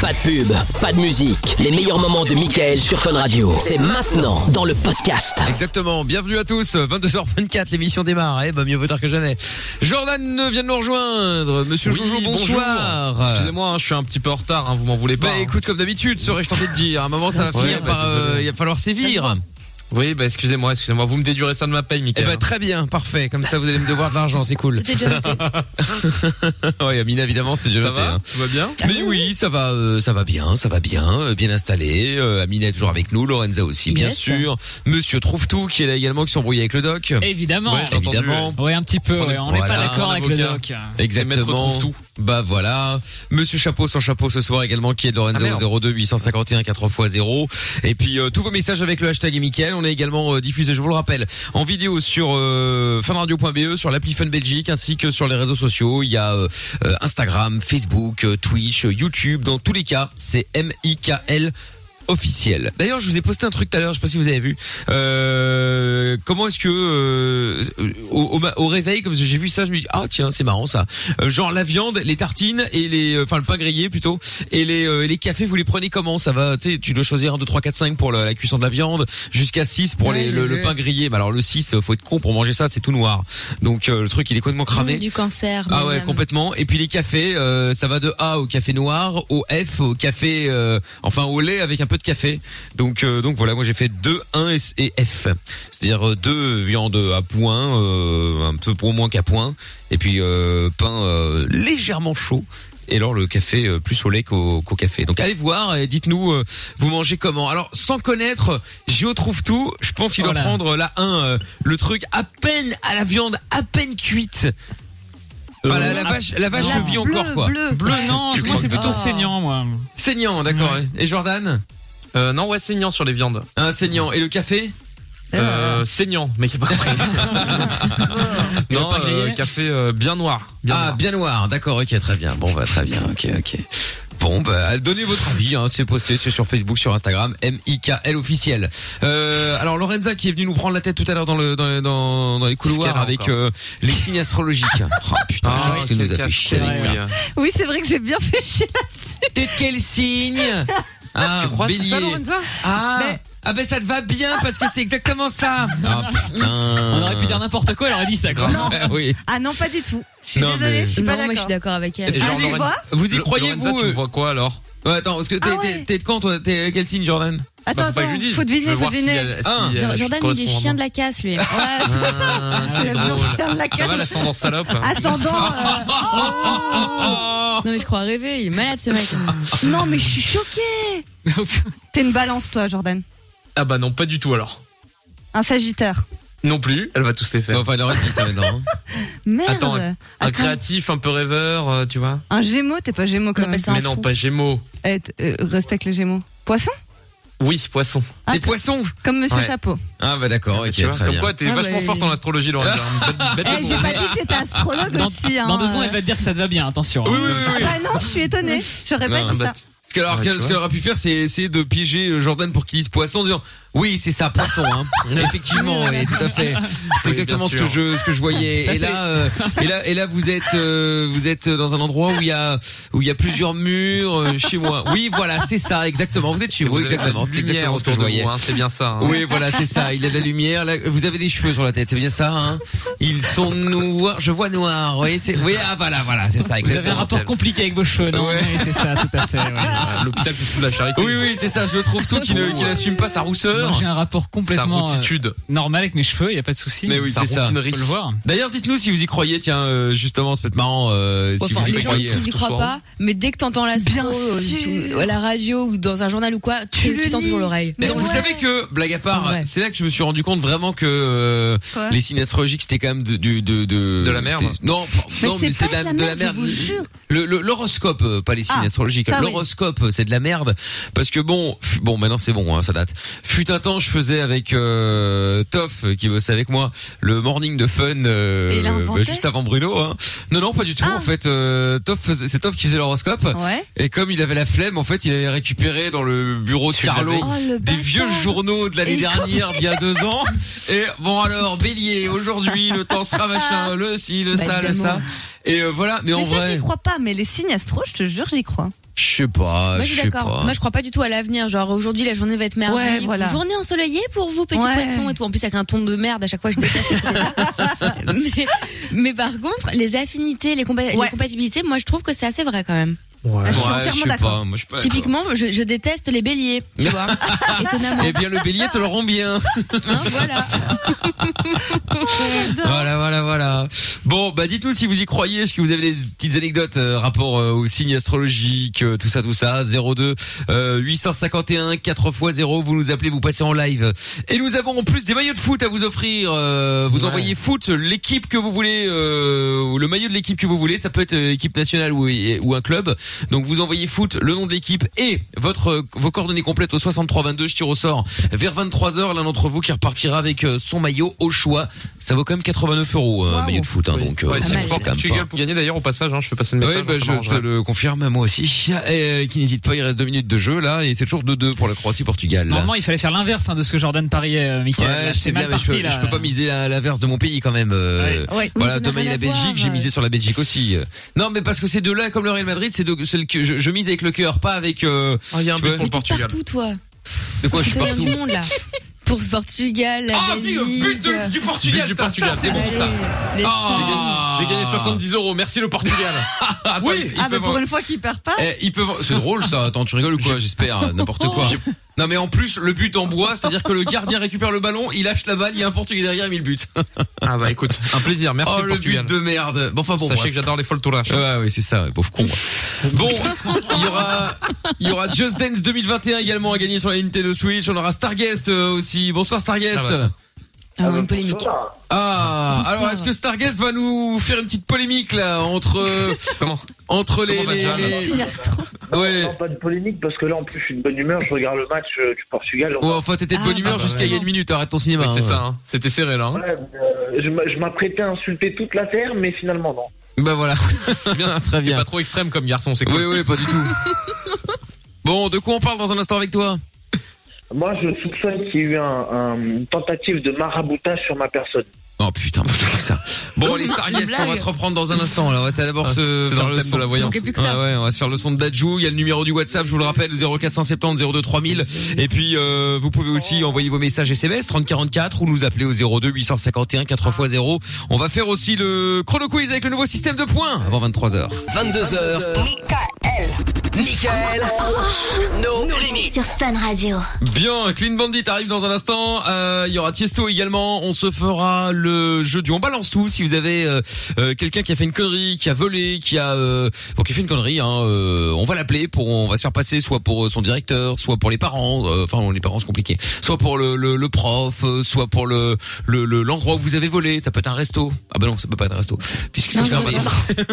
Pas de pub, pas de musique. Les meilleurs moments de Michael sur Fun Radio. C'est maintenant dans le podcast. Exactement, bienvenue à tous, 22h24, l'émission démarre, eh ben mieux vaut tard que jamais. Jordan vient de nous rejoindre, monsieur Oui, Jojo, bonjour. bonsoir. Excusez-moi, hein, je suis un petit peu en retard, hein, vous m'en voulez pas. Bah hein. écoute, comme d'habitude, serais-je tenté de dire, à un moment ça va Ouais, finir bah, par... euh, désolé. Il va falloir sévir. Oui, bah excusez-moi, excusez-moi, vous me déduirez ça de ma paye, Eh Michael. ben très bien, parfait, comme ça vous allez me devoir de l'argent, c'est cool. C'était déjà noté. oui, Amina évidemment, c'était déjà ça noté, va hein. Tout va bien Ah Mais oui, ça va, euh, ça va bien, ça va bien, euh, bien installé. Euh, Amina est toujours avec nous, Lorenza aussi, bien Yes. sûr. Monsieur trouve tout qui est là également, qui s'embrouille avec le doc. Évidemment. Ouais, Ouais, entendu, Évidemment. ouais. un petit peu. On est- ouais, On n'est voilà, pas d'accord un avec le doc. hein. avocat. Et maître Exactement. trouve tout. Bah voilà. Monsieur Chapeau sans chapeau ce soir également qui est de Lorenzo Ah, merde. au 02 851 4 x 0. Et puis euh, tous vos messages avec le hashtag et Mickaël. On est également euh, diffusé, je vous le rappelle, en vidéo sur euh, funradio.be, sur l'appli Fun Belgique ainsi que sur les réseaux sociaux. Il y a euh, euh, Instagram, Facebook, euh, Twitch, euh, YouTube. Dans tous les cas, c'est M-I-K-L officiel. D'ailleurs, je vous ai posté un truc tout à l'heure, je sais pas si vous avez vu. Euh, comment est-ce que euh, au, au ma- au réveil, comme j'ai vu ça, je me dis ah tiens, c'est marrant ça. Euh, genre la viande, les tartines et les euh, enfin le pain grillé plutôt et les euh, les cafés, vous les prenez comment Ça va, tu sais, tu dois choisir 1 2 3 4 5 pour la, la cuisson de la viande, jusqu'à 6 pour Ouais, les, j'ai le, vu. le pain grillé. Mais alors le 6, euh, faut être con pour manger ça, c'est tout noir. Donc euh, le truc il est complètement cramé. Du cancer. euh, Ah ouais, madame. complètement. Et puis les cafés, euh, ça va de A au café noir, au F au café, euh, enfin au lait avec un peu de café. Donc euh, donc voilà, moi j'ai fait 2, 1 et, et F. C'est-à-dire euh, deux viandes à point, euh, un peu pour moins qu'à point, et puis euh, pain euh, légèrement chaud. Et alors le café euh, plus au lait qu'au qu'au café. Donc allez voir et dites-nous euh, vous mangez comment. Alors sans connaître, Gio trouve tout. Je pense qu'il doit Voilà. prendre la 1 euh, le truc à peine à la viande à peine cuite. Enfin, Ah, la, la Euh, vache, la vache non. vit encore quoi. Bleu, non, Tu moi c'est crois plutôt que- saignant, moi. Saignant, d'accord. Ouais. Et Jordan, Euh, Non, ouais, saignant sur les viandes. un saignant. Et le café Euh, saignant, mais qui est pas grillé. Et le Non, pain grillé euh, café euh, bien noir. Bien Ah, noir. bien noir. D'accord, ok, très bien. Bon, bah, très bien. Ok, ok. Bon, bah, donnez votre avis. Hein. C'est posté, c'est sur Facebook, sur Instagram, M I K L officiel. Euh, alors Lorenza qui est venue nous prendre la tête tout à l'heure dans le dans, le- dans, dans les couloirs Scala avec encore. euh, les signes astrologiques. oh putain, Ah, qu'est-ce que quel nous a fait casse- chier avec oui, ça. euh, Oui, c'est vrai que j'ai bien fait chier. T'es de quel signe Ah, Tu crois que c'est ça, bélier. Lorenza Ah, ah ben ça te va bien parce que c'est exactement ça. Ah putain. Eh On aurait pu dire n'importe quoi, elle aurait dit ça, quoi. oui. Ah non, pas du tout. Je suis Non, désolée, mais- je suis pas Non, moi je suis d'accord. d'accord avec elle. Est-ce que Ah, genre, tu Lorenza- vois Vous y Lo- croyez Lorenza, vous tu me euh, vois quoi alors Ouais, attends, parce que t'es Ah ouais. t'es- t'es de quand toi T'es quel signe, Jordan Attends, Bah, faut pas que je attends, lui dise. faut Je veux deviner, faut voir si deviner. elle- si, Ah. euh, Genre, je Jordan, il est correspond à chien de moi. la casse, lui. Ouais, Ah, c'est elle a bien drôle. faire de la Ça va casse. l'ascendant salope Ascendant. euh, Non, mais je crois rêver, il est malade ce mec. Ah, Non, mais je suis choquée. T'es une balance, toi, Jordan. Ah bah non, pas du tout alors. Un sagittaire. Non plus, elle va tous les Bon, faire. Enfin, il aurait dit ça maintenant. hein. Merde. Attends, Attends, Un créatif, un peu rêveur, euh, tu vois. un gémeau, t'es pas gémeau On quand même. appelle ça Mais un non, fou. pas Gémeaux. Eh, t- euh, respecte les gémeaux. Poisson Oui, poisson. Des poissons Comme Monsieur Ouais. Chapeau. Ah bah d'accord, Ah, ok, tu vois, très comme bien. quoi, t'es Ah, vachement bah, forte en astrologie, Lorenza. Bête Eh, de j'ai bon. pas dit que j'étais astrologue Dans, aussi. Hein, dans deux euh. secondes, elle va te dire que ça te va bien, attention. Oui, hein. oui, oui, Ah oui. bah non, je suis étonnée. J'aurais Non, pas dit bah, ça. Parce que, alors, Ouais, qu'elle- tu ce vois. qu'elle aurait pu faire, c'est essayer de piéger euh, Jordan pour qu'il dise poisson en disant Oui, c'est ça, poisson. Hein. Effectivement, oui, tout à fait. C'est Oui, exactement ce bien que sûr. je ce que je voyais. Ça, et c'est- là, euh, et là, et là, vous êtes euh, vous êtes dans un endroit où il y a où il y a plusieurs murs euh, chez moi. Oui, voilà, c'est ça, exactement. Vous êtes chez Et vous, vous avez exactement. pas de C'est exactement lumière ce que je autour de voyais. vous, hein, C'est bien ça. hein. Oui, voilà, c'est ça. Il a de la lumière. Là, vous avez des cheveux sur la tête, c'est bien ça. Hein Ils sont noirs. Je vois noir. Oui, c'est. Oui, ah voilà, voilà, c'est ça. Vous avez un Exactement. rapport compliqué avec vos cheveux, non Ouais. Oui, c'est ça, tout à fait. ouais. Ah, L'hôpital qui fout de la charité. Oui, oui, c'est ça. Je le trouve tout qui ne- qui n'assume pas sa Moi, rousseur. j'ai un rapport Sa complètement euh, routitude. normal avec mes cheveux, il y a pas de souci. Mais oui, sa c'est ça. On routinerie. peut le voir. D'ailleurs, dites-nous si vous y croyez. Tiens, euh, justement, c'est peut-être marrant euh, si Enfin, vous y les gens croyez. disent qu'ils y tout croient soir. pas, mais dès que t'entends l'astro Bien euh, sûr. tu- à la radio ou dans un journal ou quoi, tu le tu tends lis. toujours l'oreille. Mais Mais vous ouais. savez que, blague à part, Ouais. c'est là que je me suis rendu compte vraiment que euh, Quoi les signes astrologiques c'était quand même de de de, De la merde. c'était- Non, Mais non, mais c'est c'était de, pas la- de la merde. je vous jure. Le- le- L'horoscope, euh, pas les signes Ah, astrologiques. ça, oui. L'horoscope, euh, c'est de la merde parce que bon, fu- bon, maintenant c'est bon, hein, ça date. Fut un temps, je faisais avec euh, Toff euh, qui bossait avec moi le morning de fun euh, Et il a inventé juste avant Bruno. Hein. Non, non, pas du tout. Ah. En fait, euh, Toff, faisait- c'est Toff qui faisait l'horoscope Ouais. et comme il avait la flemme, en fait, il avait récupéré dans le bureau de Tu l'avais Carlo Oh, le des bâtard. vieux journaux de l'année Et dernière d'il y a deux ans. Et bon alors, bélier, aujourd'hui, le temps sera machin, le ci, le Bah, ça, le évidemment. ça. Et euh, voilà, mais, en Mais ça, vrai... j'y crois pas, mais les signes astro, je te jure, j'y crois. Je sais pas, Moi, je je suis sais d'accord. pas. Moi, je crois pas du tout à l'avenir. Genre, aujourd'hui, la journée va être merdique. Ouais, voilà. Journée ensoleillée pour vous, petits Ouais. poissons et tout. En plus, avec un ton de merde à chaque fois, je déteste ce que c'est. mais, mais par contre, les affinités, les, compa- les Ouais. compatibilités, moi, je trouve que c'est assez vrai quand même. Ah, Je suis Ouais, entièrement je sais d'accord. pas, moi je suis pas d'accord. Typiquement, je, je déteste les béliers, tu vois. Étonnamment. Eh bien, le bélier te le rend bien. Hein, voilà. Voilà, voilà, voilà. Bon, bah dites-nous si vous y croyez, est-ce que vous avez des petites anecdotes euh, rapport euh, aux signes astrologiques, euh, tout ça, tout ça. 02 euh, 851 4 x 0, vous nous appelez, vous passez en live. Et nous avons en plus des maillots de foot à vous offrir. euh, vous envoyez foot, l'équipe que vous voulez, euh, ou le maillot de l'équipe que vous voulez, ça peut être euh, équipe nationale ou, ou un club. Donc vous envoyez foot, le nom de l'équipe et votre euh, vos coordonnées complètes au 63 22, je tire au sort. Vers 23h, l'un d'entre vous qui repartira avec euh, son maillot au choix. Ça vaut quand même 89 euros, un Waouh. maillot de foot, hein, Oui. donc euh, Ouais, c'est c'est mal. fort quand même Tu pas. gueules pour gagner d'ailleurs au passage, hein, je fais passer le message. Oui, bah, hein, ça je m'arrange, te hein. le confirme, moi aussi. Et euh, qui n'hésite pas, il reste deux minutes de jeu là, et c'est toujours 2-2 pour la Croatie-Portugal. là. Normalement, il fallait faire l'inverse hein, de ce que Jordan pariait, euh, Michael. Ouais, Là, je sais c'est bien, mal mais je parti, peux, là. je peux pas miser à l'inverse de mon pays quand même. euh, Ouais. Ouais. Voilà, Oui, ça n'a demain il y a rien à la Belgique, voir, j'ai euh. misé sur la Belgique aussi. Non, mais parce que ces deux-là, comme le Real Madrid, c'est de- c'est le que je, je mise avec le cœur, pas avec. euh, Ah, il y a un tu but vois, contre Mais le t'es Portugal. partout, toi. de quoi Oh, je suis Citoyen partout. du monde, là. Pour Portugal, la Ah, puis, Belgique. euh, but de- du Portugal, But du putain, Portugal, ça, c'est bon Allez, ça. les- Ah. J'ai gagné 70 euros, merci le Portugal. Ah, Oui. ils Ah, mais peuvent- pour une fois qu'il perd pas. Eh, ils peuvent. C'est drôle ça. Attends, tu rigoles ou quoi J'espère. euh, N'importe quoi. Non mais en plus le but en bois, c'est-à-dire que le gardien récupère le ballon, il lâche la balle, il y a un Portugais derrière, il met le but. Ah bah écoute, un plaisir, merci oh le le but Portugal. de merde. Bon enfin bon. Sachez bref. que j'adore les foltorages. Ouais, oui, c'est ça, pauvre con. moi. Bon, il y aura, il y aura Just Dance 2021 également à gagner sur la Nintendo Switch. On aura Starguest euh, aussi. Bonsoir Starguest. Ah bah. Ah, une polémique. Ah, Bonsoir. alors est-ce que Starguest va nous faire une petite polémique là entre euh, Comment entre les, Comment va les- Jeanne les- Signe astro. ouais. Non, pas de polémique parce que là en plus je suis de bonne humeur, je regarde le match euh, du Portugal. Oh, enfin t'étais de Ah, bonne humeur bah, jusqu'à il y a une minute. Arrête ton cinéma. Oui, C'est hein. ça, hein. c'était serré là. hein. Ouais, euh, je m'a- je m'apprêtais à insulter toute la terre, mais finalement non. Bah voilà. Bien, Très T'es bien. pas trop extrême comme garçon, c'est cool. Oui, oui, pas du tout. Bon, de quoi on parle dans un instant avec toi Moi je soupçonne qu'il y a eu un, un- une tentative de maraboutage sur ma personne. Oh putain, putain, que ça. Bon, Oh, Non, les non, Star c'est Guests, une on va blague. te reprendre dans un instant. Là, on va d'abord se Ah, C'est faire dans le le thème son. Ah de la voyance. Donc, plus que ça. Ouais, ouais, on va se faire le son de Dajou. Il y a le numéro du WhatsApp, je vous le rappelle, 0470 02 3000. Et puis, euh, vous pouvez aussi envoyer vos messages SMS 3044 ou nous appeler au 02 851 4x0. On va faire aussi le chrono quiz avec le nouveau système de points avant 23h. 22h. Michael. No limites. Sur Fun Radio. Bien, Clean Bandit arrive dans un instant. Euh, Il y aura Tiesto également. On se fera le jeu du on balance tout. Si vous avez euh, euh, quelqu'un qui a fait une connerie, qui a volé, qui a euh, bon, qui a fait une connerie, hein, euh, on va l'appeler pour on va se faire passer soit pour euh, son directeur, soit pour les parents. euh, Enfin, bon, les parents c'est compliqué. Soit pour le, le, le prof, euh, soit pour le le- le- l'endroit où vous avez volé. Ça peut être un resto. Ah ben non, ça peut pas être un resto puisque ça Non, fait non, un non. bail.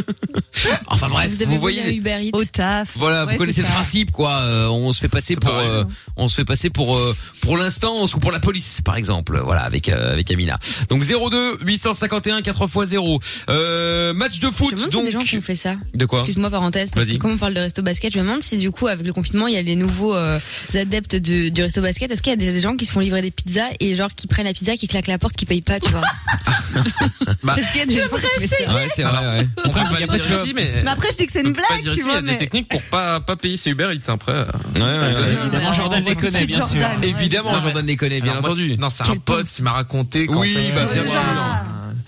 Enfin bref, vous avez volé voyez. à Uber Eats. Au taf. Voilà, Ouais, vous connaissez c'est le ça. principe, quoi. Euh, on se fait passer pour, pareil, euh, non on se fait passer pour euh, pour l'instance ou pour la police, par exemple. Voilà, avec euh, avec Amina. Donc 02 851 4 x 0. Euh, match de Je foot. me demande si donc des gens qui ont fait ça. de quoi Excuse-moi parenthèse parce Vas-y. que comme on parle de resto basket, je me demande si du coup avec le confinement il y a les nouveaux euh, adeptes de- du resto basket, est-ce qu'il y a déjà des gens qui se font livrer des pizzas et genre qui prennent la pizza, qui claquent la porte, qui payent pas, tu vois Ah. Bah, Est-ce qu'il y a des gens qui font ça Ouais, c'est vrai. Ouais. On peut Après, pas après, le tu dire vois- ici, mais. Mais après, je dis que c'est on une peut pas blague, dire tu ici, il y vois. a des Mais techniques pour pas, pas payer ses Uber Eats après. euh. Ouais, ouais, ouais. Non, Évidemment, mais Jordan on les voit tout de connaît, suite bien sûr. Jordan. Évidemment, Non, mais- Jordan les connaît, Eh bien Alors, moi, entendu. c'est- non, c'est un Quel pote pote qui m'a raconté. qu'en Oui, fait, bah, euh, bien sûr.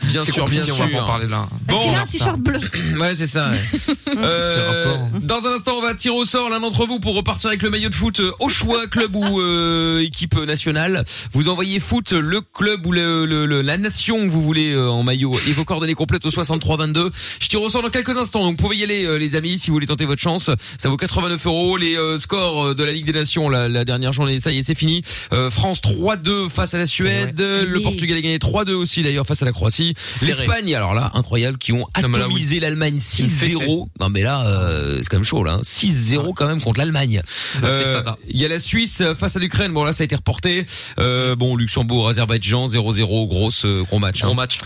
Bien c'est sûr, compliqué, bien sûr. On va en parler là. Parce Bon, qu'il a un t-shirt bleu. ouais, c'est ça. ouais. Euh, Quel rapport. hein. dans un instant, on va tirer au sort l'un d'entre vous pour repartir avec le maillot de foot euh, au choix, club ou euh, équipe nationale. Vous envoyez foot, euh, le club ou le, le- le- la nation que vous voulez euh, en maillot et vos coordonnées complètes au 63 22. Je tire au sort dans quelques instants, donc vous pouvez y aller euh, les amis si vous voulez tenter votre chance. Ça vaut 89 euros. Les euh, scores euh, de la Ligue des Nations la, la dernière journée, ça y est, c'est fini. Euh, France 3-2 face à Eh la Suède. Le Oui. Portugal a gagné 3-2 aussi d'ailleurs face à la Croatie. Serré. L'Espagne, alors là, incroyable, qui ont Non, mais là, oui. atomisé l'Allemagne 6-0. Non mais là, euh, c'est quand même chaud là. hein. 6-0 quand même contre l'Allemagne. La Euh, fessada. Il y a la Suisse euh, face à l'Ukraine. Bon là, ça a été reporté. Euh, bon, Luxembourg, Azerbaïdjan, 0-0, grosse euh, gros match. hein. Gros match.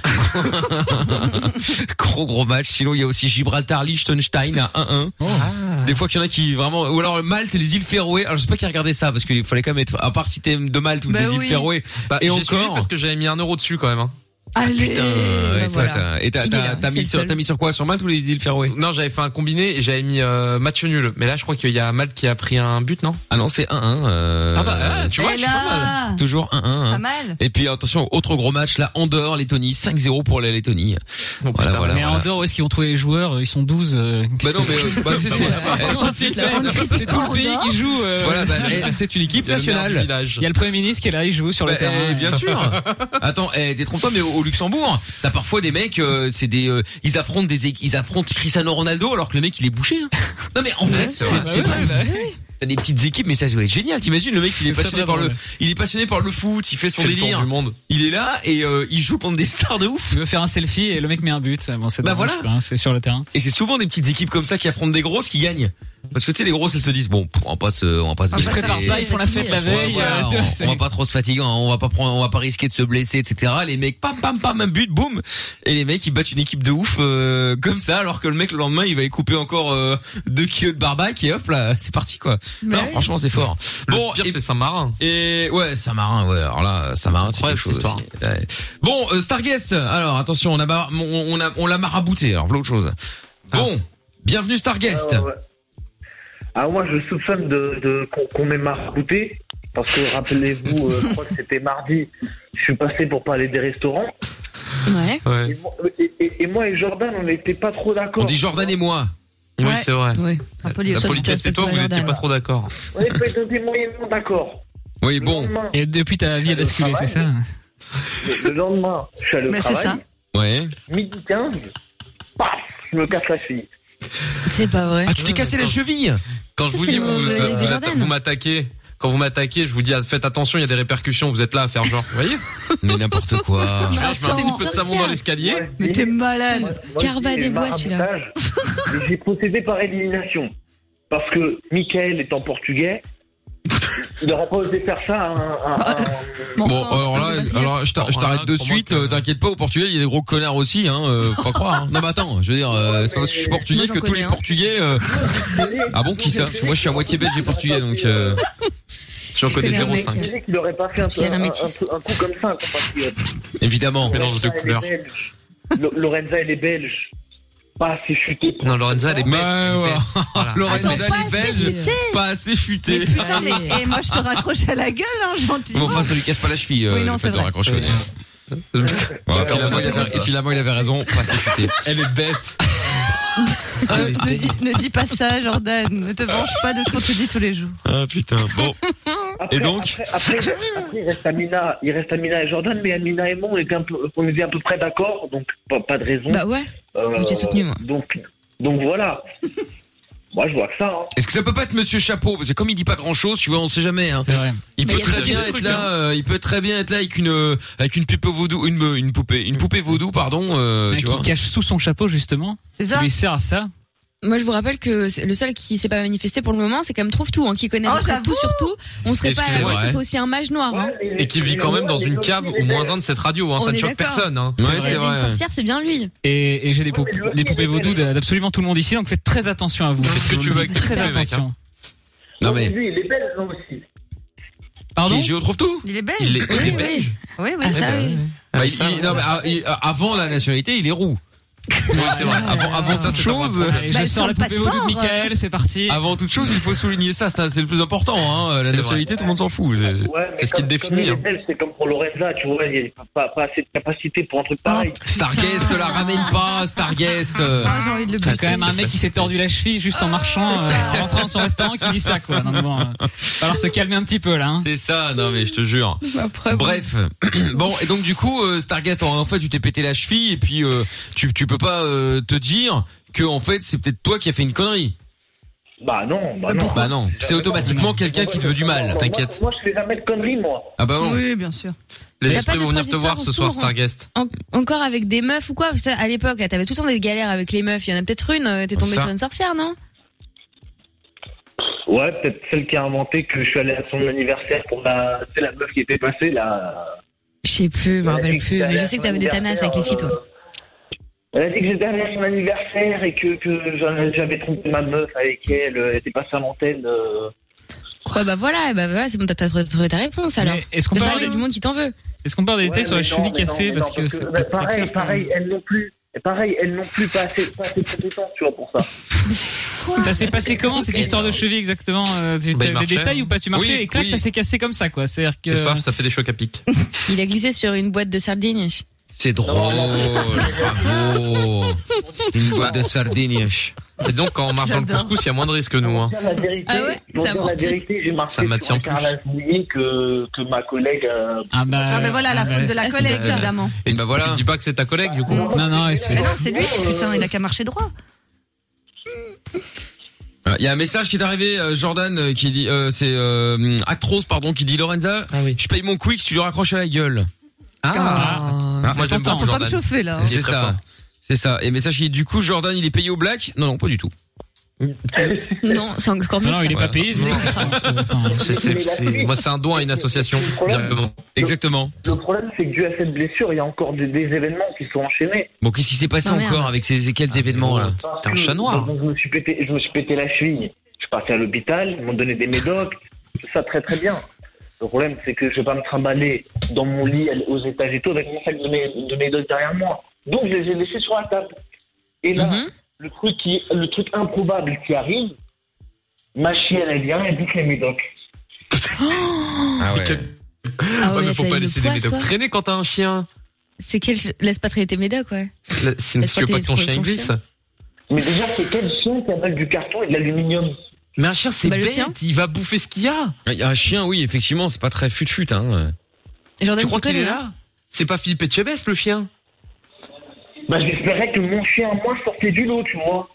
gros gros match. Sinon, il y a aussi Gibraltar, Liechtenstein à 1-1. Ah. Des fois qu'il y en a qui vraiment, ou alors Malte et les îles Féroé. Alors je sais pas qui a regardé ça parce qu'il fallait quand même être, à part si t'es de Malte ou Bah des îles oui. Féroé. Bah, Et j'ai encore. suivi parce que j'avais mis un euro dessus quand même. hein. Allez. Putain, euh, ouais, toi, t'as- et t'as- Il est t'as là, t'as c'est mis le sur, seul. t'as mis sur quoi Sur Malte ou les îles Ferroé Non, j'avais fait un combiné et j'avais mis euh, match nul. Mais là, je crois qu'il y a Malte qui a pris un but, non Ah non, c'est 1-1. euh, Ah bah, ah, tu vois, Et je suis pas mal. là, toujours 1-1. hein. pas mal. Et puis attention, autre gros match, là, Andorre, Lettonie, 5-0 pour la Lettonie. Oh, Voilà, putain, voilà. mais en dehors, où est-ce qu'ils ont trouvé les joueurs Ils sont 12. euh, Bah qu'est-ce non, que- mais euh, bah, tu sais, c'est- Ils sont dix, là. C'est tout le pays qui joue. euh, voilà, bah, eh, c'est une équipe Il y a le maire du nationale. village. Il y a le Premier ministre qui est là, il joue sur Bah, le terrain. eh, bien sûr. Attends, eh, détrompe-toi, mais au, au Luxembourg, t'as parfois des mecs, euh, c'est des, euh, ils affrontent des, équ- ils affrontent Cristiano Ronaldo alors que le mec il est bouché. hein. Non mais en vrai, c'est Bah c'est ouais, vrai. bah, T'as des petites équipes, mais ça doit être génial. T'imagines le mec, il est C'est passionné très par drôle, le, ouais. il est passionné par le foot, il fait son Fait le tour délire. du monde. Il est là et euh, il joue contre des stars de ouf. Tu veux faire un selfie et le mec met un but. Bon, c'est Bah dommage, voilà. quoi, hein, c'est sur le terrain. Et c'est souvent des petites équipes comme ça qui affrontent des grosses qui gagnent. Parce que tu sais, les grosses, elles se disent bon, on va pas se, on va pas se Ils se blesser. préparent pas, ils font la fête la Ouais, Ouais, veille. voilà, euh, tu vois, on- c'est- on, va pas trop se fatiguer, hein, on va pas prendre, on va pas risquer de se blesser, etc. Les mecs, pam, pam, pam, un but, boum. Et les mecs, ils battent une équipe de ouf euh, comme ça, alors que le mec le lendemain, il va y couper encore euh, deux kilos de barbac et hop là, c'est parti quoi. non, franchement, c'est fort. Bon, le pire, et- c'est Saint-Marin. et ouais, Saint-Marin, ouais. Alors là, Saint-Marin, c'est quelque Incroyable, chose. cette histoire. aussi. Ouais. Bon, euh, Starguest. Alors attention, on a mar- on on a on l'a marabouté. Alors voilà autre chose. Bon, bienvenue Starguest. Ah, ouais. Ah, moi, je soupçonne de, de- qu'on qu'on m'ait marcouté. Parce que rappelez-vous, euh, je crois que c'était mardi, je suis passé pour parler des restaurants. Ouais. Et Ouais. moi et, et- et moi et Jordan, on n'était pas trop d'accord. On dit Jordan et moi. Oui, Ouais. c'est vrai. Ouais. Un peu La Ça, politesse c'est et toi, pas vous étiez Jordan. pas trop d'accord. On est pas été moyennement d'accord. Oui, Le bon. lendemain, Et depuis ta vie a Le basculé, c'est travail. ça le, le lendemain, je suis allé au Mais c'est travail, ça. Ouais. midi 15, paf, je me casse la cheville. C'est pas vrai. Ah, tu t'es cassé la cheville. Quand Ça, je vous c'est dis, le vous, mauvais euh, des vous, Jordan. atta- vous m'attaquez. Quand vous m'attaquez, je vous dis, ah, faites attention, il y a des répercussions, vous êtes là à faire genre. Vous voyez Mais n'importe quoi. Mais Je mets un attends. petit peu de savon dans l'escalier. Moi, je Mais dis- t'es malade. moi, je Carva dis des bois, celui-là. maraboutage. Et J'ai procédé par élimination. Parce que Michael étant portugais, il n'aurait pas osé faire ça à un. à Ah. un- Bon, enfin, alors là, vas-y, alors je t'a- je Bon, t'arrête voilà, de pour moi suite. que- euh, T'inquiète pas, au Portugal, il y a des gros connards aussi. Hein, euh, faut pas croire. hein. Non, mais attends, je veux dire, euh, c'est pas parce que je suis portugais Moi, j'en que tous connais les un. Portugais. euh, Ah bon, qui ça Parce que Moi, je suis à moitié belge et portugais, donc. euh, J'en connais connais un mec. 0,5. Je disais qu'il n'aurait pas fait un, Portugais, un, la un- métisse. un coup comme ça, un compatriote. Évidemment. Mélange de Lorenza, elle est couleurs. belge. Lo- Lorenza, elle est belge. Pas assez chutée. Non, Lorenza, elle est belle. Ben, Voilà. Lorenza Attends, pas les Belges, assez futé. pas assez Mais futé. putain, Allez. mais- et moi je te raccroche à la gueule, hein, Bon, gentiment. enfin, ça lui casse pas la cheville, euh, Oui, non, le c'est fait de vrai. raccrocher. Ouais. Voilà, finalement, il avait, et finalement, il avait raison, pas assez futé. Elle est bête. Euh, ne, dis, ne dis pas ça, Jordan. Ne te venge pas de ce qu'on te dit tous les jours. Ah putain, bon. Après, Et donc après, après, après, il reste Amina, il reste Amina et Jordan, mais Amina et moi, on était, un peu, on était à peu près d'accord, donc pas, pas de raison. Bah ouais. Euh, mais j'ai soutenu, moi. Donc, donc voilà. moi, je vois que ça. hein. Est-ce que ça peut pas être Monsieur Chapeau Parce que comme il dit pas grand chose, tu vois, on sait jamais. Hein. C'est vrai. Il Mais peut il y a très des bien petits être trucs, hein. là. euh, il peut très bien être là avec une euh, avec une poupée vaudou, une me- une poupée, une poupée vaudou, pardon. euh, Un tu qui vois. cache sous son chapeau justement. C'est Qui ça lui sert à ça. Moi, je vous rappelle que c'est- le seul qui s'est pas manifesté pour le moment, c'est comme Trouve Tout, hein, qui connaît à Oh, peu près j'avoue tout sur tout. On serait Et pas à c'est l'abri que vrai. ce soit aussi un mage noir. hein. Ouais, mais- Et qui vit quand même dans mais une Loki, cave il est au moins belge. un de cette radio, hein. On Ça ne est choque d'accord. personne, hein. Ouais, Si c'est elle devient une vrai. sorcière, c'est bien lui. Et, et j'ai des, pou- Ouais, mais le des film poupées est vaudou belge. d'a- d'absolument tout le monde ici, donc faites très attention à vous. Qu'est-ce que tu veux avec tes Très poupées, mec, attention. Non mais Lui, il est belge hein, aussi. Pardon qui j'y retrouve tout. Il est Il belge. est, Oui, il est oui. bête. Oui, oui. Ah, ça, oui. Bah, Ah, il- ça, il- non, mais, ah, il- ah, avant la nationalité, il est roux. Ouais, c'est vrai. Avant avant toute chose. Allez, je Bah, sors elle sort la le poupée vaudou de passeport. Michael, c'est parti. Avant toute chose, il faut souligner ça, ça, c'est le plus important. Hein. La C'est nationalité, tout le monde s'en fout. C'est- c'est- Ouais, mais C'est ce qui comme- te comme définit, il est hein. belge, C'est comme pour Lorenza, tu vois, il n'y a pas, pas assez de capacité pour un truc pareil. Starguest, la ramène pas, Starguest. euh. Ah, j'ai envie de le C'est blesser. quand même un mec qui s'est tordu la cheville juste en marchant, euh, en rentrant dans son restaurant, qui dit ça quoi. Donc bon, euh, va alors se calmer un petit peu là. hein. C'est ça, non mais je te jure. Bah, Bref, bon et donc du coup, euh, Starguest, en fait, tu t'es pété la cheville et puis euh, tu tu peux pas euh, te dire que en fait c'est peut-être toi qui as fait une connerie. Bah non, bah non. Bah non, c'est automatiquement quelqu'un qui te veut du mal. Moi, t'inquiète. Moi, je fais jamais de conneries, moi. Ah bah non. Oui, bien sûr. Les Y'a esprits pas vont venir deux, te trois voir histoires ce au soir, sourd, hein. Starguest. En- encore avec des meufs ou quoi Parce que à l'époque, là, t'avais tout le temps des galères avec les meufs. Il y en a peut-être une. euh, T'es tombé Ça. sur une sorcière, non Ouais, peut-être celle qui a inventé que je suis allé à son anniversaire pour la. C'est la meuf qui était passée, là. Je sais plus, je me rappelle plus. Mais je sais que t'avais des tanasses avec les filles, euh, toi. euh, Elle a dit que j'étais allé à son anniversaire et que, que j'en- j'avais trompé ma meuf avec elle. Elle était passée à l'antenne. euh. Ouais, bah eh voilà, bah voilà, c'est bon, t'as t'as trouvé ta réponse alors. Mais Est-ce qu'on Mais peut ça, avoir il y a des- du monde qui t'en veut. Est-ce qu'on parle des Ouais, détails sur la mais non, cheville mais non, cassée mais parce non, que c'est bah, pas très pareil, clair, quand même. pareil, elles non plus. Et Pareil, elles non plus pas assez, pas assez compétentes, tu vois, pour Ah. ça. Ça s'est passé comment cette histoire de cheville exactement Euh, Tu Bah, il as des marchait, détails hein. ou pas Tu marchais Oui, et clac, oui. ça s'est cassé comme ça quoi. C'est-à-dire Et que paf, ça fait des chocs à pic. Il a glissé sur une boîte de sardines. C'est drôle, bravo. Une boîte de sardines. Oh. Et donc, quand on marche dans le J'adore. couscous, il y a moins de risques que nous. Hein. Pour dire La vérité, Ah ouais pour Ça dire la amortit. vérité, j'ai marqué Ça m'attire sur un plus. carrelage mouillé que, que ma collègue. euh, ah bah Ah, mais voilà, la bah, faute de la c'est- collègue, c'est- évidemment. Et bah Voilà. Tu voilà. te dis pas que c'est ta collègue, du coup. Non non, et c'est Mais non, c'est lui, putain, il a qu'à marcher droit. Ah, Il y a un message qui est arrivé, euh, Jordan, euh, qui dit, euh, c'est euh, Actros, pardon, qui dit Lorenza, Ah oui. je paye mon quick, tu lui raccroches à la gueule. Ah. Ah, Moi, j'aime Pourtant, beaucoup Faut pas me Jordan. chauffer, là. hein. Il est C'est Ah, très ça. fort. C'est ça. Et message qui dit, du coup, Jordan, il est payé au black Non, non, pas du tout. Non, c'est encore mieux Non, que non, il est ça. pas payé. Vous êtes Enfin, C'est- c'est- c'est- Moi, Bah, c'est un don à une association, directement. Exactement. Le problème, c'est que dû à cette blessure, il y a encore des, des événements qui sont enchaînés. Bon, qu'est-ce qui s'est passé Non, merde. encore avec ces quels événements là Parce T'es un que- chat noir. donc, je, me suis pété, je me suis pété la cheville. Je suis parti à l'hôpital, ils m'ont donné des médocs, tout ça très très bien. Le problème, c'est que je vais pas me trimballer dans mon lit aller aux étages et tout avec mon sac de, mé- de médocs derrière moi. Donc, je les ai laissés sur la table. Et là, Mhm. le, truc qui, le truc improbable qui arrive, ma chienne, elle vient, elle bouffe les médocs. Ah ouais. Ah Ouais, ouais, mais faut t'as pas eu le laisser des poids, médocs toi. traîner quand t'as un chien. C'est quel laisse pas traîner tes médocs, ouais. Là, c'est- Laisse Tu veux pas pas que ton tes- chien ton il glisse Mais déjà, c'est quel chien qui avale du carton et de l'aluminium Mais un chien, c'est Bah, le tien. bête. Il va bouffer ce qu'il y a. Il y a un chien, oui, effectivement, c'est pas très fut fut hein. Jordan, Tu crois c'est quoi qu'il le est nom là C'est pas Philippe Etchebest, le chien Bah, j'espérais que mon chien, moi, sortait du lot, tu vois.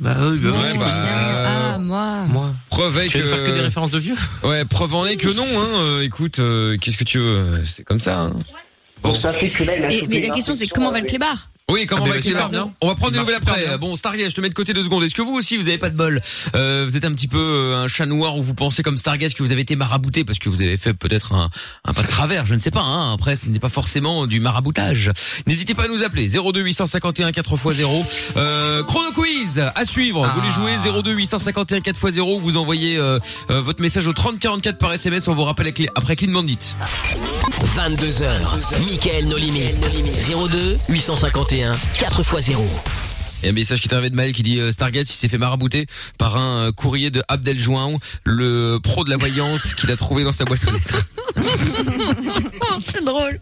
Bah oui, bah Mon Ouais, chien. bah, Ah, moi. Moi. Preuve est Tu veux faire que des que références de vieux ouais, preuve en est que non hein. euh, écoute, euh, qu'est-ce que tu veux, c'est comme ça hein. Donc, ça fait que là, il a Et, chopé mais la une question, c'est infection comment va le avec- clébard Oui, comment Ah, va mais Clément il marche bien. On va prendre Il des nouvelles marche super après. bien. Bon, Stargaz, je te mets de côté deux secondes. Est-ce que vous aussi, vous avez pas de bol Euh, Vous êtes un petit peu euh, un chat noir où vous pensez comme Stargaz que vous avez été marabouté parce que vous avez fait peut-être un, un pas de travers, je ne sais pas. Hein. Après, ce n'est pas forcément du maraboutage. N'hésitez pas à nous appeler 02 851 4x0. Euh, chrono quiz à suivre. Vous Ah. voulez jouer 02 851 4x0 Vous envoyez euh, euh, votre message au 3044 par SMS. On vous rappelle avec les- après Clean Bandit. 22h, Michael No Limit. 02 851 4x0. Il y a un message qui est arrivé de Maël qui dit euh, Stargate il s'est fait marabouter par un euh, courrier de Abdel Jouaou, le pro de la voyance qu'il a trouvé dans sa boîte aux lettres. Oh, C'est drôle.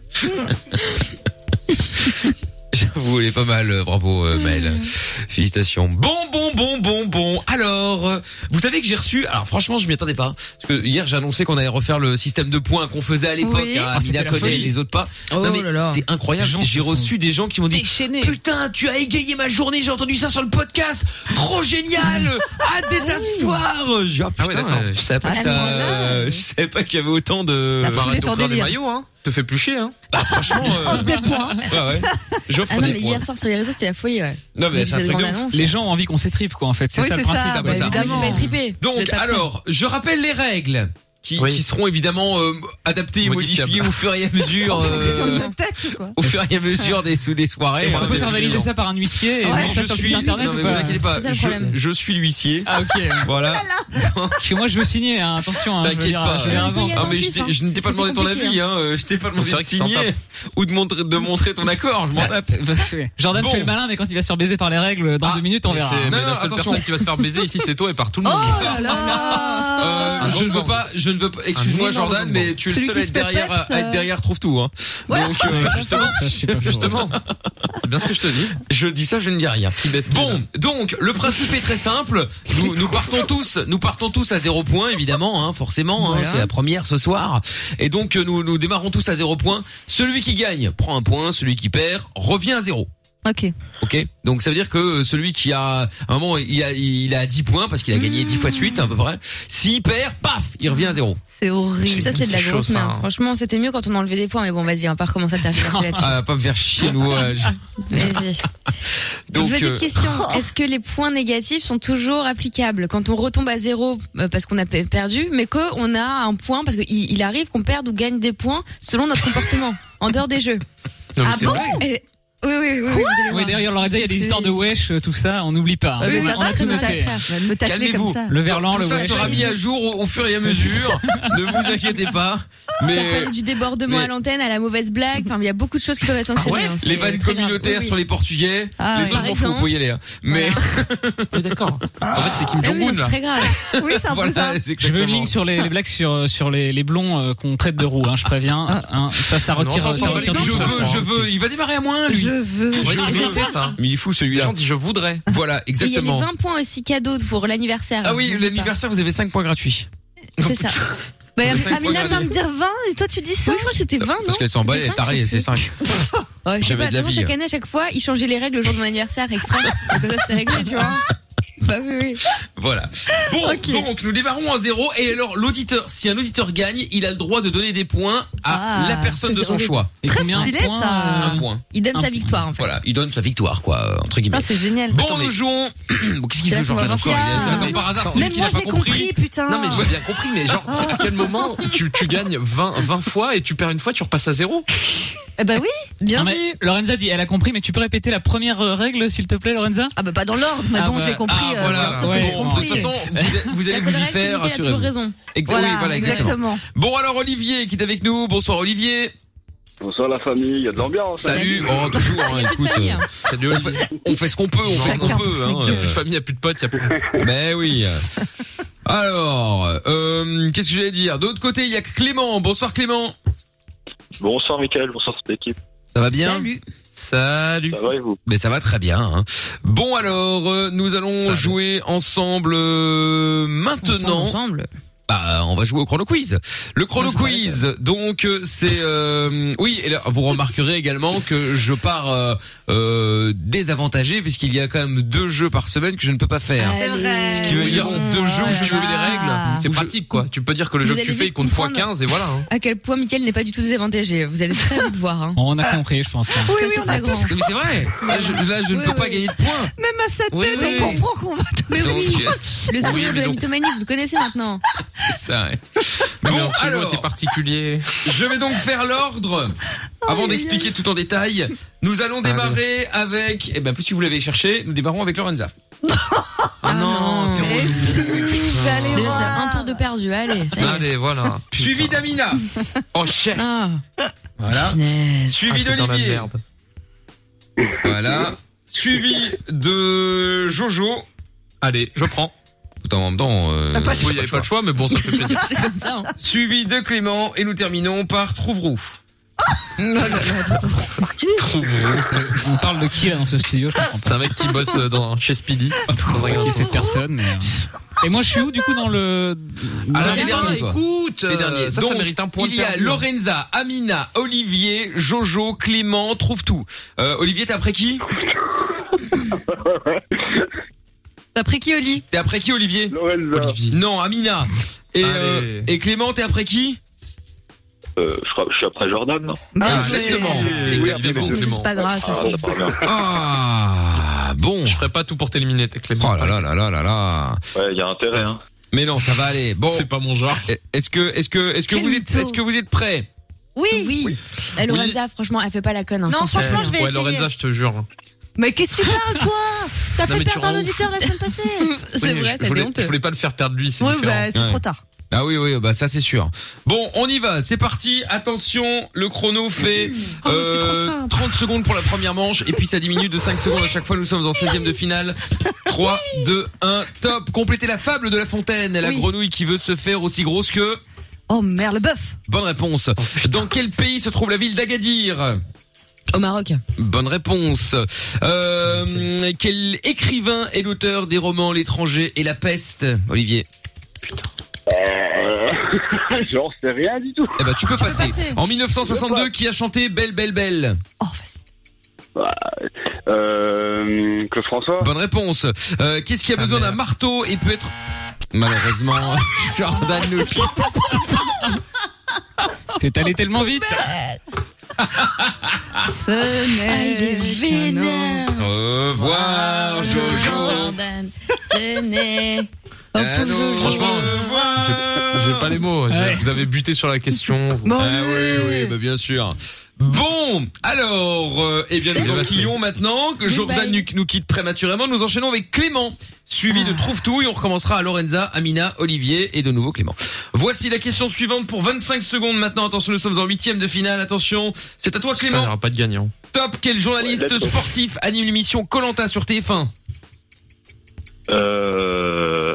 J'avoue, elle est pas mal, euh, bravo euh, Maël. Félicitations. Bon, bon, bon, bon, bon. Alors, euh, vous savez que j'ai reçu, alors franchement, je m'y attendais pas. hein, parce que hier, j'ai annoncé qu'on allait refaire le système de points qu'on faisait à l'époque. Oui. hein, Ah, c'était Amina la connaît, folie. les autres pas. Oh Non, mais là là. C'est incroyable. Les gens J'ai se sont reçu des gens qui m'ont dit, Déchaîné. Putain, tu as égayé ma journée, j'ai entendu ça sur le podcast. Trop génial. Hâte d'être à ce soir. Je dis, ah, putain, Ah ouais, d'accord. euh, je savais pas Ah, que à ce ça, moment-là, euh, je savais pas qu'il y avait autant de, La Bah, folie arrête est en d'offrir des délire. maillots, hein. Te fais plus chier, hein. bah, franchement, euh, Des points. ouais, ouais. J'offre Ah non, des mais points. hier soir sur les réseaux, c'était la folie, ouais. Non, Ah, mais Mais c'est un vous truc êtes de en ouf. annonce. Ah, Les gens ont envie qu'on s'étripe quoi en fait. C'est Oui, ça le c'est principe. ça, bah, quoi. évidemment. Vous Évidemment. pas trippé. Vous êtes Donc pas alors, je rappelle les règles qui, Oui. qui seront évidemment euh, adaptées et Modifiables. modifiées au fur et à mesure euh, Sur le texte, quoi. au fur et à mesure des sous des soirées. On peut Ouais, faire valider évidemment. ça par un huissier et Ouais. mettre ça je sur le suis site internet non, mais vous ou pas inquiétez pas, C'est ça, le je- problème. je suis l'huissier. Ah ok. Voilà. Parce que moi je veux signer. hein, Attention. hein, je veux T'inquiète dire, pas. je vais Non, mais avant. soyez Ah mais je attentif, t'ai- hein. je ne t'ai pas C'est demandé ton compliqué, avis, hein. euh, Je t'ai pas demandé C'est de vrai qu'ils sont signer top. ou de montrer, de montrer ton accord. Je m'en tape. Jordan Bon. fait le malin, mais quand il va se faire baiser par les règles, dans Ah, deux minutes, on Mais verra. c'est- mais Non, non, la seule attention. personne qui va se faire baiser ici, c'est toi et par tout le Oh monde. là là Euh, je ne veux énorme. pas, je ne veux pas. Excuse-moi énorme Jordan, moment. mais tu es le Celui seul qui à être se pète, derrière, à être euh, derrière trouve tout. Hein. Ouais. Donc euh, justement, Ça, c'est pas faux. Justement. C'est bien ce que je te dis. je dis ça, je ne dis rien. Bon, donc le principe est très simple. Nous, nous partons tous, nous partons tous à zéro point, évidemment, hein, forcément. hein, c'est la première ce soir, et donc euh, nous, nous démarrons tous à zéro point. Celui qui gagne prend un point, celui qui perd revient à zéro. Ok. Ok, donc ça veut dire que euh, celui qui a à un moment il a il a 10 points parce qu'il a gagné 10 fois de suite à peu près. S'il perd, paf, il revient à zéro. C'est horrible. Ça, c'est de la C'est chaud, grosse ça, merde. hein. Franchement, c'était mieux quand on enlevait des points, mais bon, vas-y, on va pas recommencer à tergiverser là-dessus. Ah, pas me faire chier nous. euh, je- Vas-y. donc Petite euh, question. Est-ce que les points négatifs sont toujours applicables quand on retombe à zéro euh, parce qu'on a pe- perdu, mais qu'on a un point parce qu'il il arrive qu'on perde ou gagne des points selon notre comportement en dehors des jeux. Non, mais Ah c'est bon vrai. Et- Oui, oui, oui. oui, vous allez Oui, voir. derrière l'oreille, il y a des C'est- histoires de wesh, euh, tout ça, on n'oublie pas. hein. Oui, On mais a- ça on a va, tout ça va, noté. ça va. Elle me tacler Calmez-vous. comme ça. Le verlan, Tout le ça wesh. sera mis à jour au, au fur et à mesure. ne vous inquiétez pas. Ça Mais s'appelle du débordement mais- Ah à l'antenne, à la mauvaise blague. Enfin, il y a beaucoup de choses qui peuvent être sanctionnées. hein, c'est les vannes très grave. communautaires Oui, sur les Portugais, Ah les ouais. autres m'en Par fous, vous exemple. pouvez y aller. hein. Mais Oui, D'accord. En fait, c'est Kim oui. Ah oui, non, Jong-un, c'est là. très grave. Oui, c'est un peu ça. voilà, c'est Je veux une exactement. ligne sur les, les blagues sur, euh, sur les, les blonds euh, qu'on traite de roux, hein, je Ah. préviens. Hein, ça, ça ça, retire, ça on s'en retire bat du Je les couilles. tout, veux, ça, je ça retire. veux. Il va démarrer à moins, lui. Je veux. Ouais, Ah, c'est c'est ça. ça. Mais il est fou, Les gens celui-là. disent je voudrais. Voilà, Et il y a les exactement. 20 points aussi cadeaux pour l'anniversaire. Ah oui, n'oubliez pas. l'anniversaire, vous avez 5 points gratuits. C'est ça. Mais C'est cinq Amina points Bah, vient de dire 20 et toi tu dis ça Oui, je crois que c'était 20, non Parce qu'elle s'en bat, elle C'était est cinq, tarée, je sais c'est plus. 5. Ouais, je sais Jamais pas, de la attends, vie. chaque année, à chaque fois, ils changeaient les règles le jour de mon anniversaire exprès. Comme ça, c'était réglé, tu vois. Bah oui, oui. Voilà. Bon, donc nous démarrons à zéro et alors l'auditeur, si un auditeur gagne, il a le droit de donner des points à Ah, la personne de ça, c'est son horrible. choix. Et Très combien de stylé, points, ça. euh, Un point. Il donne Un sa point. victoire, en fait. Voilà, il donne sa victoire quoi, euh, entre guillemets. Ah, c'est génial. Bon, Attendez. nous jouons. Bon, Qu'est-ce qu'il C'est veut là qu'on Jordan va encore voir Il ça. a- Comme par hasard, c'est lui Même qui moi n'a pas j'ai compris. compris, putain. Non mais j'ai bien compris, mais genre à quel moment tu, tu gagnes 20, 20 fois et tu perds une fois, tu repasses à zéro Eh bah oui. Non, Bienvenue. mais Lorenza dit, elle a compris, mais tu peux répéter la première euh, règle, s'il te plaît, Lorenza Ah bah pas dans l'ordre, mais Ah bon bah, j'ai compris. Ah euh, voilà, j'ai ouais, compris. bon, de toute façon, vous, a- vous allez La vous seule y règle, faire, Mickaël a toujours rassurez-vous. raison. Exa- Voilà, oui, voilà, exactement. exactement. Bon alors Olivier qui est avec nous, bonsoir Olivier. Bonsoir la famille, il y a de l'ambiance. Salut, oh toujours, hein, Il y a plus de écoute, famille. euh, C'est du on fait, on fait ce qu'on peut, on fait ce qu'on Chacun peut. Hein, Il y a plus de famille, il y a plus de potes, il y a plus Ben oui. Alors, euh, qu'est-ce que j'allais dire De l'autre côté, il y a Clément. Bonsoir Clément. Bonsoir Michael, bonsoir toute l'équipe. Ça va Salut. Salut. Ça va et vous Mais ça va très bien. hein. Bon alors, euh, nous allons Salut. jouer ensemble euh, maintenant. Ensemble. Bah, on va jouer au chrono quiz. Le chrono On joue pas quiz, donc euh, c'est euh, oui. Et là, vous remarquerez également que je pars euh, euh, désavantagé puisqu'il y a quand même deux jeux par semaine que je ne peux pas faire. Ah, C'est vrai. Ce qui veut dire deux jours Oh où tu là veux des là. règles. C'est Ou je- pratique quoi, tu peux dire que le Vous jeu que allez tu fais vite il compte fois comprendre. 15 et voilà. hein. À quel point Mickaël n'est pas du tout désavantagé. Vous allez très vite voir. Hein. On a compris, je pense. hein. Oui, Ça, oui, c'est on a flagrant. tous- Non, mais c'est vrai. Là, je, là, je ne Oui, peux oui, pas oui. gagner de points. Même à sa tête, Oui, oui, on oui. comprend qu'on va. Mais Donc, oui, euh, le sourire oui, mais de la donc- mythomanie, vous le connaissez maintenant. c'est vrai. Mais Bon, entre nous, alors, t'es particulier. je vais donc faire l'ordre. Avant d'expliquer tout en détail, nous allons démarrer avec. Eh ben, plus si vous l'avez cherché, nous démarrons avec Lorenza. Ah non. t'es Mais relou. Déjà, c'est un tour de perdu. Allez, ça y est. Bah, Allez, voilà. Suivi Putain. d'Amina. Oh shit. Ah, Voilà. punaise. Suivi Ah, t'es dans la d'Olivier. merde. Voilà. Suivi de Jojo. Allez, je prends. Tout en même temps. euh, Oui, j'ai il y avait Ah, pas le choix mais bon, ça fait plaisir. C'est comme ça. hein. Suivi de Clément et nous terminons par Trouverou. Trop gros. On parle de qui là dans ce studio Je comprends pas. C'est un mec qui bosse euh, dans chez Speedy. Faudrait qu'il y ait cette personne. mais, euh. Et moi, je suis où du coup dans le dans Alors, la t'es liste dernier, toi. écoute, Les euh, derniers. ça, Donc, ça mérite un point. Il y a perdu. Lorenza, Amina, Olivier, Jojo, Clément, trouve tout. Euh, Olivier, t'es après qui T'as pris qui, Oli T'es après qui, Olivier Lorenza, Non, Amina. Et, euh, Allez. et Clément, t'es après qui euh, je crois que je suis après Jordan, non Ah, oui. Exactement. Oui, Exactement. Mais absolument. c'est pas grave, de toute Ah, façon. bah, ça va bien. Ah bon. Je ferai pas tout pour t'éliminer, t'es Clément. Oh là là là là là là. Ouais, il y a intérêt, hein. Mais non, ça va aller. Bon, C'est pas mon genre. est-ce que est-ce que est-ce que Quel vous êtes mytho. est-ce que vous êtes prêts Oui. Oui. Eh, Lorenza, franchement, elle fait pas la conne. hein, je Non, t'en franchement, je vais Ouais, essayer. Lorenza, je te jure. Mais qu'est-ce que tu parles, toi T'as Non, mais fait tu perdre un rends ouf. auditeur la semaine passée. prie. Oui, C'est mais vrai, je- ça je voulais- fait honteux. Je voulais pas le faire perdre lui, c'est Oui, différent. bah, c'est Ouais. trop tard. Ah oui oui, bah ça c'est sûr. Bon, on y va, c'est parti. Attention, le chrono fait Oh, mais euh, c'est trop simple. 30 secondes pour la première manche et puis ça diminue de 5 secondes à chaque fois. Nous sommes en 16e de finale. 3 2 1 top. Complétez la fable de la fontaine, la Oui. grenouille qui veut se faire aussi grosse que Oh merde, le bœuf. Bonne réponse. Dans quel pays se trouve la ville d'Agadir Au Maroc. Bonne réponse. Euh, quel écrivain est l'auteur des romans L'étranger et la peste Olivier. Euh, J'en sais rien du tout. Eh ben tu peux passer. passer. En 1962, qui a chanté Belle Belle Belle Oh, facile. Euh, que François Bonne réponse. Euh, Qu'est-ce qui a besoin d'un marteau et peut être malheureusement Jordan nous quitte. T'es allé tellement vite. Ce Ah, il est n'est qu'un vénère. Au revoir Jojo. Jordan, tenez. Hop, Ah non, Jojo. franchement, au revoir. J'ai pas les mots. Ouais. Vous avez buté sur la question. Bon, euh, Ah oui, allez. oui, bah bien sûr. Bon, alors, euh, eh bien, C'est nous bon. enquillons maintenant que Oui, Jordan bye. nous, nous quitte prématurément. Nous enchaînons avec Clément, suivi Ah. de Trouve Tout, et on recommencera à Lorenza, Amina, Olivier et de nouveau Clément. Voici la question suivante pour 25 secondes maintenant. Attention, nous sommes en huitième de finale. Attention, c'est à toi Il n'y Clément. aura pas de gagnant. Top, quel journaliste Ouais, let's go. sportif anime l'émission Colanta sur TF1 Euh...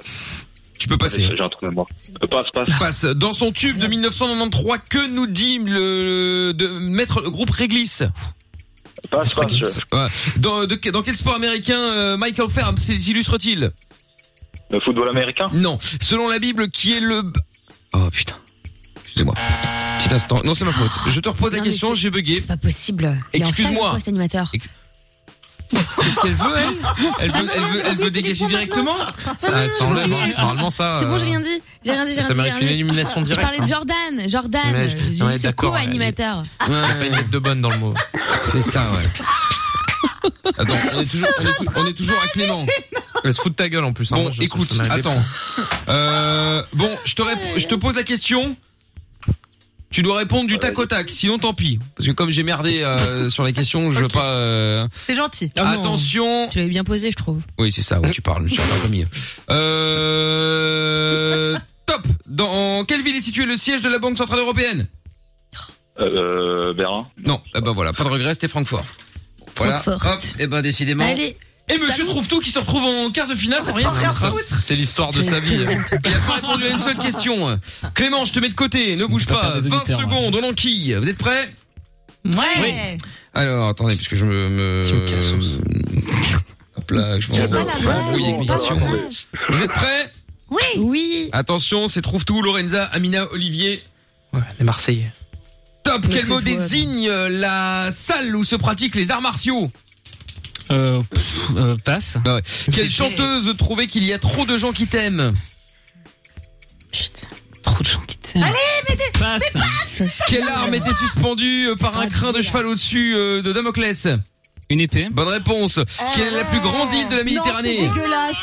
Tu peux passer. J'ai j'ai un trou de mémoire. Euh, Passe, passe. Passe. Dans son tube de Ah. 1993, que nous dit le de mettre le groupe Réglisse Passe, passe. je- Ouais. dans, de- dans quel sport américain euh, Michael Phelps s'illustre-t-il Le football américain Non. Selon la Bible, qui est le... Oh putain. Excusez-moi. Petit instant. Non, c'est ma faute. Je te repose la Euh. Non, mais question, c'est- j'ai bugué. C'est pas possible. Il est en stage Excuse-moi. ou quoi, cet animateur. Qu'est-ce qu'elle veut, elle Elle Ah veut, non, elle non, veut, j'ai elle veut oublié, c'est dégager bon, directement Ah, ça enlève, oui, hein. oui. Normalement, ça. C'est bon, euh, j'ai rien dit. J'ai rien dit, j'ai rien Ça dit. j'ai mérite rien une dit. élimination Je directe. parlais de Jordan, Jordan, Ouais, j'ai dit ouais, ce d'accord, co-animateur. hein. Pas une tête de bonne dans le mot. C'est ça, ouais. Attends, on est toujours, on est, on est toujours à Clément. Elle se fout de ta gueule en plus. hein. Bon, Moi, je- écoute, ça m'arrive des- attends. Euh, bon, je te rép- je te pose la question. Tu dois répondre du tac au tac, sinon tant pis. Parce que comme j'ai merdé euh, sur la question, je veux pas. euh, C'est gentil. Ah non, Attention. Tu l'avais bien posé, je trouve. Oui, c'est ça. Oui, tu parles. Je me suis encore remis. Euh, top. Dans quelle ville est situé le siège de la Banque centrale européenne Euh, Berlin. Non. Ah bah voilà, pas de regret, c'était Francfort. Voilà. Francfort. Hop. Et ben décidément. Allez, Et Monsieur Salut. Trouve-Tout qui se retrouve en quart de finale sans rien faire. Ça, C'est l'histoire de sa vie. Il a pas répondu à une seule question. Clément, je te mets de côté, ne bouge Je vais pas. perdre des 20 auditeurs, secondes, on enquille. Vous êtes prêts Ouais. Alors, attendez, puisque je me... me- Tu me casses. Hop là, je Il y m'en a Ah, pas vais. la main, Oui, non, oui, pas bien sûr. la main. Vous êtes prêts oui. Attention, c'est Trouve-Tout, Lorenza, Amina, Olivier. Ouais, les Marseillais. Top, Mais quel c'est mot fou, désigne euh, la salle où se pratiquent les arts martiaux Bah Euh, pff, euh, passe. Quelle chanteuse trouvait qu'il y a trop de gens qui t'aiment Trop de gens qui t'aiment. Allez, mais passe. Quelle Ah, arme était suspendue euh, par un crin de cheval au-dessus euh, de Damoclès Une épée. Bonne réponse. Quelle est la plus grande île de la Ah, Non, c'est Méditerranée dégueulasse.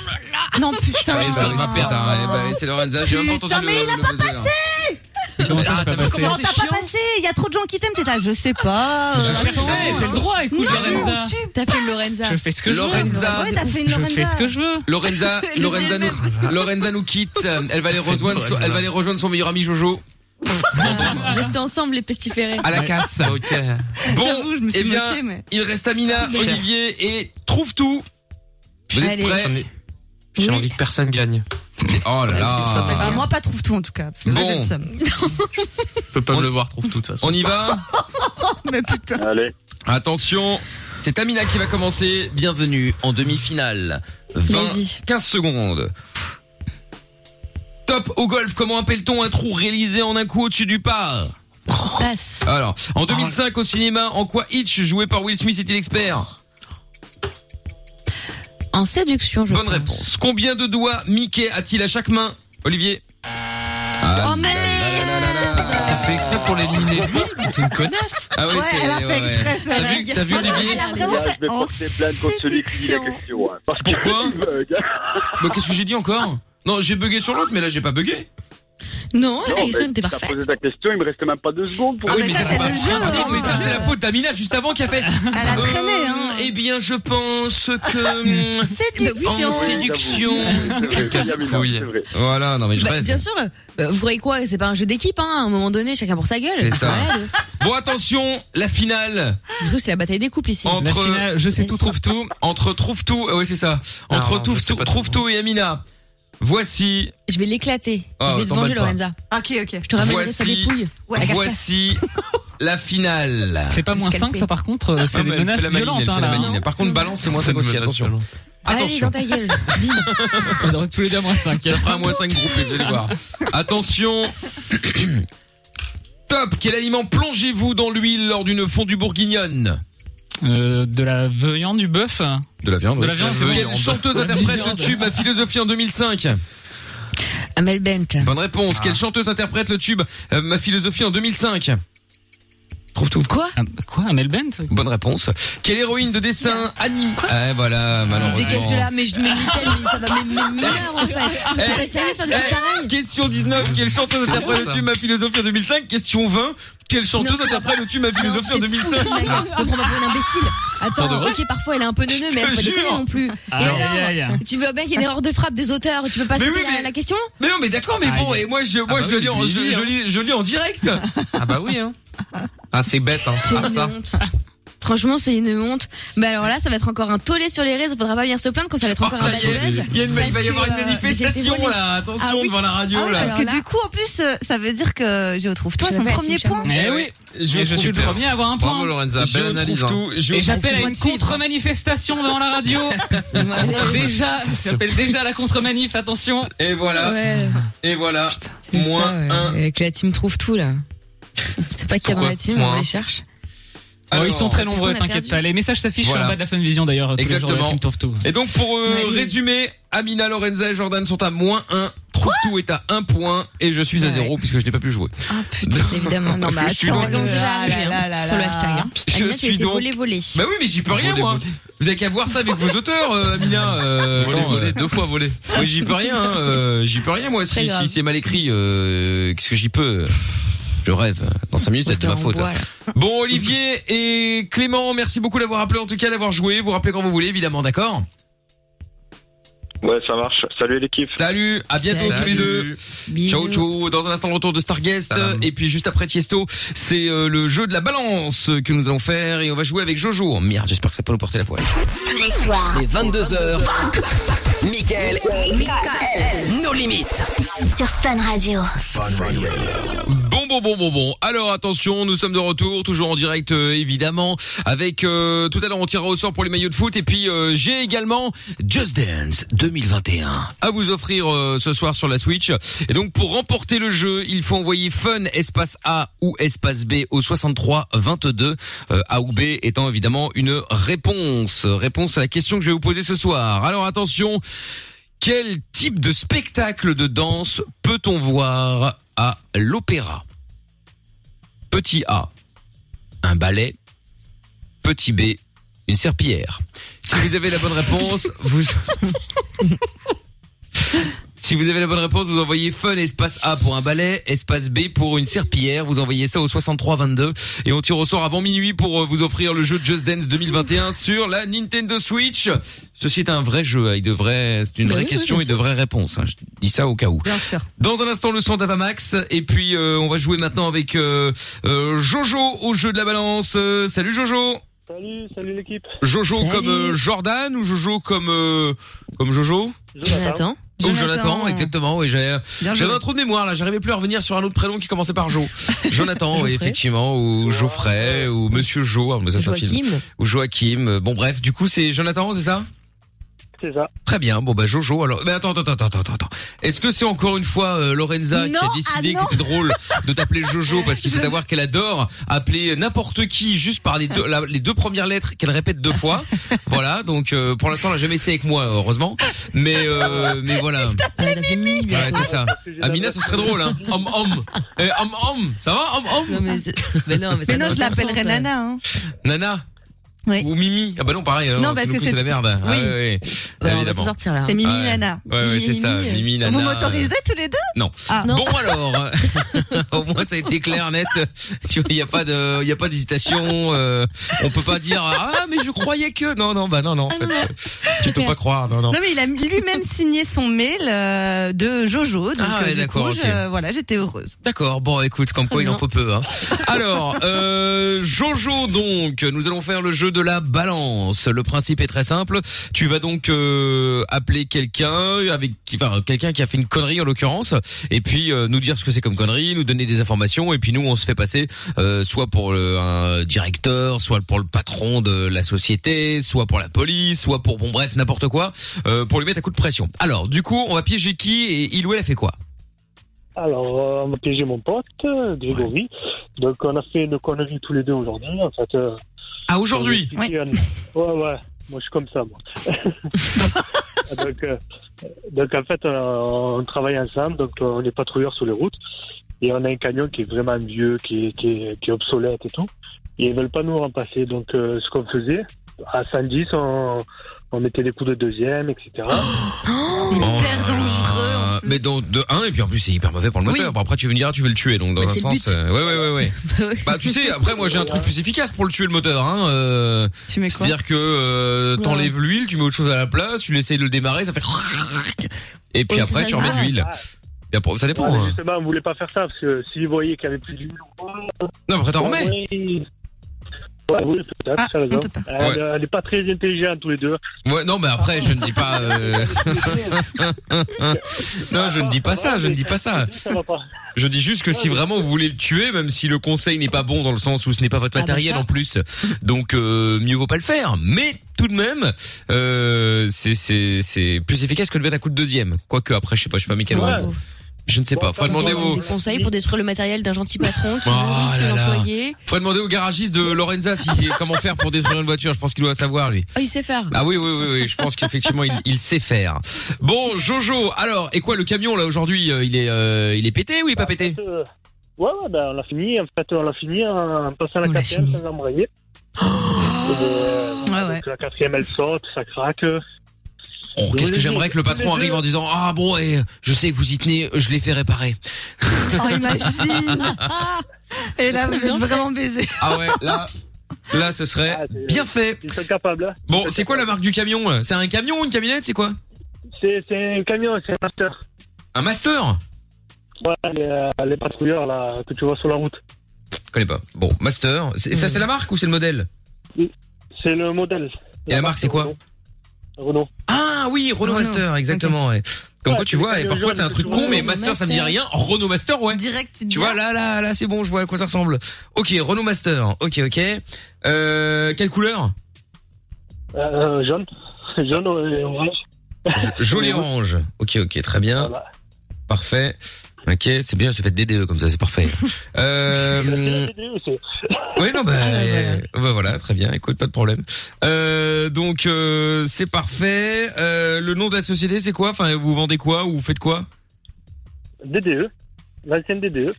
Non, putain. Ouais, bah, c'est perdre, hein. Eh bah, c'est Lorenza, j'ai même pas entendu Putain, le, mais il le buzzer. Comment ça, je peux passer Comment t'as pas passé Il y a trop de gens qui t'aiment. T'es là, je sais pas. Je euh, cherchais, j'ai le droit, écoute, Non, Lorenza. tu- T'as fait le Lorenza. Je fais ce que je veux. Lorenza, Ouais, t'as fait une Je fais Lorenza. ce que je veux. Lorenza, Le Lorenza GMM. nous, Lorenza nous quitte. Elle va aller rejoindre, son, Lorenza. elle va aller rejoindre son meilleur ami Jojo Restez ensemble, les pestiférés. à la casse. Ok. Bon, J'avoue, je me suis eh bien, moquée, mais- Ah, il reste Amina, Cher. Olivier et trouve tout. Vous êtes Allez. prêts Attendez, J'ai Oui. envie que personne gagne. Oh là Bah, là. moi, pas trouve tout en tout cas. Parce que là, Bon. j'ai le seum. Je peux pas On- me le voir, trouve tout de toute façon. On y va. Mais putain. Allez. Attention, c'est Amina qui va commencer. Bienvenue en demi-finale. 20, Vas-y. 15 secondes. Top au golf, comment appelle-t-on un trou réalisé en un coup au-dessus du par Passe. Alors, Ah. en 2005 au cinéma, en quoi Hitch, joué par Will Smith, était l'expert En séduction, je Bonne pense. réponse. Combien de doigts Mickey a-t-il à chaque main Olivier ah, Oh, merde. T'as fait exprès pour l'éliminer lui Mais t'es une connasse Ah oui, Ouais, c'est... elle a fait ouais, ouais. exprès, ça, T'as la vu, gueule. t'as vu Olivier Elle a Les vraiment gars, fait je vais en porter plainte contre celui qui dit la séduction. question. hein. Parce que Pourquoi euh, gars, Bah, Qu'est-ce que j'ai dit encore Non, j'ai bugué sur l'autre, mais là j'ai pas bugué. Ah, Non, non, la question mais était t'as parfaite. posé ta question, il me restait même pas deux secondes pour. Ah oui, mais mais ça, ça c'est c'est pas le le jeu, principe, hein. mais ça c'est la faute d'Amina juste avant qui a fait... Elle a traîné, Euh, hein. Eh bien, je pense que... hmm, Séduction. en séduction. Quelle casse-couille. Voilà, non mais je Bah, rêve. bien sûr. Bah, vous croyez quoi C'est pas un jeu d'équipe, hein. À un moment donné, chacun pour sa gueule. C'est ça. Malade. Bon, attention, la finale Du coup, c'est la bataille des couples ici. En- La Entre- finale, je sais tout, trouve tout. entre trouve tout, euh, ouais c'est ça, entre Ah, trouve je sais tout, pas trouve tout et Amina. Voici, Je vais l'éclater. Ah, je vais te t'emballe venger, pas. Lorenza. Ok, ok. Je te ramènerai sa Voici- dépouille. Ouais, la garde voici la finale. C'est pas moins Scalpé. 5 ça par contre, euh, c'est Ah, des mais elle fait menaces la maline, violentes elle hein, fait la là. maline. Par contre, balance, c'est moins 5 aussi, attention. Allez, Attention. Ah, dans ta gueule. Bim. hein. Vous aurez tous les deux à moins 5. Ça fera un moins 5 groupé, vous allez voir. Attention. Top, quel aliment plongez-vous dans l'huile lors d'une fondue bourguignonne Euh, de la viande du bœuf. De la viande. De la viande, c'est bon. Quelle chanteuse interprète le tube à philosophie en 2005 Amel Bent. Ah. Bonne réponse. Quelle chanteuse interprète le tube euh, Ma philosophie en 2005 Trouve tout. Quoi Quoi Un Melbent Bonne réponse. Quelle héroïne de dessin anime Eh voilà, malheureusement. Dégage Ah, de là, mais je mais nickel, mais ça va même Eh, meilleur en fait. Faut pas sérieux faire des choses pareilles. Question 19, quelle chanteuse interprète bon, le ça. tube Ma philosophie en 2005 Question 20, quelle chanteuse interprète le tube Ma philosophie en Ah, Non, t'es 2005 fou, Maëlle. Donc on va pour une imbécile. Pour de Attends, vrai ok, parfois elle est un peu neuneux, mais elle te peut déconner jure. non plus. Aïe, Et aïe, alors, aïe. tu veux bien qu'il y ait une erreur de frappe des auteurs, tu peux pas Mais sauter oui, la- mais- la question Mais non, mais d'accord, mais Ah, bon, il- et moi je moi bah je oui, le lis en il je, lit, je hein. lis je lis en direct. Ah bah oui, hein. Ah, c'est bête, hein. C'est Ah, une ça. honte. Franchement, c'est une honte. Mais alors là, ça va être encore un tollé sur les réseaux. Faudra pas venir se plaindre quand ça va être Oh, encore un ça y est, balaise. il, y a une- il va Parce y avoir que, une euh, j'ai été manifestation volée. là, attention Ah oui. devant la radio Ah oui, là. parce que Alors là- du coup, en plus, euh, ça veut dire que je retrouve toi Je son m'appelle premier Tim point. Sherman. Eh oui. Je Et je suis le trouve tout. premier à avoir un Bravo, point. Lorenza. Je Belle trouve analyse. hein. tout, je Et trouve j'appelle à tout. une contre-manifestation devant la radio. Ah, déjà, j'appelle déjà la contre-manif, attention. Et voilà, Ouais. et voilà. C'est Moins ça, ouais. un. Euh, Que la team trouve tout là. C'est pas qu'il y a dans Pourquoi la team, Moins on un les cherche. Oh, ils sont très Parce nombreux, qu'on a t'inquiète perdu. pas. Les messages s'affichent Voilà. en bas de la Fun Vision d'ailleurs. tous les jours de la Exactement. Team Tourte Tout. Et donc pour euh, Ouais, oui. résumer, Amina, Lorenza et Jordan sont à moins 1. Tout est à 1 point et je suis à Ouais. 0 puisque je n'ai pas pu jouer. Ah putain, évidemment. Non, Je bah, attends, suis ça loin. commence déjà à Ah arriver là hein, là là sur le là. hashtag. Hein. Je Amina, tu suis as été donc- volée, volée. Bah oui, mais j'y peux rien Volé, moi. volé. Vous avez qu'à voir ça avec vos auteurs, euh, Amina. Euh, Volé, attends, volé, euh, deux fois volé. Moi j'y peux rien, hein, euh, j'y peux rien moi. C'est très Si, grave. si c'est mal écrit, euh, qu'est-ce que j'y peux Je rêve. Dans 5 minutes, c'est de ma Autant faute. hein. bois, là. Bon Olivier et Clément, merci beaucoup d'avoir appelé en tout cas, d'avoir joué. Vous rappelez quand vous voulez, évidemment, d'accord Ouais, ça marche. Salut l'équipe. Salut, à bientôt tous les Salut. deux. Ciao Bisous. ciao, dans un instant le retour de Starguest Salam. et puis juste après Tiesto, c'est euh, le jeu de la balance que nous allons faire et on va jouer avec Jojo. Merde, j'espère que ça peut nous porter la poêle. Les 22h, Michael, nos limites. Sur Fun Radio. Bon bon bon bon bon. Alors attention, nous sommes de retour, toujours en direct euh, évidemment avec euh, tout à l'heure on tirera au sort pour les maillots de foot et puis euh, j'ai également Just Dance 2021 à vous offrir euh, ce soir sur la Switch. Et donc pour remporter le jeu, il faut envoyer Fun espace A ou espace B au 63 22 euh, A ou B étant évidemment une réponse, réponse à la question que je vais vous poser ce soir. Alors attention, quel type de spectacle de danse peut-on voir à l'opéra Petit A, un ballet. Petit B, une serpillière. Si vous avez la bonne réponse, vous... Si vous avez la bonne réponse, vous envoyez fun espace A pour un ballet, espace B pour une serpillière. Vous envoyez ça au 63 22 et on tire au sort avant minuit pour euh, vous offrir le jeu Just Dance 2021 sur la Nintendo Switch. Ceci est un vrai jeu avec de vrais, c'est une Bah vraie oui, oui, question bien et de vraies réponses. hein. Je dis ça au cas où. Bien sûr. Dans un instant, le son d'Avamax. Et puis, euh, on va jouer maintenant avec euh, euh, Jojo au jeu de la balance. Euh, salut Jojo Salut, salut l'équipe. Jojo Salut. comme euh, Jordan ou Jojo comme euh, comme Jojo Jonathan. Ah Ou Jonathan, exactement. Oui, j'ai- Bien j'avais joué. un trou de mémoire là, j'arrivais plus à revenir sur un autre prénom qui commençait par Jo. Jonathan, oui, Geoffrey. effectivement, ou Geoffrey, ou Monsieur Jo, ah, mais ça c'est un film. Joachim. Ou Joachim. Euh, Bon bref, du coup c'est Jonathan, c'est ça C'est ça. Très bien. Bon bah Jojo. Alors, mais attends, attends, attends, attends, attends. Est-ce que c'est encore une fois euh, Lorenza qui Non, a décidé ah que non. c'était drôle de t'appeler Jojo parce qu'il faut savoir qu'elle adore appeler n'importe qui juste par les deux, la- les deux premières lettres qu'elle répète deux fois. Voilà. Donc euh, pour l'instant, elle a jamais essayé avec moi, heureusement. Mais euh, mais voilà. Ah, t'as fait mille, lui, Ouais, attends. c'est ça. Amina, ce serait drôle, hein. Homme, homme. Eh, homme, homme. Ça va, homme, homme. Non, mais, c'est- mais non, mais ça Mais n'a non, je aucun l'appellerai sens, Nana. Hein. Nana. Oui. Ou Mimi. Ah bah non, pareil. Non, parce c'est nous que plus, c'est c'est- la merde. Ah, Oui. ouais, ouais. Ouais, on va Évidemment. Ah, s'en sortir là. C'est Mimi Ouais. Nana. Ouais, ouais, c'est Mimi, ça. Mimi. Mimi, Nana. Vous m'autorisez tous les deux Non. Ah. Non. Bon alors, euh, au moins ça a été clair, net. Tu vois, il y a pas de, il y a pas d'hésitation. euh, on peut pas dire ah mais je croyais que non non bah non non. En Ah, fait, non, non. euh, tu peux clair. pas croire non non. Non mais il a lui-même signé son mail euh, de Jojo. Donc, Ah, euh, ouais, du d'accord, coup, ok. je- voilà, j'étais heureuse. D'accord. Bon écoute comme quoi il en Non. faut peu hein. Alors euh, Jojo donc nous allons faire le jeu de la balance. Le principe est très simple. Tu vas donc euh, appeler quelqu'un avec qui enfin quelqu'un qui a fait une connerie en l'occurrence et puis euh, nous dire ce que c'est comme connerie, nous donner des informations et puis nous on se fait passer euh, soit pour le, un directeur, soit pour le patron de la société, soit pour la police, soit pour bon bref n'importe quoi euh, pour lui mettre un coup de pression. Alors du coup on va piéger qui et il ou elle a fait quoi Alors, euh, on a piégé mon pote, euh, Grégory. Donc, on a fait une connerie tous les deux aujourd'hui. En fait, euh, Ah aujourd'hui. on a expliqué à- Ouais, ouais. Moi, je suis comme ça, moi. donc, euh, donc, en fait, euh, on travaille ensemble. Donc, euh, on est patrouilleur sur les routes. Et on a un camion qui est vraiment vieux, qui est, qui est, qui est obsolète et tout. Et ils veulent pas nous remplacer. Donc, euh, ce qu'on faisait, à 110, on, on mettait des coups de deuxième, etc. hyper dangereux. Oh Mais donc de un et puis en plus c'est hyper mauvais pour le moteur. Bon, Après tu veux me dire tu veux le tuer donc dans Bah, un c'est le sens. but. euh, ouais ouais ouais ouais. ouais. Bah tu sais après moi j'ai un truc plus efficace pour le tuer le moteur hein. euh, C'est-à-dire que euh, t'enlèves l'huile, tu mets autre chose à la place, tu l'essayes de le démarrer, ça fait et puis Oui, après c'est tu ça. remets de l'huile. Et après, Ça Ouais, dépend. mais hein. Justement, on voulait pas faire ça parce que s'ils voyaient qu'il y avait plus d'huile ou quoi. Non, après, t'en Ouais, remets. oui. Ouais, oui, peut-être, Ah, t'as raison. on te parle. Elle, Ouais. elle est pas très intelligente, tous les deux. Ouais, non, mais après, je ne dis pas. euh, non, je ne dis pas ça. Je ne dis pas ça. Je dis juste que si vraiment vous voulez le tuer, même si le conseil n'est pas bon dans le sens où ce n'est pas votre Ah bah matériel ça. en plus, donc euh, mieux vaut pas le faire. Mais tout de même, euh, c'est c'est c'est plus efficace que de mettre un coup de deuxième. Quoique après, je sais pas, je sais pas, Michael. Ouais. Roux. Je ne sais pas. Faut demander Des au. conseils pour détruire le matériel d'un gentil patron qui Oh nourrit ses là là. employés. Faut demander au garagiste de Lorenza si comment faire pour détruire une voiture. Je pense qu'il doit savoir lui. Ah, il sait faire. Ah oui, oui, oui, oui. je pense qu'effectivement il, il sait faire. Bon, Jojo, alors et quoi le camion là aujourd'hui euh, Il est euh, il est pété ou il est Bah, pas pété Euh, ouais, ouais, ben, on l'a fini. En fait, on l'a fini en passant la quatrième sans embrayer. Oh. Euh, donc, La quatrième, elle saute, ça craque. Oh, Qu'est-ce que j'aimerais que le Les patron deux. arrive en disant ah bon et je sais que vous y tenez, je l'ai fait réparer. Oh, imagine Et là, vous êtes vraiment baisé. Ah ouais, là là ce serait bien fait. Ah, Ils sont capables. hein. Bon, c'est quoi la marque du camion là C'est un camion ou une camionnette, c'est quoi C'est c'est un camion, c'est un master. Un Master Ouais, les, les patrouilleurs là, que tu vois sur la route. Je connais pas. Bon, Master, c'est ça c'est la marque ou c'est le modèle C'est le modèle. Et la marque c'est quoi Renault. Ah oui, Renault Master, exactement. ouais. Comme Ouais, quoi, tu c'est vois, les et parfois jaunes, t'as un truc c'est con, toujours mais Renault Master, ça me dit Master. rien. Renault Master, ouais. Tu vois, là, là, là, c'est bon, je vois à quoi ça ressemble. Ok, Renault Master. Ok, ok. Euh, quelle couleur Euh, euh, jaune. Jaune et orange. Joli orange. Ok, ok, très bien. Parfait. Ok, c'est bien, se fait DDE comme ça, c'est parfait. euh, oui, non, bah, euh, bah, voilà, très bien. Écoute, pas de problème. Euh, donc, euh, c'est parfait. Euh, le nom de la société, c'est quoi Enfin, vous vendez quoi ou vous faites quoi DDE. L'ancienne DDE.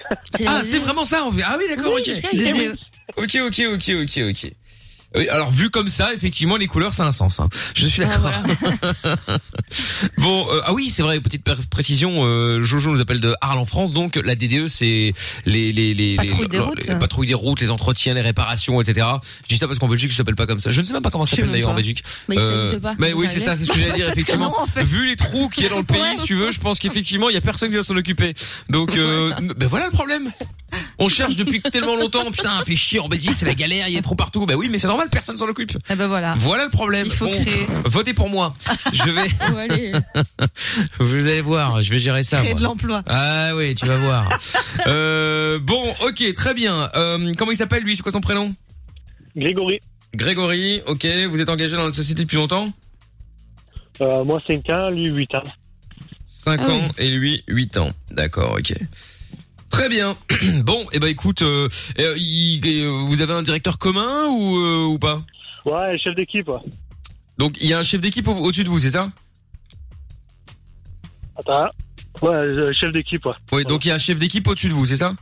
Ah, c'est vraiment ça. on fait- Ah oui, d'accord, Oui, ok. c'est vrai. Ok, ok, ok, ok, ok. Oui, alors vu comme ça, effectivement, les couleurs, ça a un sens. hein. Je suis Ah, d'accord. bon, euh, ah oui, c'est vrai. Petite pr- précision, euh, Jojo nous appelle de Arles en France, donc la DDE, c'est les les les Patrouille les, des routes, les hein. patrouilles des routes, les entretiens, les réparations, etc. Je dis ça parce qu'en Belgique, je s'appelle pas comme ça. Je ne sais même pas comment ça Je sais s'appelle même d'ailleurs en pas. Belgique. Mais ça existe pas, Euh, Mais ça oui, s'est c'est ça, réglé. c'est ce que j'allais dire Parce que effectivement. non, en fait. Vu les trous qu'il y a dans le pays, si tu veux, je pense qu'effectivement, il y a personne qui va s'en occuper. Donc, euh, n- ben voilà le problème. On cherche depuis tellement longtemps. Putain, fait chier en Belgique, c'est la galère, il y a trop partout. Ben oui, mais c'est normal, personne s'en occupe. Eh ben voilà. Voilà le problème. Il faut Bon, créer. votez pour moi. Je vais. Vous allez voir, je vais gérer ça. Créer moi. de l'emploi. Ah oui, tu vas voir. euh, bon, ok, très bien. Euh, comment il s'appelle lui C'est quoi son prénom Grégory. Grégory, ok. Vous êtes engagé dans la société depuis longtemps Euh, moi 5 ans, lui 8 hein. ans. 5 Ah oui. ans et lui 8 ans. D'accord, ok. Très bien. bon, et eh ben écoute, euh, euh, il- euh, vous avez un directeur commun ou euh, ou pas Ouais, chef d'équipe. ouais. Donc il y a un chef d'équipe au- au-dessus de vous, c'est ça Attends. hein. Ouais, euh, chef d'équipe. Ouais. Oui, donc il y a un chef d'équipe au-dessus de vous, c'est ça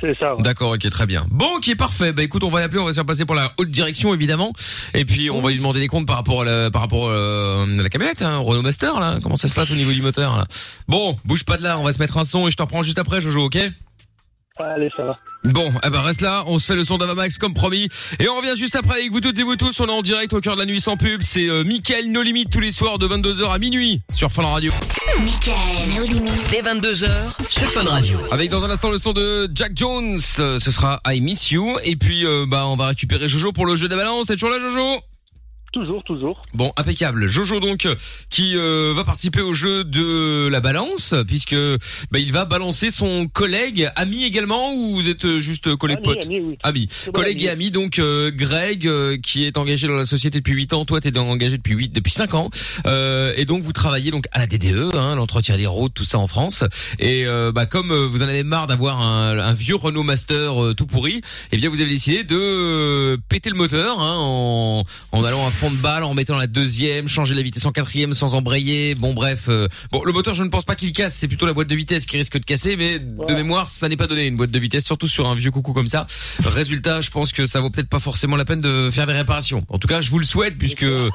C'est ça. D'accord, ok, très bien. Bon, ok, parfait. Bah écoute, on va l'appeler, on va se faire passer pour la haute direction évidemment, et puis on va lui demander des comptes par rapport à la, par rapport euh, à la camionnette, hein, Renault Master là. Comment ça se passe au niveau du moteur là Bon, bouge pas de là, on va se mettre un son et je t'en prends juste après, Jojo, ok Ouais, allez, ça va. Bon, eh ben reste là, on se fait le son d'Avamax comme promis, et on revient juste après avec vous toutes et vous tous. On est en direct au cœur de la nuit sans pub. C'est euh, Mickaël No Limite tous les soirs de 22 h à minuit sur Fun Radio. Michael, au limite. Dès 22h, sur Fun Radio. Avec dans un instant le son de Jack Jones, euh, ce sera I Miss You. Et puis euh, bah on va récupérer Jojo pour le jeu des balances. T'es toujours là Jojo Toujours, toujours. Bon, impeccable. Jojo donc euh, qui euh, va participer au jeu de la balance puisque bah, il va balancer son collègue, ami également ou vous êtes euh, juste euh, collègue Ami, pote ami, oui. Ami. Tout Collègue ami. et ami donc euh, Greg euh, qui est engagé dans la société depuis 8 ans, toi t'es engagé depuis 8 depuis 5 ans. Euh, et donc vous travaillez donc à la DDE hein, l'entretien des routes tout ça en France et euh, bah comme euh, vous en avez marre d'avoir un, un vieux Renault Master euh, tout pourri, eh bien vous avez décidé de euh, péter le moteur hein, en en allant à fond fond de balle en mettant la deuxième, changer la vitesse en quatrième sans embrayer. Bon, bref. euh, bon, le moteur, je ne pense pas qu'il casse. C'est plutôt la boîte de vitesse qui risque de casser, mais de mémoire, ça n'est pas donné une boîte de vitesse, surtout sur un vieux coucou comme ça. Résultat, je pense que ça vaut peut-être pas forcément la peine de faire des réparations. En tout cas, je vous le souhaite puisque vous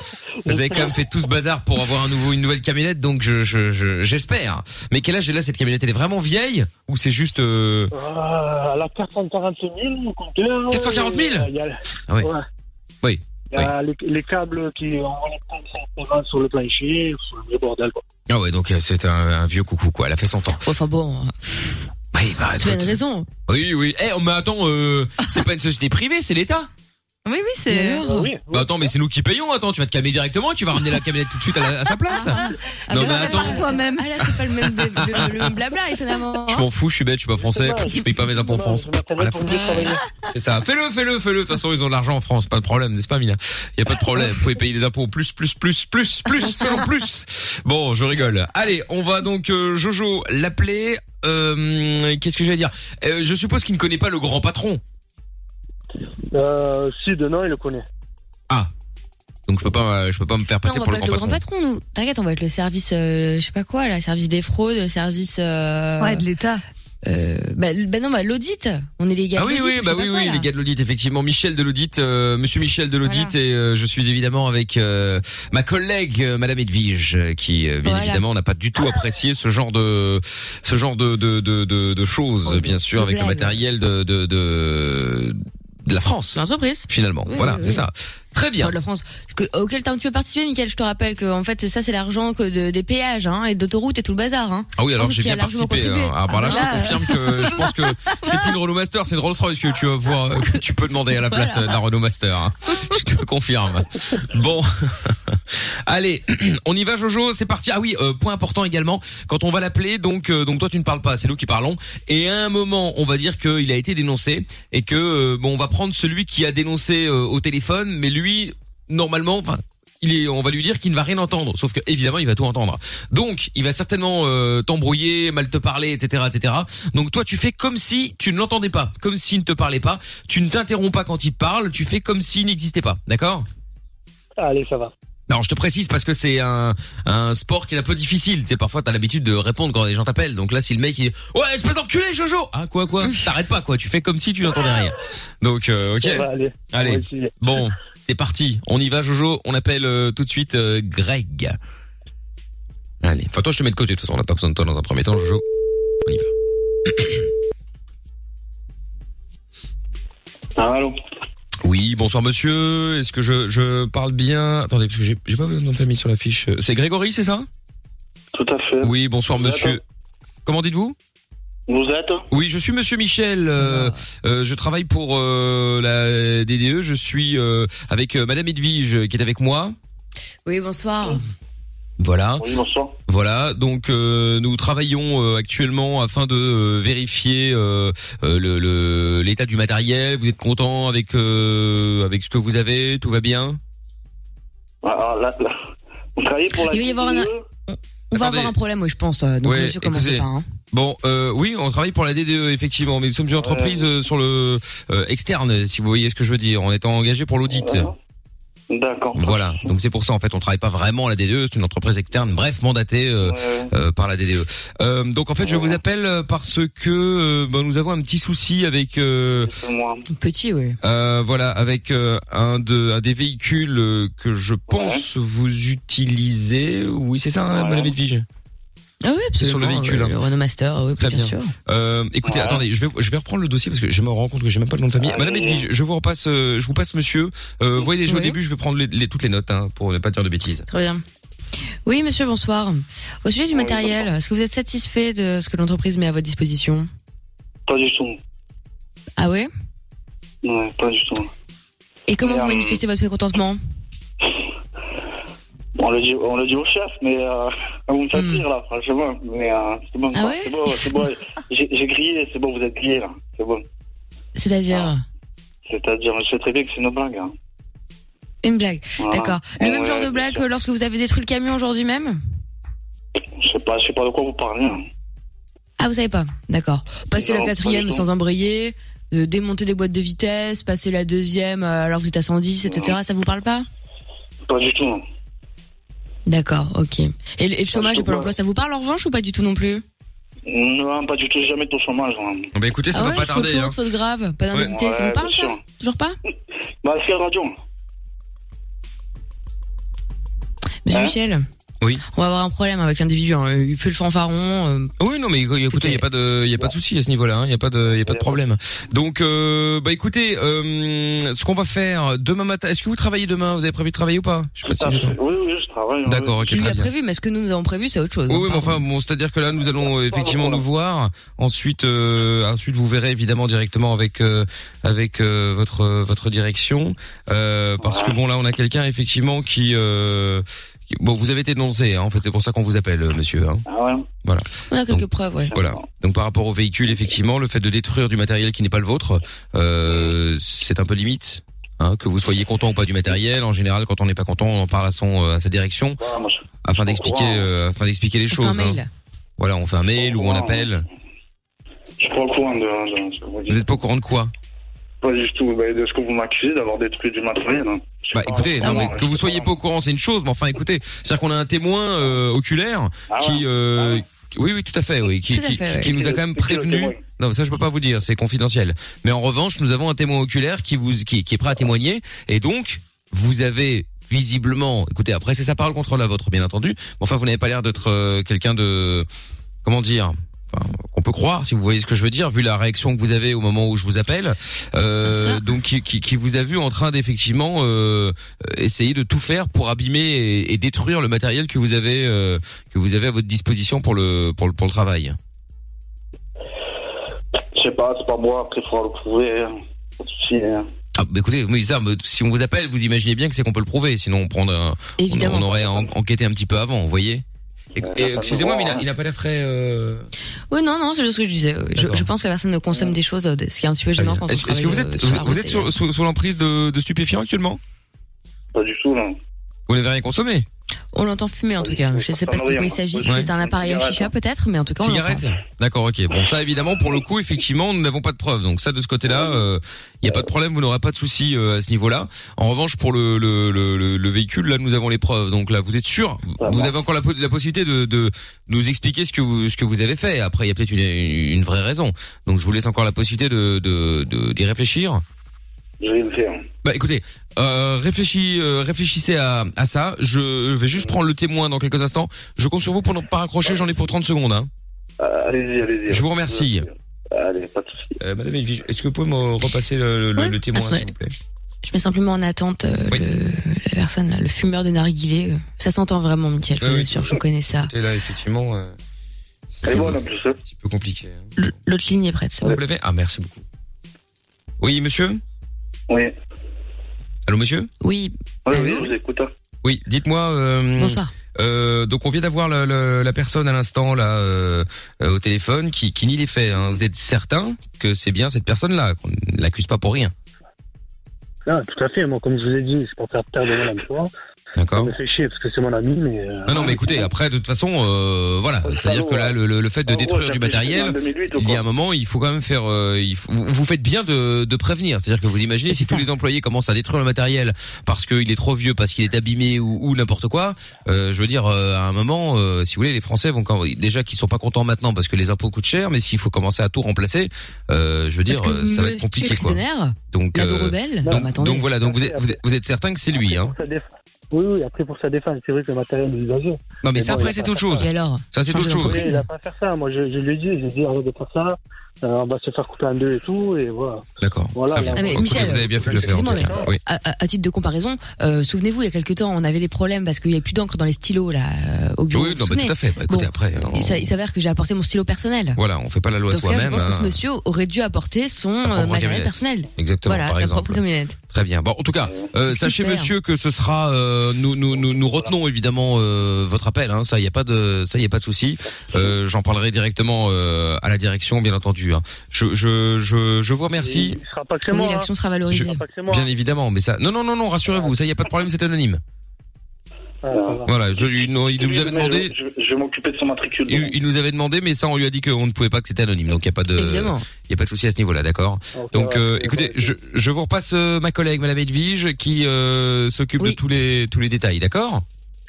avez quand même fait tout ce bazar pour avoir un nouveau, une nouvelle camionnette, donc je, je, je- j'espère. Mais quel âge est là cette camionnette Elle est vraiment vieille ou c'est juste euh, Ah, la 440 000, on comptait. 440 000? Il y a, il y a- Ah oui. ouais, Oui. il y a les, les câbles qui on les prend forcément sur le plancher, c'est le bordel quoi. Ah ouais, donc euh, c'est un, un vieux coucou quoi. Elle a fait son temps. Enfin bon. Oui, bah, Tu as écoute. raison. oui, oui. Eh, oh, mais attends, euh, c'est pas une société privée, c'est l'État. Oui, oui, c'est. Bah attends, mais c'est nous qui payons. Attends, tu vas te calmer directement et tu vas ramener la camionnette tout de suite à, la- à sa place. ah, non mais attends, toi-même. Ah là, c'est pas le même, dé- le, le même blabla, étonnamment. je m'en fous, je suis bête, je suis pas français, je paye pas mes impôts en France. Rien à foutre. C'est ça. Fais-le, fais-le, fais-le. De toute façon, ils ont de l'argent en France, pas de problème, n'est-ce pas, Mina Y a pas de problème. Vous pouvez payer les impôts plus, plus, plus, plus, plus, toujours plus. Bon, je rigole. Allez, on va donc euh, Jojo l'appeler. Euh, Qu'est-ce que j'allais dire Euh, Je suppose qu'il ne connaît pas le grand patron. Euh, si, de nom, il le connaît. Donc je peux pas, euh, je peux pas me faire Non, passer on va pour pas être le grand patron, nous. T'inquiète, on va être le service, euh, je sais pas quoi, là, service des fraudes, service. euh, Ouais, de l'État. Euh, bah, l- bah non, bah l'audit. On est les gars. Ah oui, de l'audit, oui, ou bah je sais oui, pas quoi, oui, là. les gars de l'audit, effectivement. Michel de l'audit, euh, monsieur Michel de l'audit, et euh, je suis évidemment avec euh, ma collègue, euh, madame Edwige, euh, qui, euh, bien Voilà. évidemment, n'a pas du tout apprécié ce genre de, ce genre de, de, de, de, de choses, bien sûr, Oh, de avec le blague. matériel de, de, de, de la France. L'entreprise. Finalement. Oui, voilà, oui, c'est oui. ça. Très bien. Enfin, de la France. Que, auquel t'as un petit peu participé, Michael, je te rappelle que, en fait, ça, c'est l'argent que de- des péages, hein, et d'autoroutes et tout le bazar, hein. Ah oui, Je alors pense j'ai que tu y bien as largement participé. hein. contribué. Ah, par là, Ah, je bah te là, confirme que je pense que c'est plus une Renault Master, c'est une Rolls Royce que tu vas voir, euh, que tu peux demander à la place euh, d'un Renault Master. hein. Je te confirme. Bon, allez, on y va, Jojo. C'est parti. Ah oui, euh, point important également. Quand on va l'appeler, donc euh, donc toi tu ne parles pas, c'est nous qui parlons. Et à un moment, on va dire qu'il a été dénoncé et que euh, bon, on va prendre celui qui a dénoncé euh, au téléphone, mais lui, normalement, enfin. Il est, on va lui dire qu'il ne va rien entendre, sauf que évidemment il va tout entendre. Donc il va certainement euh, t'embrouiller, mal te parler, etc., etc. Donc toi tu fais comme si tu ne l'entendais pas, comme s'il ne te parlait pas. Tu ne t'interromps pas quand il te parle, tu fais comme s'il n'existait pas, d'accord Allez, ça va. alors je te précise parce que c'est un, un sport qui est un peu difficile. Tu sais, parfois t'as l'habitude de répondre quand les gens t'appellent. Donc là, si le mec il ouais, je peux enculé, Jojo. Ah quoi quoi T'arrêtes pas quoi. Tu fais comme si tu n'entendais rien. Donc euh, ok. Ça va, allez. On va Allez. essayer. Bon, c'est parti. On y va, Jojo. On appelle euh, tout de suite euh, Greg. Allez. Enfin toi, je te mets de côté. De toute façon, on n'a pas besoin de toi dans un premier temps, Jojo. On y va. Ah, Allô Oui, bonsoir monsieur. Est-ce que je, je parle bien Attendez, parce que j'ai j'ai pas votre nom de famille sur la fiche. C'est Grégory, c'est ça Tout à fait. Oui, bonsoir Vous monsieur. êtes Comment dites-vous Vous êtes Ah. Oui, je suis Monsieur Michel. euh, euh, je travaille pour euh, la DDE. Je suis euh, avec euh, Madame Edwige euh, qui est avec moi. Oui, bonsoir. Voilà. Oui, bonsoir. Voilà. Donc euh, nous travaillons euh, actuellement afin de euh, vérifier euh, euh, le- le- l'état du matériel. Vous êtes content avec euh, avec ce que vous avez Tout va bien Ah, ah, là, là. Vous travaillez pour la E Il va y avoir un, DDE? on va Attendez. avoir un problème, oui, je pense. euh, Donc, Ouais, monsieur, commencez écoutez. pas, hein. Bon, euh, oui, on travaille pour la DDE effectivement, mais nous sommes une entreprise euh, sur le euh, externe, si vous voyez ce que je veux dire, en étant engagé pour l'audit. D'accord. Voilà, donc c'est pour ça en fait, on travaille pas vraiment à la DDE, c'est une entreprise externe, bref, mandatée euh, euh, par la DDE. Euh, donc en fait, je vous appelle euh, parce que euh, ben, nous avons un petit souci avec euh, Petit, oui. euh, voilà, avec euh, un de un des véhicules euh, que je pense vous utilisez. Oui, c'est ça, hein, Madame Edwige. Ah oui, C'est absolument. sur le véhicule, euh, hein. Le Renault Master, oui, Très bien, bien. sûr. Euh, écoutez, attendez, je vais je vais reprendre le dossier parce que je me rends compte que j'ai même pas le nom de famille. Madame Edwige, je vous repasse, euh, je vous passe Monsieur. Euh, voyez déjà au Oui. début, je vais prendre les, les- toutes les notes hein, pour ne pas dire de bêtises. Très bien. Oui, monsieur, bonsoir. Au sujet du matériel, est-ce que vous êtes satisfait de ce que l'entreprise met à votre disposition Pas du tout. Ah ouais Ouais, pas du tout. Et comment Mais, vous euh, manifestez votre mécontentement On le dit, on le dit au chef, mais euh, vous me faites rire là, franchement. Mais euh, c'est bon, Hmm. Ah ouais c'est bon, c'est bon. J'ai j'ai grillé, c'est bon, vous êtes grillé là, c'est bon. C'est-à-dire Ah. C'est-à-dire, je sais très bien que c'est une blague. hein. Une blague. Voilà. D'accord. Le Ah. Ouais, même genre de bien blague sûr. que lorsque vous avez détruit le camion aujourd'hui même Je sais pas, je sais pas de quoi vous parlez. hein. Ah, vous savez pas D'accord. Passer Non, la pas quatrième du tout. sans embrayer, de euh, démonter des boîtes de vitesse, passer la deuxième euh, alors que vous êtes à 110, etc. Ça vous parle pas Pas du tout. non. D'accord, ok. Et, le- et le chômage et Pôle pas. emploi, ça vous parle en revanche ou pas du tout non plus Non, hein, pas du tout, jamais de chômage. hein. Bah écoutez, ça Ah va ouais, pas faute tarder. lourde, hein. faute grave, pas Ouais. d'indemnité, ça Ouais, vous parle bien ça sûr. Toujours pas Bah, c'est radio. Monsieur Hein Michel Oui. On va avoir un problème avec l'individu, hein. il fait le fanfaron. euh, Oui, non, mais écoutez, il y a pas de, il y a pas de souci à ce niveau-là. hein, Il y a pas de, il y a pas de problème. Donc, euh, bah écoutez, euh, ce qu'on va faire demain matin. Est-ce que vous travaillez demain Vous avez prévu de travailler ou pas Je sais pas si j'ai le temps. Oui, oui, je travaille. hein, oui. D'accord, ok, lui très a bien. prévu, mais ce que nous, nous avons prévu, c'est autre chose. Oui, hein, oui, mais pardon. enfin, bon, c'est-à-dire que là, nous allons euh, effectivement nous voir. Ensuite, euh, ensuite, vous verrez évidemment directement avec euh, avec euh, votre euh, votre direction, Euh, parce que bon, là, on a quelqu'un effectivement qui, euh, qui- bon, vous avez été dénoncé. hein, en fait, c'est pour ça qu'on vous appelle, euh, monsieur. hein. Ah Voilà. On a quelques preuves, ouais. Voilà. Donc par rapport au véhicule, effectivement, le fait de détruire du matériel qui n'est pas le vôtre, euh, c'est un peu limite. Hein, que vous soyez content ou pas du matériel, en général, quand on n'est pas content, on en parle à son euh, à sa direction Bah, afin d'expliquer euh, afin d'expliquer les On fait choses. un hein. mail. Voilà, on fait un mail ou on appelle. Je suis pas au courant de, de ce que vous dites. Vous êtes pas au courant de quoi Pas du tout, bah, de ce que vous m'accusez d'avoir détruit du matériel. hein. Je sais Bah pas. écoutez, non, mais que vous soyez pas au courant, c'est une chose, mais enfin écoutez, c'est-à-dire qu'on a un témoin euh, oculaire Ah qui euh, oui oui tout à fait oui qui Tout à qui, fait, qui- oui. qui nous a quand même prévenu. Non, ça je peux pas vous dire, c'est confidentiel. Mais en revanche, nous avons un témoin oculaire qui vous qui, qui est prêt à témoigner et donc vous avez visiblement, écoutez, après c'est sa parole contre la vôtre bien entendu, mais enfin vous n'avez pas l'air d'être euh, quelqu'un de comment dire Enfin, qu'on peut croire, si vous voyez ce que je veux dire, vu la réaction que vous avez au moment où je vous appelle, euh, donc qui, qui, qui vous a vu en train d'effectivement euh, euh, essayer de tout faire pour abîmer et, et détruire le matériel que vous avez euh, que vous avez à votre disposition pour le pour le, pour le travail. Je sais pas, c'est pas moi, après il faudra le prouver. hein. Pas de souci, hein. Ah, bah écoutez, oui, ça, mais si on vous appelle, vous imaginez bien que c'est qu'on peut le prouver, sinon on prendrait, un- on, Évidemment. on aurait en- enquêté un petit peu avant, vous voyez. Et- et Excusez-moi, mais il hein. a, il a pas l'air très. euh, Oui, non, non, c'est juste ce que je disais. Je, je pense que la personne consomme des choses, euh, de- ce qui est un petit peu gênant quand on Est-ce est-ce que vous travaille, êtes euh, vous, sur la vous route êtes et- sur- sous, sous l'emprise de, de stupéfiants actuellement Pas du tout, non. Vous n'avez rien consommé On l'entend fumer en tout cas. Je sais pas de quoi il s'agit. Si Ouais. C'est un appareil à chicha peut-être, mais en tout cas on l'entend. Cigarette D'accord, ok. Bon, ça évidemment, pour le coup, effectivement, nous n'avons pas de preuves. Donc ça, de ce côté-là, il n'y a pas de problème, vous n'aurez pas de souci euh, à ce niveau-là. En revanche, pour le, le, le, le- le véhicule, là, nous avons les preuves. Donc là, vous êtes sûr Vous avez encore la, po- la possibilité de, de nous expliquer ce que vous, ce que vous avez fait. Après, il y a peut-être une, une vraie raison. Donc je vous laisse encore la possibilité de de- de- d'y réfléchir. Je vais le faire. Bah écoutez, euh, réfléchis, euh, réfléchissez à, à ça. Je vais juste prendre le témoin dans quelques instants. Je compte sur vous pour ne pas raccrocher, j'en ai pour 30 secondes. Hein. Euh, allez-y, allez-y. Je vous remercie. Allez, pas de souci. Euh, Madame Edwige, est-ce que vous pouvez me repasser le, le, Oui. le témoin, Attendez. s'il vous plaît Je mets simplement en attente euh, le, la personne, là, le fumeur de narguilé. euh, Ça s'entend vraiment, Michel. Je Oui, vous oui. assure, je connais ça. Écoutez, là, effectivement, euh, C'est bon, un en plus. petit peu compliqué. hein. L'autre ligne est prête. c'est Vous bon. l'avez Ah, merci beaucoup. Oui, monsieur Oui. Allô, monsieur Oui. Oui, oui, je vous écoute. hein. Oui, dites-moi. euh, Bonsoir. euh, donc on vient d'avoir le- le- la personne à l'instant là euh, euh, au téléphone qui, qui nie les faits. hein. Vous êtes certain que c'est bien cette personne-là qu'on ne l'accuse pas pour rien Ah, tout à fait, moi, comme je vous ai dit, c'est pour faire perdre mon emploi. D'accord. Ça me fait chier parce que c'est mon ami, mais. euh, Ah. Non, non, mais écoutez, après, de toute façon, euh, voilà, c'est-à-dire que là, le, le- le fait de En gros, détruire j'ai du appris matériel, en 2008 ou il y a quoi un moment, il faut quand même faire. euh, il faut- vous, vous faites bien de, de prévenir, c'est-à-dire que vous imaginez si tous les employés commencent à détruire le matériel parce qu'il est trop vieux, parce qu'il est abîmé ou, ou n'importe quoi. euh, je veux dire, euh, à un moment, euh, si vous voulez, les Français vont quand déjà qu'ils sont pas contents maintenant parce que les impôts coûtent cher, mais s'il faut commencer à tout remplacer, euh, je veux dire, Parce que euh, ça va me être compliqué tuer quoi. Christenaire, Donc, l'ado euh, rebelle, non, donc, mais attendez. donc voilà, donc vous êtes, vous êtes, vous êtes certain que c'est lui, hein. sa déf- Oui, oui, après pour sa défense, c'est vrai que le matériel est usagé. Non, mais Mais ça, bon, il après, a c'est pas autre fait chose. ça. Ça, c'est autre chose. Oui, Il va pas faire ça, moi je, je lui ai dit, je lui ai dit arrête de faire ça, euh, on va se faire couper en deux et tout, et voilà. D'accord. Voilà, là, Ah, mais on- Michel, excusez-moi, mais Oui. à, à- à titre de comparaison, euh, souvenez-vous, il y a quelques temps, on avait des problèmes parce qu'il n'y avait plus d'encre dans les stylos là euh, au bureau. Oui, vous non, vous mais tout souvenez à fait. Bah, écoutez, Bon, après, il on- s'a- il s'avère que j'ai apporté mon stylo personnel. Voilà, on fait pas la loi Dans ce cas, je soi-même. pense que hein. ce monsieur aurait dû apporter son Sa euh, propre matériel camionnette. personnel. Exactement, Voilà, par sa exemple. propre camionnette. Très bien. Bon, en tout cas, euh, C'est sachez super. monsieur que ce sera, euh, nous, nous, nous, nous retenons évidemment euh, votre appel. Hein, ça, y a pas de, ça, y a pas de souci. Euh, J'en parlerai directement euh, à la direction, bien entendu. hein. Je, je, je, je vous remercie. Il sera pas que Oui, moi. l'action hein. sera valorisée. Bien évidemment, mais ça. Non, non, non, non. Rassurez-vous, ça, y a pas de problème. C'est anonyme. Voilà, je, il, nous- il nous avait demandé. Je, je vais m'occuper de son matricule. Il, il nous avait demandé, mais ça, on lui a dit qu'on ne pouvait pas, que c'était anonyme. Donc, il n'y a pas de, Évidemment. il y a pas de souci à ce niveau-là, d'accord. Donc, euh, écoutez, je, je vous repasse euh, ma collègue, Madame Edwige, qui euh, s'occupe de tous les tous les détails, d'accord.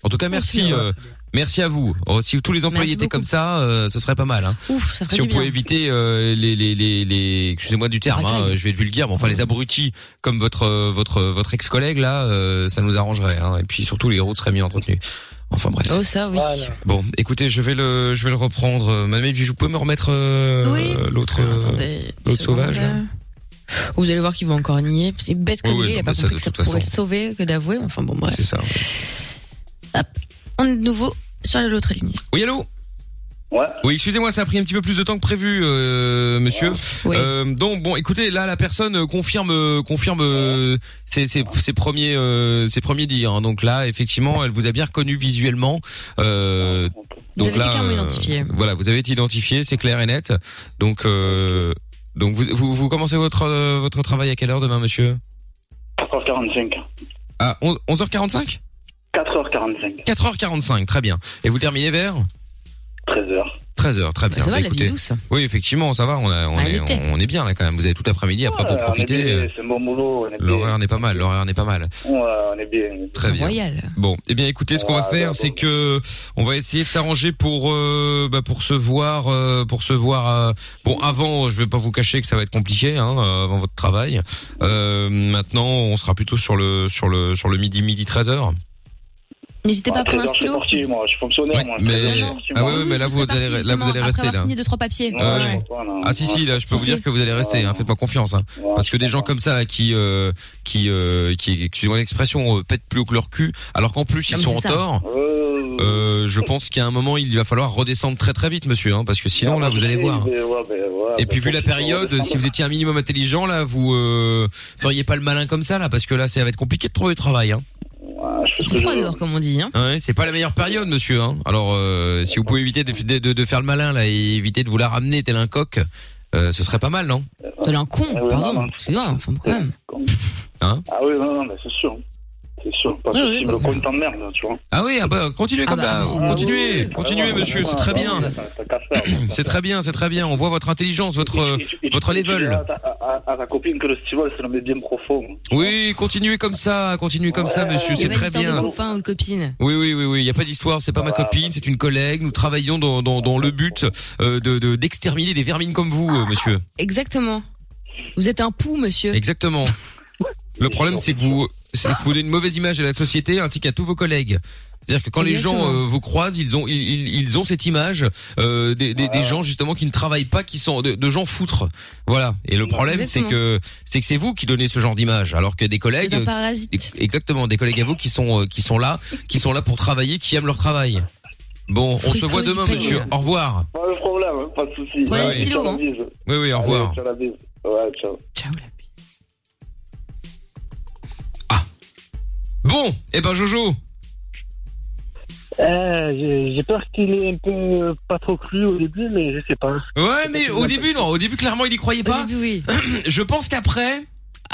En tout cas, merci, Merci, euh, merci à vous. Oh, si tous les employés Merci étaient comme ça, euh, ce serait pas mal. Hein. Ouf, ça ferait si on du bien. Ah, pouvait éviter euh, les les les, les excusez-moi du terme, hein, racailles. je vais être vulgaire, mais enfin les abrutis comme votre euh, votre votre ex-collègue là, euh, ça nous arrangerait. Hein. Et puis surtout, les routes seraient mieux entretenues. Enfin bref. Oh, ça, oui. Bon, écoutez, je vais le, je vais le reprendre. Euh, Madame Edwige, vous pouvez me remettre euh, Oui. l'autre, Ah, euh, l'autre sauvage. là Vous allez voir qu'il va encore nier. C'est bête comme Oui, oui, il est, non, il a pas mais ça, compris de que ça toute façon. pourrait le sauver que d'avouer. Enfin bon, bref. euh, C'est ça. ouais. On est de nouveau sur l'autre ligne. Oui, allô. Ouais. Oui, excusez-moi, ça a pris un petit peu plus de temps que prévu, euh, monsieur. Oui. Euh, donc bon, écoutez, là, la personne euh, confirme, euh, confirme euh, ses, ses- ses premiers, euh, ses premiers dires. hein. Donc là, effectivement, elle vous a bien reconnu visuellement. Euh, Vous donc avez là, clairement euh, identifié. voilà, vous avez été identifié, c'est clair et net. Donc, euh, donc vous, vous, vous commencez votre, euh, votre travail à quelle heure demain, monsieur 4h45. À 11 11h45 4h45. 4h45, très bien. Et vous terminez vers 13h. 13h, très Bah, bien. ça va, la Bah, vie écoutez. douce. Oui, effectivement, ça va, on, a- on Ah, elle est, était. on, on est bien là quand même. Vous avez tout l'après-midi après pour Ouais, on est profiter. bien, euh, C'est bon boulot. On est bien. L'horaire n'est pas mal, l'horaire n'est pas mal. Ouais, on est bien. Très bien. Royal. Bon, eh bien, écoutez, ce qu'on va Ah, faire, bah, c'est que on va essayer de s'arranger pour euh, bah, pour se voir, euh, pour se voir. euh, bon, avant, je vais pas vous cacher que ça va être compliqué, hein, euh, avant votre travail. Euh, maintenant, on sera plutôt sur le sur le sur le midi midi 13 h N'hésitez pas à Bah, prendre un 13h, je suis stylo. parti, moi. Je suis fonctionnaire, moi. mais ah ouais, ouais, mais là vous Parti, allez là justement, vous allez Après rester avoir là. signé deux trois papiers. Ah ouais. Ah si si là je peux vous dire que vous allez rester hein, faites-moi confiance hein. parce que des gens comme ça là qui euh, qui euh, qui excusez-moi l'expression euh, pètent plus haut que leur cul alors qu'en plus Ah, ils mais sont c'est en ça. tort euh, je pense qu'à un moment il va falloir redescendre très très vite monsieur hein, parce que sinon là vous allez voir Ouais, ouais, ouais, et bah, puis vu la franchement, période on si descend. vous étiez un minimum intelligent là vous euh, feriez pas le malin comme ça là parce que là ça va être compliqué de trouver du travail hein. Froid dehors, comme on dit. Hein. Ouais, c'est pas la meilleure période, monsieur. Hein. Alors, euh, si vous pouvez éviter de, de, de- de faire le malin là et éviter de vous la ramener tel un coq, euh, ce serait pas mal, non T'as un con, pardon. Excuse-moi, enfin, quand même. Hein Ah oui, non, non, mais c'est sûr. C'est sûr. Parce Ouais, que ouais, si bah, me compte en merde, tu vois. Ah oui, ah bah, continuez comme ça. continuez, Ah continuez, monsieur. C'est bah, très bien. C'est très bien, c'est très bien. On voit votre intelligence, votre euh, votre Tu diras level. À, ta- à- à ta copine que le festival se le met bien profond. Oui, continuez comme ça, continuez comme ça, monsieur. Il y a C'est pas très d'histoire de bien. copain ou de copine. Oui, oui, oui, oui. Il y a pas d'histoire. C'est pas ma copine, c'est une collègue. Nous travaillons dans dans, dans le but euh, de de- d'exterminer des vermines comme vous, euh, monsieur. Exactement. Vous êtes un pou, monsieur. Exactement. Le problème, c'est que vous, c'est que vous donnez une mauvaise image à la société ainsi qu'à tous vos collègues. C'est-à-dire que quand les gens Exactement. euh, vous croisent, ils ont, ils, ils- ils ont cette image euh, des, des, des gens justement qui ne travaillent pas, qui sont de, de gens foutres. Voilà. Et le problème, c'est Exactement. que c'est que c'est vous qui donnez ce genre d'image, alors que des collègues, euh, Vous êtes un parasite. exactement, des collègues à vous qui sont euh, qui sont là, qui sont là pour travailler, qui aiment leur travail. Bon, on se Fricot voit du demain, pays. monsieur. Au revoir. Pas de problème, hein, pas de soucis. Prenez le stylo, hein. Oui, oui, au revoir. Ciao la bise. Ouais, ciao. Bon, eh ben Jojo. Euh, j'ai- j'ai peur qu'il est un peu euh, pas trop cru au début, mais je sais pas. Ouais, mais au début, non. Au début, clairement, il y croyait pas. Je pense qu'après,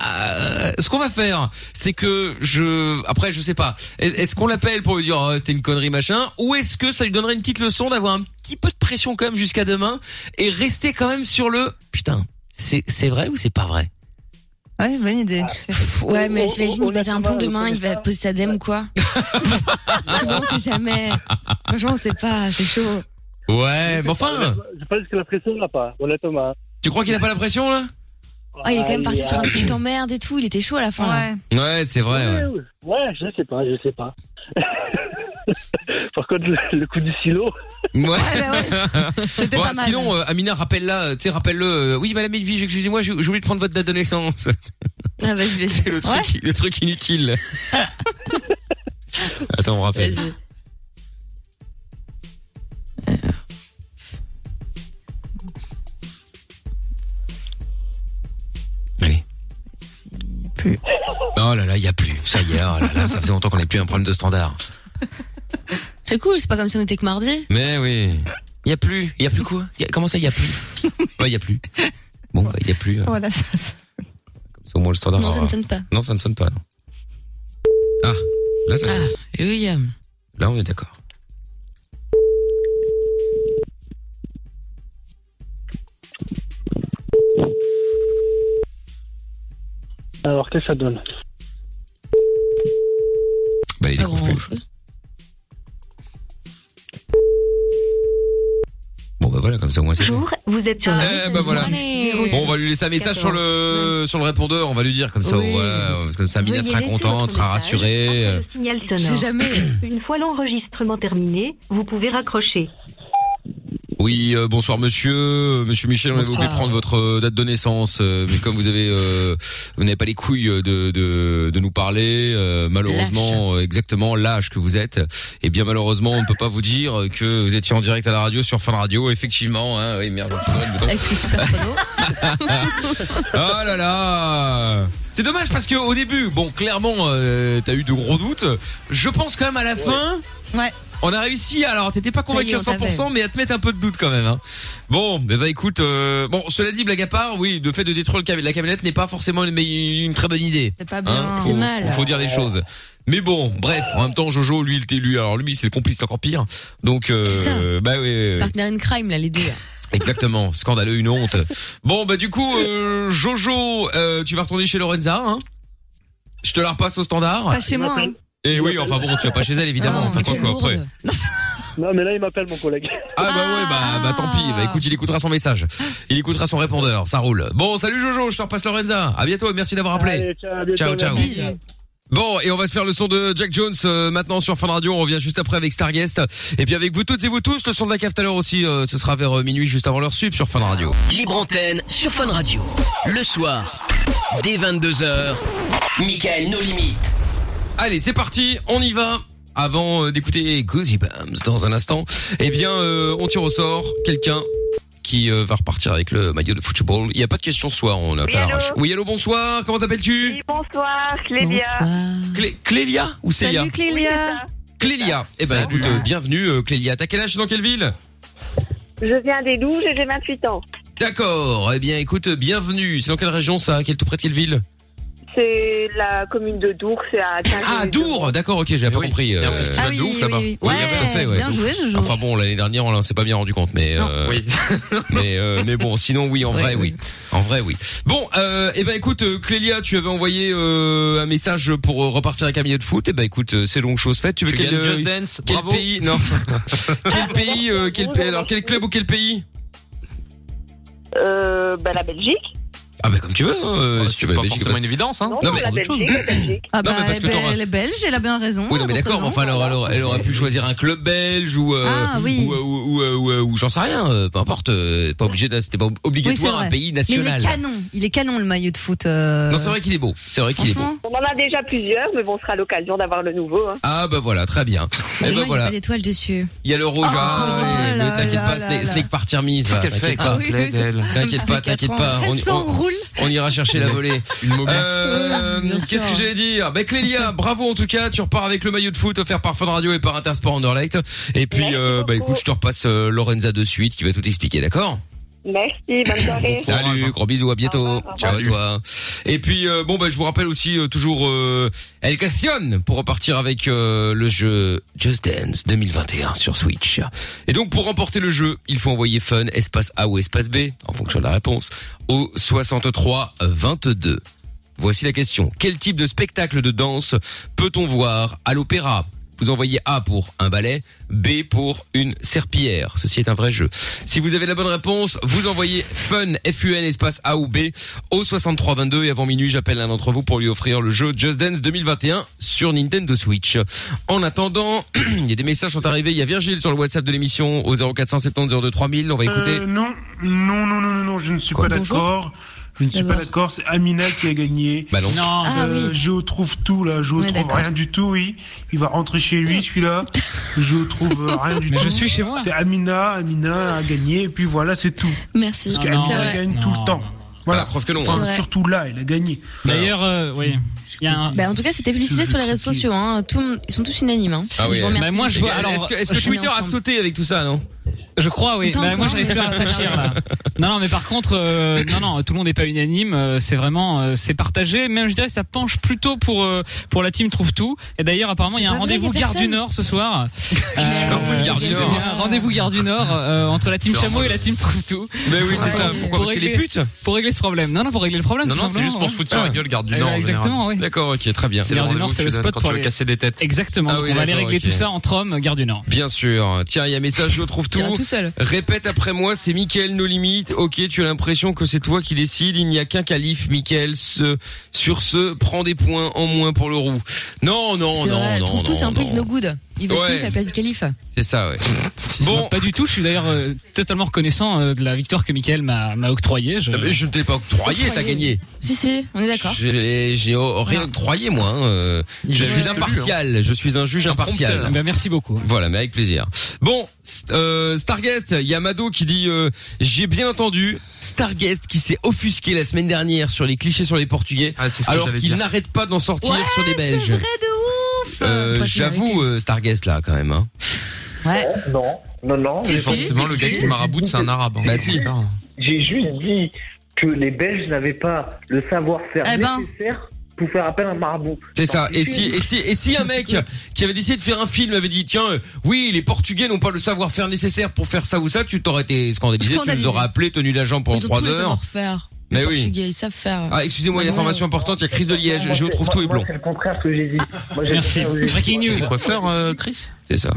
euh, ce qu'on va faire, c'est que je, après, je sais pas. Est- Est-ce qu'on l'appelle pour lui dire oh, c'était une connerie machin, ou est-ce que ça lui donnerait une petite leçon d'avoir un petit peu de pression quand même jusqu'à demain et rester quand même sur le putain. C'est c'est vrai ou c'est pas vrai Ouais, bonne idée. oh, Ouais, mais j'imagine qu'il va faire un pont demain, il va poser sa dème ou quoi. Tu vois, on sait jamais. Franchement, on sait pas, c'est chaud. Ouais, mais enfin, Je pense que la pression n'a pas, honnêtement. tu crois qu'il a pas la pression là Oh, il est quand même parti sur un petit emmerde et tout, il était chaud à la fin. là. Ouais, c'est vrai. ouais. Ouais, ouais, je sais pas, je sais pas. Par contre, le, le coup du silo. Ouais. Eh ben, C'était Bon, pas mal. sinon, euh, Amina, rappelle-la, tu sais, rappelle-le. euh, oui, Madame Edwige, excusez-moi, j'ai j'ai oublié de prendre votre date de naissance. Ah bah, je vais C'est le truc, le truc inutile. Attends, on rappelle. Plus. Oh là là, il y a plus. Ça y est, oh là là, ça faisait longtemps qu'on n'ait plus un problème de standard. C'est cool, c'est pas comme si on était que mardi. Mais oui. Il y a plus. Il y a plus quoi Y a- Comment ça, il y a plus Ouais, il y a plus. Bon, bah, il y a plus. euh, Voilà, ça. C'est au moins le standard. Non, ça ne euh, sonne pas. Non, ça ne sonne pas. non. Ah, là ça sonne. Oui. Là, on est d'accord. Alors, qu'est-ce que ça donne Bah, Ah il décroche plus. Bon, bah voilà, comme ça, au moins c'est bon. vous êtes sur Eh bah voilà. Bon, on va lui laisser un message sur le sur le répondeur. On va lui dire comme ça, voilà, parce que comme ça, Mina Veuillez sera laisser contente, votre sera message rassurée. euh. Signal Je sonore. sais jamais. Une fois l'enregistrement terminé, vous pouvez raccrocher. Oui, euh, bonsoir monsieur, Euh, monsieur Michel, on avait Bonsoir. oublié de prendre votre euh, date de naissance, euh, mais comme vous avez, euh, vous n'avez pas les couilles euh, de de, de nous parler, euh, malheureusement, euh, exactement l'âge que vous êtes, et bien malheureusement, on ne peut pas vous dire euh, que vous étiez en direct à la radio sur Fin Radio, effectivement, hein, oui merde, j'ai trouvé le bouton. Ah là là C'est dommage parce que au début, bon, clairement, euh, t'as eu de gros doutes. Je pense quand même à la fin. Ouais. On a réussi. Alors, t'étais pas convaincu à Ça y est, on 100%, mais à te mettre un peu de doute quand même. Hein. Bon, bah, bah écoute, euh, bon, cela dit, blague à part, oui, le fait de détruire le cam- la camionnette n'est pas forcément une, mais une très bonne idée. hein. C'est pas bien. faut, C'est mal. faut dire les choses. Mais bon, bref, en même temps, Jojo, lui, il était lui. Alors lui, c'est le complice, c'est encore pire. Donc, euh, bah oui, oui, oui. Partner in crime, là, les deux. là. Exactement, scandaleux, une honte. Bon, bah du coup, euh, Jojo, euh, tu vas retourner chez Lorenza, hein Je te la repasse au standard. Pas chez moi, hein. Et Eh oui, enfin bon, tu vas pas chez elle, Ah, évidemment. Non, enfin, quoi, quelle quoi, lourde. après. Non, mais là, il m'appelle mon collègue. Ah, bah ouais, bah, bah tant Ah. pis. Bah écoute, il écoutera son message. Il écoutera son répondeur, ça roule. Bon, salut Jojo, je te repasse Lorenza. À bientôt et merci d'avoir appelé. Allez, ciao, à bientôt, ciao, ciao. merci. Bon, et on va se faire le son de Jack Jones euh, maintenant sur Fun Radio. On revient juste après avec Starguest. Et puis avec vous toutes et vous tous, le son de la cave tout à l'heure aussi. euh, ce sera vers euh, minuit, juste avant leur sub sur Fun Radio. Libre antenne sur Fun Radio. Le soir, dès 22h, Michael nos limites. Allez, c'est parti, on y va. Avant euh, d'écouter Cozy Bams dans un instant, eh bien, euh, on tire au sort quelqu'un qui euh, va repartir avec le maillot de football. Il n'y a pas de question ce soir, on a Oui, fait à allô l'arrache. Oui, allô, bonsoir, comment t'appelles-tu Bonsoir, Clélia. Clé- Clélia ou Célia Clélia. Clélia. Eh ben, écoute, euh, bienvenue euh, Clélia. T'as quel âge, dans quelle ville Je viens des Louges et j'ai 28 ans. D'accord, eh bien, écoute, euh, bienvenue. C'est dans quelle région ça Quel tout près de quelle ville C'est la commune de Dour, c'est à 15 Ah, Dour D'accord, ok, j'avais pas compris. euh, Il y a un festival Ah oui, de ouf là-bas. oui, oui. bah, tout à fait, ouais. bien joué, Jojo. Enfin bon, l'année dernière, on s'est pas bien rendu compte, mais Ah. euh, mais euh, mais bon, sinon oui, en vrai, oui, en vrai, oui. Bon, euh, eh ben écoute, euh, Clélia, tu avais envoyé euh, un message pour euh, repartir avec un milieu de foot. Eh ben écoute, euh, c'est longue chose faite. Tu veux Tu quel gagnes euh, Just Dance, quel bravo. pays Non. quel pays euh, Quel pays Alors quel club ou quel pays Euh, bah, la Belgique. Ah ben comme tu veux. hein, euh, si tu veux, pas la Belgique, forcément bah- une évidence, hein. Non, Non, mais la Belgique, la Belgique. Ah Non, bah, mais parce elle, que est- t'auras- elle est belge, elle a bien raison. Oui, non, mais d'accord, mais enfin, alors, alors, elle aurait pu choisir un club belge ou, euh, Ah, oui. ou, euh, ou, euh, ou, euh, ou j'en sais rien, euh, peu importe, euh, pas obligé, de- c'était pas obligatoire Oui, c'est un vrai. pays Mais national. il est canon, il est canon le maillot de foot. euh. Non, c'est vrai qu'il est beau, c'est vrai qu'il est beau. On en a déjà plusieurs, mais bon, ce sera l'occasion d'avoir le nouveau. hein. Ah, bah voilà, très bien. Dommage, Et il y bah a voilà. pas d'étoile dessus. Il y a le rouge, Oh ah, mais t'inquiète pas, ce n'est- ce n'est que partie remise. Qu'est-ce qu'elle fait t'inquiète avec pas. Ah sa plaid, elle T'inquiète pas, Elle t'inquiète s'en pas. roule. on- on- On ira chercher la volée. Une Euh, Bien sûr. Qu'est-ce que j'allais dire Ben Clélia, bravo en tout cas, tu repars avec le maillot de foot offert par Fun Radio et par Intersport Underlight. Et puis, euh, bah écoute, je te repasse euh, Lorenza de suite qui va tout expliquer, d'accord Merci, bonne soirée. Salut, gros bisous, à bientôt. Ciao à toi. Et puis euh, bon bah je vous rappelle aussi euh, toujours euh, El Cacion pour repartir avec euh, le jeu Just Dance 2021 sur Switch. Et donc pour remporter le jeu, il faut envoyer Fun espace A ou espace B en fonction de la réponse au 63 22. Voici la question. Quel type de spectacle de danse peut-on voir à l'opéra Vous envoyez A pour un ballet, B pour une serpillière. Ceci est un vrai jeu. Si vous avez la bonne réponse, vous envoyez FUN, F-U-N, espace A ou B au 6322 et avant minuit, j'appelle l'un d'entre vous pour lui offrir le jeu Just Dance 2021 sur Nintendo Switch. En attendant, il y a des messages sont arrivés. Il y a Virgile sur le WhatsApp de l'émission au 0470 02 3000. On va écouter. Euh, non, non, non, non, non, non, je ne suis Quoi pas Bonjour. d'accord. Je ne suis pas D'abord. d'accord, c'est Amina qui a gagné. Bah non. Non. Ah Euh, oui. Géo trouve tout là, Géo On est trouve d'accord. rien du tout, oui. Il va rentrer chez lui, celui-là. Géo trouve euh, rien du Mais tout. je suis chez moi. C'est Amina, Amina a gagné, et puis voilà, c'est tout. Merci. Parce Non, non. qu'Amina C'est vrai. gagne tout Non. le temps. Voilà. preuve que non. hein. Enfin, C'est vrai. surtout là, elle a gagné. D'ailleurs, euh, oui. Il y a un- Ben, Bah, en tout cas, c'était publicité sur les réseaux sociaux. Hein. Tout le monde- ils sont tous unanimes. Hein. Je vous remercie. Bah, moi, je vois. Est-ce Alors, que- est-ce que je suis Twitter a ensemble. sauté avec tout ça, non Je crois, oui. Pas Bah, encore, moi, j'avais mais fait ça un va réfléchir, là. tarder. Non, non, mais par contre, euh, non, non, tout le monde n'est pas unanime. euh, c'est vraiment, euh, c'est partagé. Même, je dirais, ça penche plutôt pour euh, pour la team trouve tout. Et d'ailleurs, apparemment, il y a C'est un pas vrai, rendez-vous y a Gare du personne. Nord ce soir. Euh, Rendez-vous Gare du il y a Nord. un Rendez-vous Gare du Nord euh, entre la team C'est Chameau vraiment- et la team trouve tout. Mais Ben oui, c'est ça. Pourquoi Parce que les putes Pour régler ce problème. Non, non, pour régler le problème. Non, tout non, c'est simplement, juste pour ouais. se foutre sur la gueule, Garde du Eh Nord, ben, en général. Exactement, oui. D'accord, ok, très bien. C'est Gare du Nord, c'est le spot quand pour tu veux les- casser des têtes. Exactement. Ah donc oui, on va aller d'accord, régler ok. tout ça entre hommes, Gare du Nord. Bien sûr. Tiens, il y a un message, je trouve tout. tout seul. Répète après moi, c'est Mickaël nos limites. Ok, tu as l'impression que c'est toi qui décide. Il n'y a qu'un calife, Mickaël. Ce- sur ce, prends des points en moins pour le roux. Non, non, C'est Oh non, vrai, non, trouve tout, non, c'est un non. please no good. Il veut Ouais. tout à la place du calife. C'est ça, ouais. Bon, pas du tout. Je suis d'ailleurs euh, totalement reconnaissant euh, de la victoire que Michael m'a m'a octroyée. Je... mais Ah ben, je ne t'ai pas octroyé, t'as gagné. Si, si, on est d'accord. J'ai j'ai rien octroyé, moi. hein, euh, Je suis impartial. Je suis un juge impartial. Ben, merci beaucoup. Voilà, mais avec plaisir. Bon, st- euh, Starguest, il y a Mado qui dit euh, j'ai bien entendu Starguest qui s'est offusqué la semaine dernière sur les clichés sur les Portugais, Ah, c'est ce que alors j'allais qu'il dire. n'arrête pas d'en sortir sur les Belges. Euh, Toi, tu J'avoue, euh, Starguest là quand même. Hein. Euh, Non, non, non. Et j'ai- forcément, le gars qui j'ai- maraboute, c'est un arabe, hein. Bah si. J'ai juste dit que les Belges n'avaient pas le savoir-faire nécessaire pour faire appel à un marabout. Eh ben. C'est ça. Et si, et si, et si un mec qui avait décidé de faire un film avait dit tiens, euh, oui, les Portugais n'ont pas le savoir-faire nécessaire pour faire ça ou ça, tu t'aurais été scandalisé, tu Scandalisé. nous aurais appelé, tenu la jambe pendant Ils ont tous trois les heures. savoir-faire. Mais Les oui. Portugais, ils savent faire. Ah, excusez-moi, il y a Ouais, ouais. information importante, il y a crise de Liège, Moi, je c'est- trouve moi- tout est moi, blond. C'est le contraire que j'ai dit. Moi, j'ai Merci. le Ah contraire que j'ai dit. Breaking news. Moi, Quoi faire, euh, Chris C'est ça.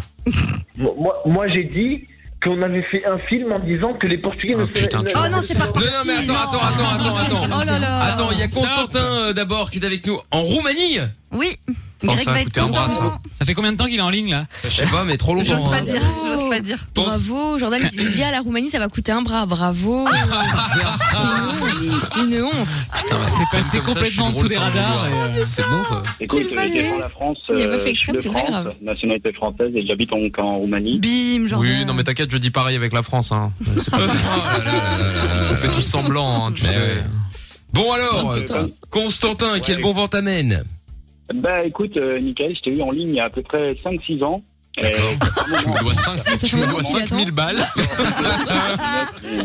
Moi, moi- moi, j'ai dit qu'on avait fait un film en disant que les Portugais ne faisaient putain, tu Oh vois. non, c'est pas Oh Non, non, mais attends, attends, attends, attends, attends. Ah, Attends, il y a Constantin euh, d'abord qui est avec nous en Roumanie. Oui. Pense Greg à va être écouter un bras, content. ça. Oh, Ça fait combien de temps qu'il est en ligne là Je sais pas, mais trop longtemps. hein. Bravo, bravo, Jordan. Il dit à la Roumanie, ça va coûter un bras. Bravo. Ah. Ah. C'est une honte. Une honte. C'est passé complètement en dessous des radars. euh, C'est bon ça. Écoute, euh, Il je va défends mieux. la France, Il a pas fait euh, je suis exprès, de c'est pas France, grave. nationalité française, et j'habite en, en Roumanie. Bim, Oui, non, mais t'inquiète, je dis pareil avec la France. Hein. Euh, C'est pas- On fait tous semblant, hein, tu sais. Bon alors, Putain. euh, Constantin, quel bon vent t'amène Bah écoute, euh, Nickel, je t'ai eu en ligne il y a à peu près 5-6 ans. Et- Tu me dois 5, tu me dois 5000 balles.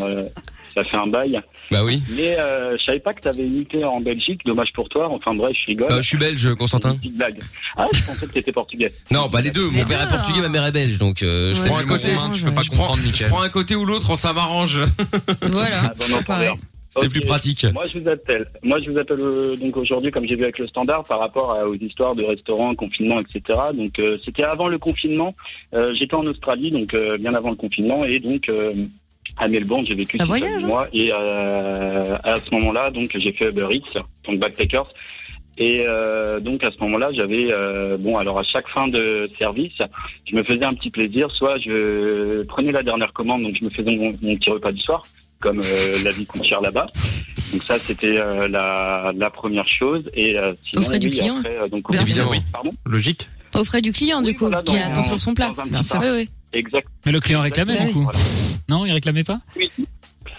Euh, ça fait un bail. Bah oui. Mais euh, je savais pas que t'avais muté en Belgique, dommage pour toi, enfin bref, je rigole. Euh, Je suis belge, Constantin. Petite blague. Ah, je pensais que t'étais portugais. Non, bah les deux. Mon père est portugais, ma mère est belge, donc euh, je Ouais, prends un c'est côté. bon, je peux pas comprendre, Mickaël. Je prends un côté ou l'autre, ça m'arrange. Voilà. Ah, bon entendeur. C'est Ok. plus pratique. Moi, je vous appelle. Moi, je vous appelle euh, donc aujourd'hui, comme j'ai vu avec le standard, par rapport à- aux histoires de restaurants, confinement, etc. Donc, euh, c'était avant le confinement. Euh, J'étais en Australie, donc euh, bien avant le confinement, et donc. euh, à Melbourne, j'ai vécu Un six ans et voyage, hein. demi mois et euh, à ce moment-là, donc j'ai fait Uber Eats, donc backpackers. Et euh, donc à ce moment-là, j'avais euh, bon alors à chaque fin de service, je me faisais un petit plaisir. Soit je prenais la dernière commande, donc je me faisais mon, mon petit repas du soir, comme euh, la vie coûte cher là-bas. Donc ça, c'était euh, la, la première chose. Et euh, sinon, Au frais du oui, client. après, euh, donc, Évidemment. Pardon. Logique. Au frais du client, du coup, qui attend sur son plat. Dans un petit Oui, bar. oui. Exact. Mais le client réclamait Ah Bah du oui. coup. Non, il réclamait pas.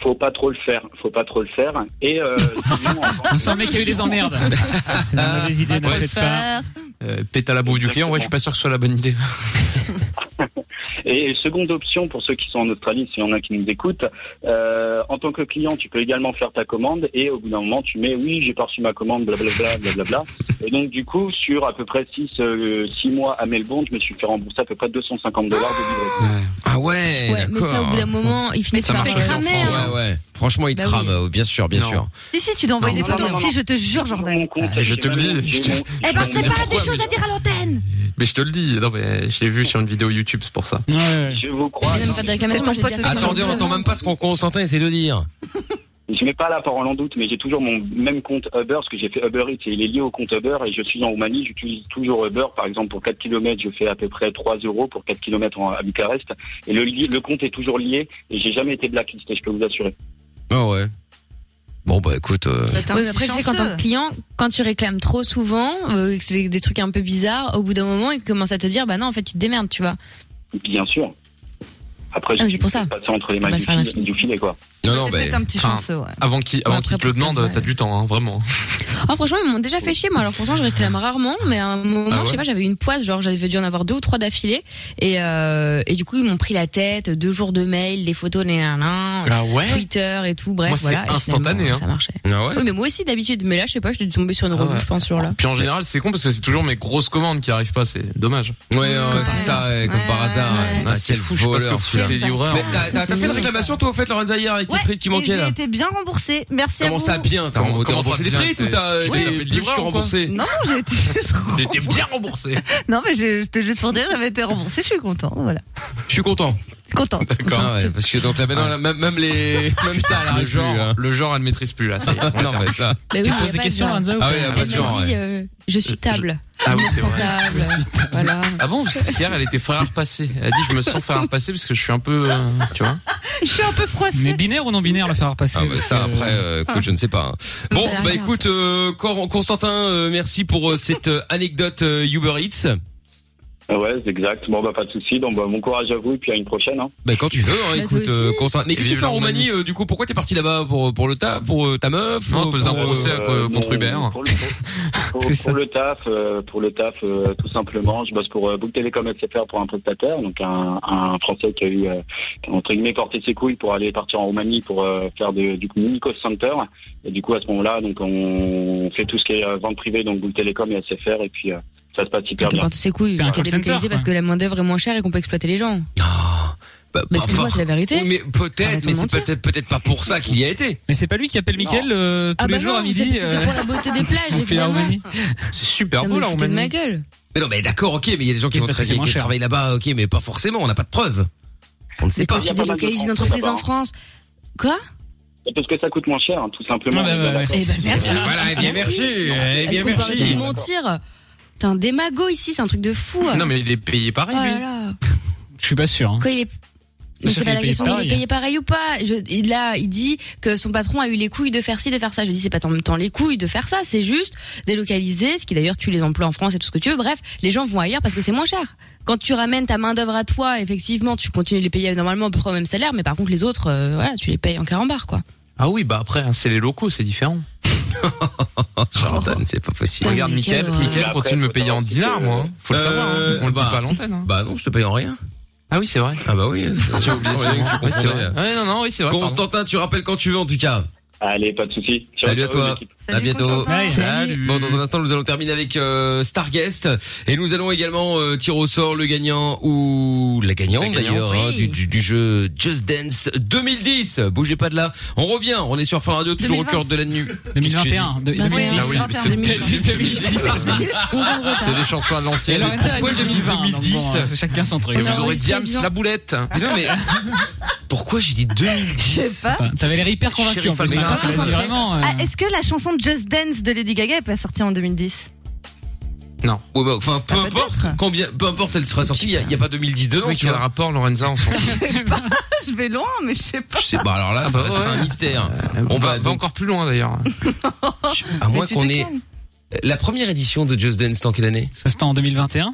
Faut pas trop le faire. Faut pas trop le faire. Et euh, sinon, en- On sent le mec qui a eu des emmerdes. C'est une mauvaise idée, ne le faites pas. Euh, pète à la bouffe du client, ouais, je suis pas sûr que ce soit la bonne idée. Et seconde option pour ceux qui sont en Australie, s'il y en a qui nous écoutent, euh, en tant que client, tu peux également faire ta commande et au bout d'un moment, tu mets oui, j'ai pas reçu ma commande, blablabla, blablabla. Et donc du coup, sur à peu près 6 six, euh, six mois à Melbourne, je me suis fait rembourser à peu près 250 dollars de livraison. Ah Eh, ouais. Ouais, mais ça, au bout d'un moment, il finit ça par. marche aussi en cramer, France. hein. Ouais, ouais. Franchement, il Bah te crame, oui. euh, bien sûr, bien Non. sûr. Si, si, tu dois envoyer Non, des non, photos. non, non, Si, je te jure, Jordan. Ah, je te le dis. je te- je te Eh ben, c'est le dis pas des pourquoi, choses à dire à l'antenne. Mais je te le dis. Non, mais je l'ai vu sur une vidéo YouTube, c'est pour ça. Je vous crois. Il vient de me faire des réclamations, j'ai déjà fait ça. Attendez, on entend même pas ce qu'on Constantin essaie de dire. Je mets pas la parole en doute, mais j'ai toujours mon même compte Uber, parce que j'ai fait Uber Eats et il est lié au compte Uber et je suis en Roumanie, j'utilise toujours Uber. Par exemple, pour 4 km, je fais à peu près 3 euros pour 4 km à Bucarest. Et le, li- le compte est toujours lié et j'ai jamais été blacklisté, je peux vous assurer. Ah ouais. Bon bah écoute. euh, Oui, mais après, je sais qu'en tant que client, quand tu réclames trop souvent, euh, que c'est des trucs un peu bizarres, au bout d'un moment, ils commencent à te dire, bah non, en fait, tu te démerdes, tu vois. Bien sûr. Après, Ah, mais c'est j'ai pour ça. passé entre les mains va du, faire filet- du filet, quoi. Non, non, peut-être bah, un petit enfin, chanceux, ouais. Avant qu'il avant qu'il te le demande, t'as du temps, hein, vraiment. Ah, franchement, ils m'ont déjà fait chier. Moi, alors pourtant, je réclame rarement, mais à un moment, Ah ouais je sais pas, j'avais une poisse, genre j'avais dû en avoir deux ou trois d'affilée, et euh, et du coup, ils m'ont pris la tête, deux jours de mail, des photos, nanana, Ah ouais Twitter et tout, bref, Moi, c'est voilà. et instantané, finalement, hein. Ça marchait. Ah Oui, mais moi aussi d'habitude, mais là, je sais pas, je suis tombée sur une Ah relou, ouais. je pense, sur là. Puis en général, c'est con parce que c'est toujours mes grosses commandes qui arrivent pas, c'est dommage. Ouais, ouais, c'est ça, ouais, comme par hasard. ouais. Ah, c'est quel fou, je sais pas ce que voleur, foutent les celui-là. livreurs. Mais t'as- T'as t'as fait une réclamation, toi, au fait, Lorenza, hier, avec les frites qui Et manquaient, J'ai là été bien remboursé. Merci à Comment vous. ça bien T'as remboursé Comment ça remboursé les bien, frites ou t'es- t'as t'es t'as tapé le plus livreur que ou quoi remboursé Non, j'ai été juste J'étais bien remboursé. Non, mais j'ai- c'était juste pour dire, j'avais été remboursé, je suis content, voilà. Je suis content. Content. D'accord. Ah ouais, parce que donc là maintenant, là, même, même les, même ça, là, Le Ah, hein. genre, le genre, elle ne maîtrise plus là. ça y est, on non mais termine. ça. Bah oui, il y a pas de genre. Ah oui, y a bah, pas de Elle genre. m'a dit, ouais. euh, je suis table. Ah oui, Je me c'est sens vrai. table. Voilà. Ah bon Hier, elle était frère repassée. Elle a dit Je me sens frère repassée parce que je suis un peu. euh, tu vois Je suis un peu froissé. Mais binaire ou non binaire, le faire repasser bah, Ah bah ça parce que- après, euh, écoute, je ne sais pas. hein. Bon, bah écoute, euh, Cor- Constantin, euh, merci pour euh, cette euh, anecdote euh, Uber Eats. Ouais, c'est exact. Bon, bah, pas de souci. Donc, bah, bon courage à vous et puis à une prochaine. Hein. Bah quand tu veux, hein, Bah, toi écoute, aussi. euh, Constantin. Mais Et qu'est-ce que tu vive fais en la Roumanie Roumanie. euh, Du coup, pourquoi t'es parti là-bas pour pour le taf, pour euh, ta meuf Non, à cause d'un pour, euh, procès à quoi- contre non, Uber. Pour, le- pour- pour le taf, euh, pour le taf, euh, tout simplement. Je bosse pour euh, Book Telecom SFR pour un prestataire, donc un, un Français qui a eu euh, qui a, entre guillemets porté ses couilles pour aller partir en Roumanie pour euh, faire de- du Nico Center. Et du coup, à ce moment-là, donc on fait tout ce qui est euh, vente privée, donc Book Telecom et SFR, et puis euh, ça se passe hyper De bien. partout ses couilles, C'est un qu'elle call est center, délocalisée parce que la main d'œuvre est moins chère et qu'on peut exploiter les gens. Bah, Mais excuse-moi, bah, c'est la vérité. Mais peut-être, Arrêtons mais de c'est mentir. peut-être peut-être pas pour ça qu'il y a été. Mais c'est pas lui qui appelle Mickaël euh, tous Ah bah les jours non, à c'est- midi. euh, c'était pour la Ah beauté des plages, on fait la évidemment. Roumanie. C'est super Non, mais foutez de ma gueule. Mais non, mais d'accord, ok, mais il y a des gens qui Mais vont parce que c'est travailler, moins qui cher. travaillent là-bas, ok, mais pas forcément, on n'a pas de preuves. On ne sait Mais pas. quand tu délocalises une entreprise en France. Quoi Parce que ça coûte moins cher, hein, tout Ah, simplement. bah, Eh ben merci. Voilà, eh bien merci, eh Est-ce bien qu'on peut arrêter merci. de mentir T'es un démago ici, c'est un truc de fou. Non, mais il est payé Oh pareil, là lui. là. Je suis pas sûr. hein. Quoi, il est. Mais Mais ça, c'est pas il est la payé question, il pareil. est payé pareil ou pas. Je, et là, il dit que son patron a eu les couilles de faire ci, de faire ça. Je lui dis, c'est pas en même temps les couilles de faire ça, c'est juste délocaliser, ce qui d'ailleurs tue les emplois en France et tout ce que tu veux. Bref, les gens vont ailleurs parce que c'est moins cher. Quand tu ramènes ta main d'œuvre à toi, effectivement, tu continues de les payer normalement à peu près au même salaire, mais par contre, les autres, euh, voilà, tu les payes en carambar, quoi. Ah oui, bah après, hein, c'est les locaux, c'est différent. Jordan, c'est pas possible. Regarde, Mais quelle Mickaël, horreur. Mickaël Mais continue de me payer en dinars, moi. hein. Faut le savoir, hein. on le dit pas à l'antenne. hein. Bah non, je te paye en rien. Ah oui, c'est vrai. Ah bah oui, J'ai c'est oublié ce vrai que moment. je Ouais, c'est comprendrais. vrai. Ouais, non, non, oui, c'est vrai. pardon. Constantin, tu rappelles quand tu veux en tout cas. Allez, pas de souci. Ciao, Salut à ciao, toi. l'équipe. À Ah, bientôt. Constantin. Salut. Bon, dans un instant, nous allons terminer avec euh, Starguest et nous allons également euh, tirer au sort le gagnant ou la gagnante La gagnante, d'ailleurs oui. hein, du, du- du jeu Just Dance 2010. Bougez pas de là. On revient. On est sur Fin Radio, toujours au cœur de la nuit. 2021, de- 2010. Ah oui, mais c'est- 2010. C'est des chansons à Et l'ancienne. Lorenza a dit Pourquoi j'ai dit 2020, donc 2010 bon, euh, c'est chacun son Ah truc. Et On vous a aurez enregistré Diams dix ans. la boulette. Dis-donc, mais pourquoi j'ai dit 2010 Je sais pas. T'avais l'air hyper convaincu Chérie en plus. Falconer. hein, tu l'as dit Vraiment. euh, Ah, Est-ce que la chanson Just Dance de Lady Gaga est pas sortie en 2010 Non. Ouais, bah, enfin, peu importe combien, peu importe, elle sera sortie. Il y a- il y, a pas 2010 dedans. Mais tu quel vois. rapport, Lorenza, on s'en fout. Je vais loin, mais je sais pas. Je sais pas. Alors là, Ah ça bah reste ouais. un mystère. On va, va donc- encore plus loin d'ailleurs. à moins tu qu'on te ait calmes. la première édition de Just Dance. Tant quelle année Ça se passe en 2021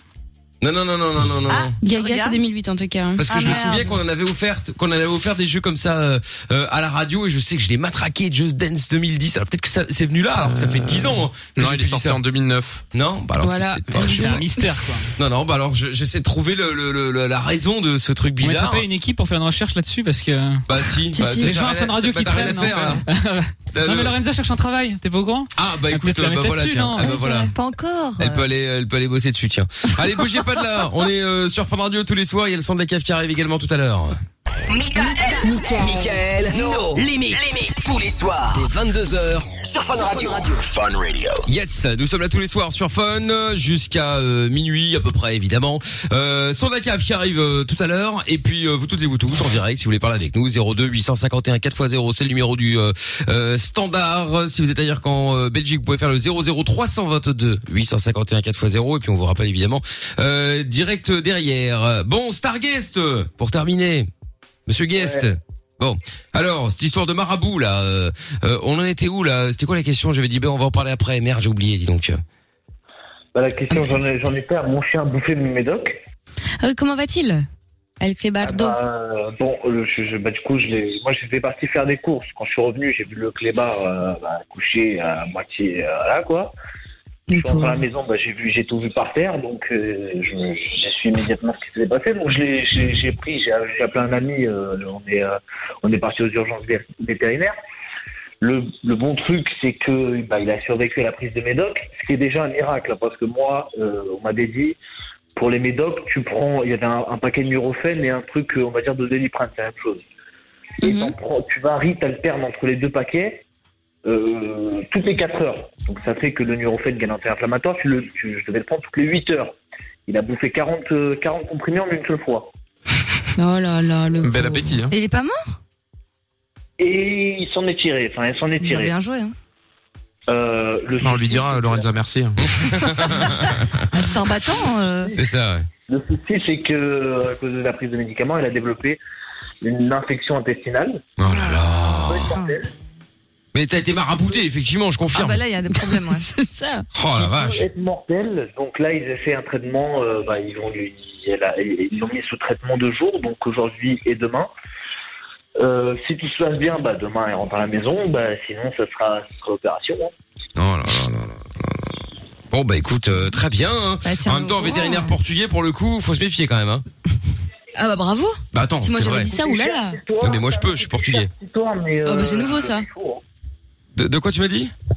Non, non, non, non, non, non, non. Gaga, c'est 2008 en tout cas. hein. Parce que je Ah, me souviens qu'on en avait offert, qu'on en avait offert des jeux comme ça euh, euh, à la radio et je sais que je l'ai matraqué Just Dance 2010. Alors peut-être que ça c'est venu là, alors que ça fait 10 ans. hein, que j'ai Non, il pu est dire sorti ça. en 2009. Non, bah alors Voilà. c'est peut-être pas, je sais C'est un pas. mystère quoi. Non, non, bah alors je- j'essaie de trouver le, le- le- la raison de ce truc On mettra bizarre. pas une équipe pour faire une recherche là-dessus parce que. Bah si, Si, bah, si, t'as les gens rien à Fun Radio bah, qui t'as rien traînent. à faire, hein. là. en fait. T'as non le- mais Lorenza cherche un travail, t'es pas au courant Ah bah Ah, écoute, peut-être la bah mettre voilà, là-dessus, tiens. non Ah, bah, Oui, c'est voilà. Pas encore. Elle peut aller, elle peut aller bosser dessus, tiens. Allez, bougez pas de là. On est euh, sur Fun Radio tous les soirs. Il y a le son de la cave qui arrive également tout à l'heure. Michael. Michael, no, limit. Tous les soirs, dès 22h, sur Fun Radio. Fun Radio. Yes, nous sommes là tous les soirs sur Fun jusqu'à euh, minuit à peu près évidemment. Euh, son de la cave qui arrive euh, tout à l'heure et puis euh, vous toutes et vous tous en direct si vous voulez parler avec nous 02 851 4x0 c'est le numéro du euh, euh, standard si vous êtes ailleurs qu'en euh, Belgique vous pouvez faire le 00 322 851 4x0 et puis on vous rappelle évidemment euh, direct derrière. Bon Starguest pour terminer. Monsieur Guest. Bon, alors cette histoire de marabout là, euh, euh, on en était où là C'était quoi la question J'avais dit ben on va en parler après. Merde, j'ai oublié. Dis donc. Bah, la question, j'en ai, j'en ai peur. Mon chien a bouffé mes médocs. Ah oui, comment va-t-il El Clébardo. Euh, bon, euh, je- je- bah, du coup, je l'ai- moi, j'étais parti faire des courses. Quand je suis revenu, j'ai vu le clébard euh, bah, couché à moitié euh, là, quoi. Je suis rentré à la maison, bah, j'ai vu, j'ai tout vu par terre, donc euh, je, je suis immédiatement ce qui s'est passé. Donc je l'ai, j'ai, j'ai pris, j'ai, j'ai appelé un ami. euh, on est, euh, on est parti aux urgences vé- vétérinaires. Le, le bon truc, c'est que bah, il a survécu à la prise de médoc, ce qui est déjà un miracle, hein, parce que moi, euh, on m'avait dit pour les médocs, tu prends, il y avait un, un paquet de Nurofen et un truc, euh, on va dire, de Doliprane, c'est la même chose. Et t'en prends- tu varies, t'alternes entre les deux paquets euh, toutes les 4 heures. Donc ça fait que le Nurofen gagne anti-inflammatoire, tu le, tu- je devais le prendre toutes les 8 heures. Il a bouffé 40, euh, 40 comprimés en une seule fois. Oh là là, le. Bel appétit. Hein. Et il est pas mort Et il s'en est tiré, enfin, il s'en est Il a tiré. bien joué. Hein. Euh, le on lui dira, Lorenza, merci. hein. Ah, C'est un battant. euh. C'est ça, ouais. Le souci, c'est que à cause de la prise de médicaments, elle a développé une infection intestinale. Oh là là. Mais t'as été marabouté, effectivement, je confirme. bah là, il y a des problèmes. Ouais. C'est ça. Oh la vache. être mortelle. Donc là, ils ont fait un traitement. euh, bah, ils vont lui, elle a- ils l'ont mis sous traitement de jour, donc aujourd'hui et demain. Euh, si tout se passe bien, bah, demain elle rentre à la maison. Bah, sinon, ça sera, ça sera opération. hein. Oh là là là là là là. Bon bah écoute, euh, très bien. hein. en même temps, vétérinaire portugais pour le coup, faut se méfier quand même. Hein. Ah bah bravo. Bah attends, Si moi c'est j'avais vrai. dit ça, oulala. Non, mais moi je peux, je suis portugais. Oh euh, bah c'est nouveau ça. De, de quoi tu m'as dit hein.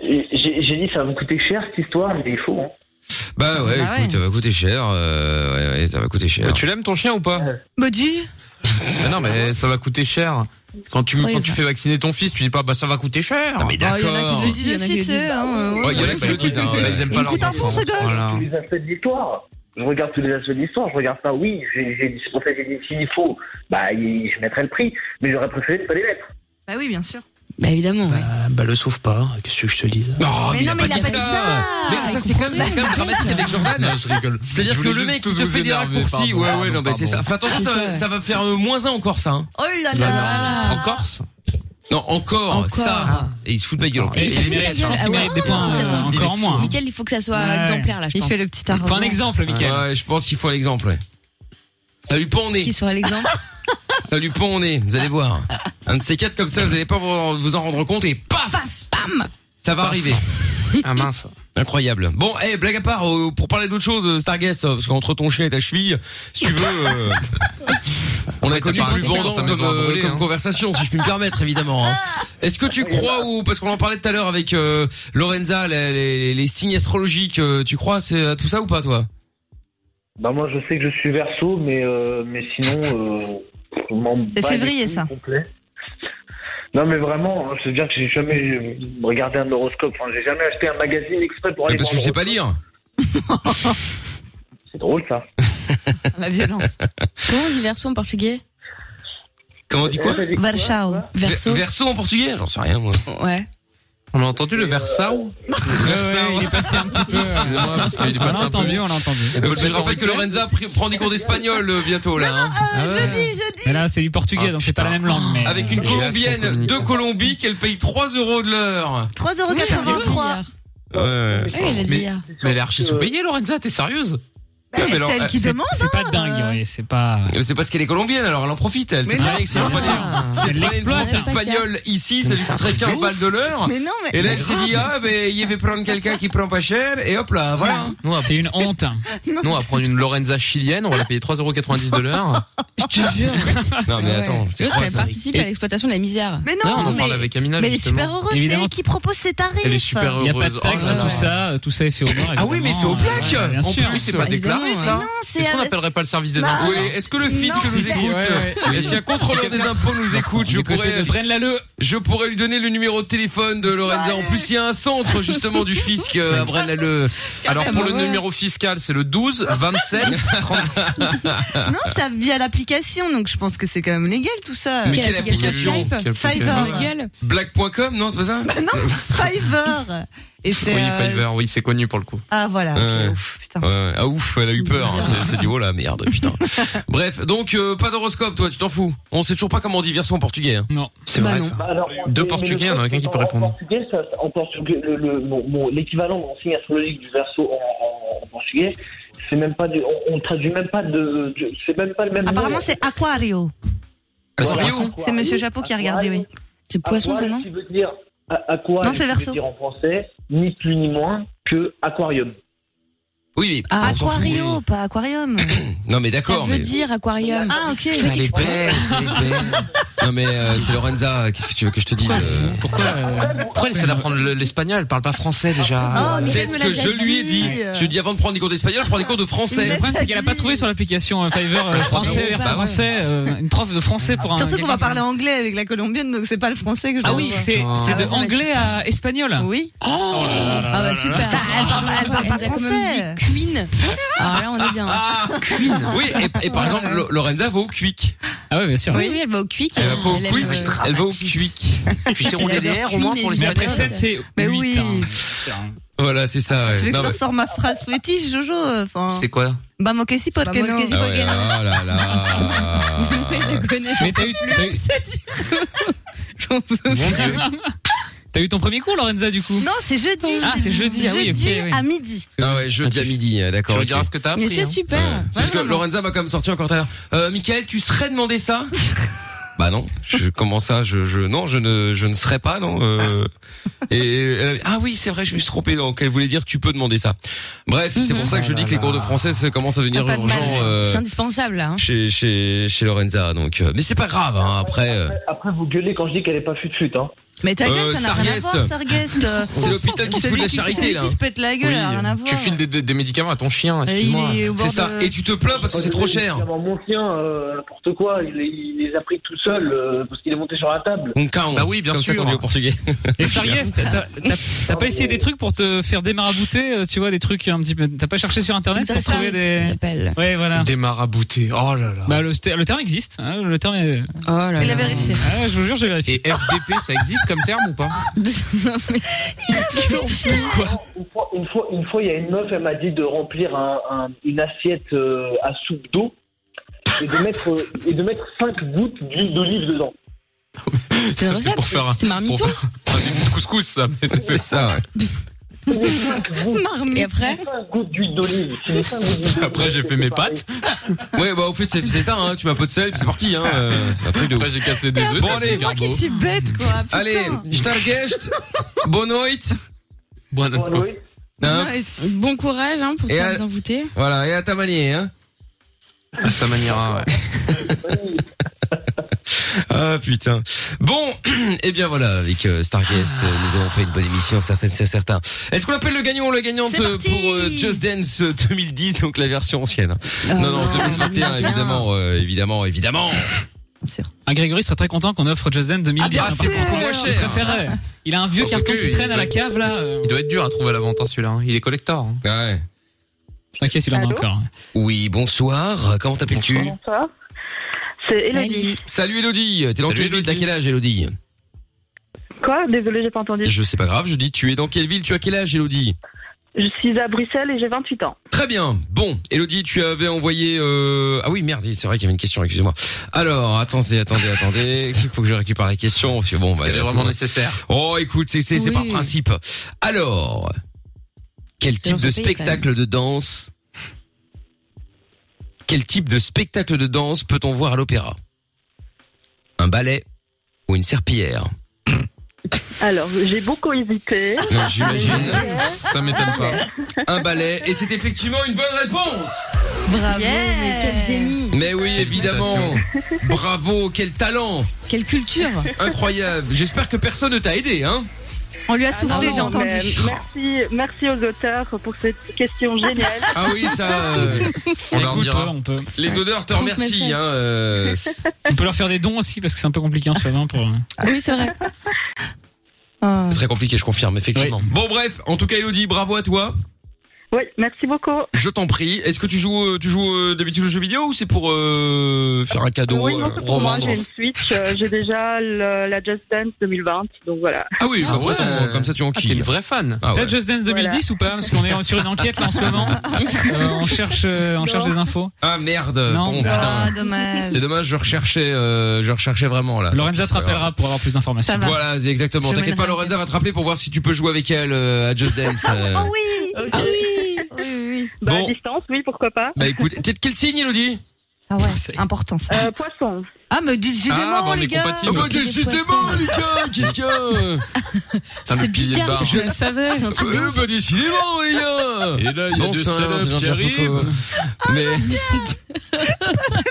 Et J'ai j'ai dit, ça va me coûter cher cette histoire, mais il faut. hein. Bah ouais, écoute, ça va coûter cher. euh, ouais, ouais, ça va coûter cher. Tu l'aimes ton chien ou pas Bah dis. Ah non, mais ça va coûter cher. Quand tu, Oui, quand tu bah. fais vacciner ton fils, tu dis pas, bah ça va coûter cher. Non, mais Ah, il y en a qui le Il y disent en a aussi, qui tu le sais. disent. hein, euh, ouais. il y en a qui le disent, hein, ouais. bah, Ils aiment pas Il leur fout un enfant. fond, ce gars. Voilà. tous les aspects de l'histoire. Je regarde tous les aspects de l'histoire. Je regarde ça. Oui, j'ai j'ai dit, c'est pour ça que j'ai dit s'il faut, bah, il- je mettrais le prix. Mais j'aurais préféré ne pas les mettre. Bah oui, bien sûr. Oh, Bah évidemment. Bah le sauve pas, qu'est-ce que je te dis Non, mais, Mais il non, a mais pas il a dit pas ça. dit ça. Mais ça, c'est quand même, c'est quand même dramatique avec Jordan. C'est-à-dire que le mec, il te fait des raccourcis. Ouais, ouais, non, bah c'est ça. Fais attention, ça, va- ça va faire euh, moins un en Corse, hein. Oh là là. En Corse Non, encore, Encore. ça. Et il se fout de ma gueule. en plus. Et il mérite, hein, il mérite des points euh, encore Ah. moins. hein. Mickaël, il faut que ça soit Ouais. exemplaire là, je Il pense. fait le petit arbre. Faut un exemple, Mickaël. Ouais, je pense qu'il faut un exemple, ouais. Ça lui pend au nez. Qui sera l'exemple Ça lui pend au nez, vous allez voir. Un de ces quatre comme ça, vous allez pas vous vous en rendre compte et paf Pam Ça va arriver. Ah mince. Incroyable. Bon, eh blague à part, euh, pour parler d'autre chose, euh, Starguest, euh, parce qu'entre ton chien et ta cheville, si tu veux, euh, on a connu t'as pas plus raconté, vendant sa comme, maison a euh, brûlé, comme hein. conversation, si je puis me permettre, évidemment. hein. Est-ce que tu crois ou parce qu'on en parlait tout à l'heure avec euh, Lorenza, les, les- les signes astrologiques, euh, tu crois à ce- à tout ça ou pas, toi Bah moi je sais que je suis verso mais euh, mais sinon euh, je m'en C'est bats les février, couilles ça. complet. Non mais vraiment, hein, je veux dire que j'ai jamais regardé un horoscope, enfin, j'ai jamais acheté un magazine exprès pour aller Parce voir que je sais l'horoscope. pas lire. C'est drôle ça. La violence. Comment on dit verso en portugais Comment on dit quoi Varchao. Verso. Verso en portugais J'en sais rien, moi. Ouais. On a entendu le Versao il est passé un petit peu. Excusez-moi, parce qu'il est euh, On l'a passé un peu. entendu, on l'a entendu. je rappelle que Lorenza a pris- prend des cours d'espagnol euh, bientôt là. hein. Mais là, c'est du portugais, donc c'est pas la même langue. Mais euh, Avec une colombienne de Colombie qu'elle paye 3 euros de l'heure. 3,83€. Ouais. Oui, il a dit Mais- hier. Mais elle est archi sous-payée, Lorenza, t'es sérieuse Ouais, mais alors, C'est elle qui c'est- demande. c'est pas dingue, oui, c'est pas. Mais C'est parce qu'elle est colombienne, alors elle en profite. Elle sait Mais très non, bien que si elle bien prenait, si elle Elle prenait l'exploite. une prof Elle est pas espagnole ici, ça lui coûterait 15 balles de l'heure. Mais non, mais. Et là, elle s'est dit, ah, ben, il va prendre quelqu'un qui prend pas cher, et hop là, voilà. Nous, on va, C'est une honte. nous, on va prendre une Lorenza chilienne, on va la payer 3,90€ de l'heure. Je te jure. Non, Ah, mais attends, c'est L'autre, quoi elle ça participe à l'exploitation de la misère. Mais Non, on non, en parle mais. avec Amina, Mais elle est justement. super heureuse, c'est Évidemment. elle qui propose ses tarifs. Elle est super Il heureuse. n'y a pas de taxe, Oh là tout là. ça, euh, tout ça est fait au noir. Ah oui, mais c'est au black. évidemment. Ouais, Bien En sûr. plus, C'est pas déclaré, Bah, évidemment, hein. ça Non, c'est. Est-ce qu'on n'appellerait pas le service des Bah, impôts Oui, est-ce que le fils Non, que nous si, si, écoute, ouais, ouais. est-ce qu'un contrôleur des impôts nous écoute, je Du côté pourrais, de Bren Laleu. je pourrais lui donner le numéro de téléphone de Lorenza. En plus, il y a un centre, justement, du fisc euh, à Braine-l'Alleud. Alors, pour le ouais. numéro fiscal, c'est le 12, 27, 30. Non, ça via l'application, donc je pense que c'est quand même légal tout ça. Mais quelle application Skype Quelle application Fiverr. Ma gueule. Black.com, non, c'est pas ça Bah non, Fiverr. Et c'est. Oui, euh, Fiverr, oui, c'est connu pour le coup. Ah voilà. ok, Ouais. ouf, putain. Ouais, ouais. ah ouf, elle a eu peur. hein. Bizarre. C'est- C'est du haut la merde, putain. Bref, donc euh, pas d'horoscope, toi, tu t'en fous. On sait toujours pas comment on dit version en portugais. hein. Non. C'est Bah vrai, non. ça. Bah, alors, Deux mais- Portugais, mais le il y en a truc, quelqu'un c'est qui peut qu'en- répondre. En portugais, ça- en portugais, le- le- mon- mon- l'équivalent de mon signe astrologique du verso en, en- en portugais, C'est même pas du, on, on traduit même pas de, de- c'est même pas le même. Apparemment, mot. c'est aquario. Ah, Voilà. C'est Monsieur Japot qui a regardé, oui. C'est poisson, ça, non Qui veut dire à, à quoi Non, c'est qui veut verso. dire en français ni plus ni moins que aquarium. Oui, Ah, aquario, pas aquarium. Non mais Ça d'accord. veut mais- dire aquarium. Ah, ok. Elle est belle, elle est belle. Non mais euh, c'est Lorenza, qu'est-ce que tu veux que je te dise euh, Pourquoi, euh, pourquoi elle essaie d'apprendre le- l'espagnol Elle parle pas français déjà. C'est ce que je lui ai dit. Je lui ai dit avant de prendre des cours d'espagnol, prends des cours de Le français. problème, c'est qu'elle a pas trouvé sur l'application euh, Fiverr euh, français, vers Bah ouais. français, euh, une prof de français pour un. Surtout qu'on va parler anglais avec la colombienne, donc c'est pas le français que je Ah dois oui, voir. c'est c'est de anglais à espagnol. Oui. Oh là là là Ah là bah là super. là. Elle parle- elle parle pas elle nous a quand même dit Queen. Ah là on est bien. Queen. Oui, et, et par exemple, Lo- Lorenza va au Quick. Ah ouais, bien sûr. Oui, oui, elle va au quick. Elle va Ah, pas au aime, Quick, euh, elle va au Quick. Puis c'est Elle adore derrière au moins Queen pour et les Disney. appeler. Mais après, sept, Mais oui. hein. Voilà, c'est ça. ouais. Tu veux que Non, je mais- sorte ma phrase fétiche, Jojo enfin, C'est quoi Bah, moi, qu'est-ce que Bah, moi, qu'est-ce que Ah ouais, ah là là. Mais t'as eu, t'as eu- J'en peux plus. T'as eu ton premier cours, Lorenza, du coup Non, c'est jeudi. Ah, c'est jeudi, ah oui, ok, Jeudi oui. à midi. Ah ouais, jeudi à midi, euh, d'accord. Tu ok. rediras ce que t'as hein. Mais c'est super. Parce que Lorenza m'a quand même sorti encore tout à l'heure. Euh, Michael, tu serais demandé ça Bah non, je, comment ça je, je non, je ne je ne serais pas non. euh, et elle avait- ah oui, c'est vrai, je me suis trompé. Donc elle voulait dire tu peux demander ça. Bref, c'est pour ça que je dis que les cours de français ça commence à Ah, devenir urgent euh, C'est indispensable là. hein. chez chez chez Lorenza. Donc euh, mais c'est pas grave hein, après euh, Après, vous gueulez quand je dis qu'elle est pas fut-fut, hein. Mais ta gueule, Euh, ça n'a rien à Starguest. voir, Starguest. euh, C'est l'hôpital qui se fout de la celui charité, celui là. qui se pète la gueule, Oui, elle a rien à voir. Tu files des, des- des médicaments à ton chien, Et il excuse-moi. est au bord c'est ça. de- Et tu te plains parce que c'est trop cher. Euh, Mon chien, euh, n'importe quoi, il, les- il les a pris tout seul euh, parce qu'il est monté sur la table. Un cão, Bah oui, bien comme ça sûr. qu'on dit au portugais. Et Starguest, t'as- t'as- t'as pas essayé des trucs pour te faire démarabouter, euh, tu vois, des trucs un petit peu. T'as pas cherché sur internet pour trouver Ça des. s'appelle. Ouais, voilà. Des maraboutés. Oh là là. Bah, le, st- le terme existe. hein, le terme est. Oh là là. vérifié. Ah, je vous jure, j'ai Et vérifié. FDP, ça existe comme terme ou pas Non, mais- Une fois, une fois, une fois, il y a une meuf, elle m'a dit de remplir un, un- une assiette euh, à soupe d'eau et de mettre euh, et de mettre cinq gouttes d'huile d'olive dedans. C'est une recette. pour faire un- C'est marmiton. pour Ah, du couscous, ça. mais c'est- C'est ça. ouais. Et après, Cinq gouttes d'huile d'olive. Si les cinq gouttes d'huile d'olive- Après, j'ai fait mes pâtes. Ouais, bah au fait c'est c'est ça. Hein, tu m'as pot de sel, puis c'est parti. Hein, euh, c'est un truc de ouf. Après, j'ai cassé des œufs. Bon, ça, allez. c'est Moi Oh, qui garbo. suis bête, quoi. putain. Allez, Starguest, bonne nuit. Bon, Bon, non. Aloé, Hein Ouais, bon courage hein, pour Et toi à- vous envoûter. Voilà, et à ta manière. Hein Ah, c'est ta manière, hein, ouais. ah putain. Bon, et bien voilà, avec euh, Starguest, euh, nous avons fait une bonne émission, certaines c'est certain. Est-ce qu'on appelle le gagnant ou la gagnante C'est euh, parti pour euh, Just Dance 2010, donc la version ancienne Non, Oh, non, 2021, évidemment, euh, évidemment, évidemment. Ah, Grégory serait très content qu'on offre Just Dance 2010. Ah, c'est beaucoup moins Il cher. préférait. Ah, Il a un vieux Oh, carton oui, qui oui, traîne à la oui. cave là. euh. Il doit être dur à trouver à la vente, hein, celui-là. hein. Il est collector. hein. Ouais. T'inquiète, il en a Allô encore. Oui, bonsoir. Comment t'appelles-tu Bonsoir. Euh, C'est Elodie. Salut. Salut Elodie. T'es dans Salut, quelle ville T'as Élodie. quel âge Elodie Quoi Désolée, j'ai pas entendu. Je sais pas grave. Je dis tu es dans quelle ville Tu as quel âge Elodie Je suis à Bruxelles et j'ai 28 ans. Très bien. Bon, Elodie, tu avais envoyé. Euh... Ah oui, merde, c'est vrai qu'il y avait une question. Excusez-moi. Alors, attendez, attendez, attendez. Il faut que je récupère la question. Parce que bon, Parce bah, qu'elle est là, vraiment tout le monde- nécessaire. Oh, écoute, c'est c'est c'est Oui. par principe. Alors, quel type dans de ce pays, quand spectacle de danse Quel type de spectacle de danse peut-on voir à l'opéra Un ballet ou une serpillière Alors, j'ai beaucoup hésité. Non, j'imagine. Ça m'étonne pas. Un ballet. Et c'est effectivement une bonne réponse. Bravo, mais quel Euh, génie, Mais oui, évidemment. Bravo, quel talent. quelle culture. Incroyable. J'espère que personne ne t'a aidé, hein On Ah, lui a Non, soufflé, non, j'ai entendu. mais Merci, merci aux auteurs pour cette question géniale. Ah oui, ça. euh, On leur Écoute, dira. On peut, les odeurs te remercient. Hein, euh, c'est on peut leur faire des dons aussi parce que c'est un peu compliqué en ce moment pour. Oui, c'est vrai. Ah. très compliqué, je confirme, effectivement. Oui. Bon, bref. En tout cas, Elodie, bravo à toi. Oui, merci beaucoup. Je t'en prie. Est-ce que tu joues, euh, tu joues euh, d'habitude aux jeux vidéo ou c'est pour euh, faire un cadeau oui, non, euh, c'est pour moi, revendre j'ai une Switch. euh, j'ai déjà le- la Just Dance 2020, donc voilà. Ah oui, Ah comme, ça, ouais. t'en- comme ça, tu en Ah, t'es une kills. vraie fan. Ah T'as ouais. Just Dance 2010 ou pas Parce qu'on est sur une enquête là en ce moment. Euh, on cherche, euh, on cherche des infos. Ah, merde. Non. Bon, putain. Ah, dommage. C'est dommage, je recherchais, euh, je recherchais vraiment là. Lorenza C'est te pas grave. rappellera pour avoir plus Ça d'informations. va. Voilà, c'est exactement. Je T'inquiète pas, mènerai Lorenza va te rappeler pour voir si tu peux jouer avec elle euh, à Just Dance. euh. Oh oui, Ok. ah oui, oui, oui, oui. Bah, Bon. à distance, oui, pourquoi pas. Bah écoute, t'es de quel signe, Elodie Ah ouais, important ça. Euh, poisson. Ah, mais décidément, Ah, bah, on est les gars. compatibles. Ah, bah, décidément, les gars, qu'est-ce qu'il y a C'est bizarre, je le savais. C'est un truc Euh, bah, décidément, les gars. Et là, il y a Bon deux sang, salopes c'est qui Jean-Pierre arrivent. Foucault. Mais...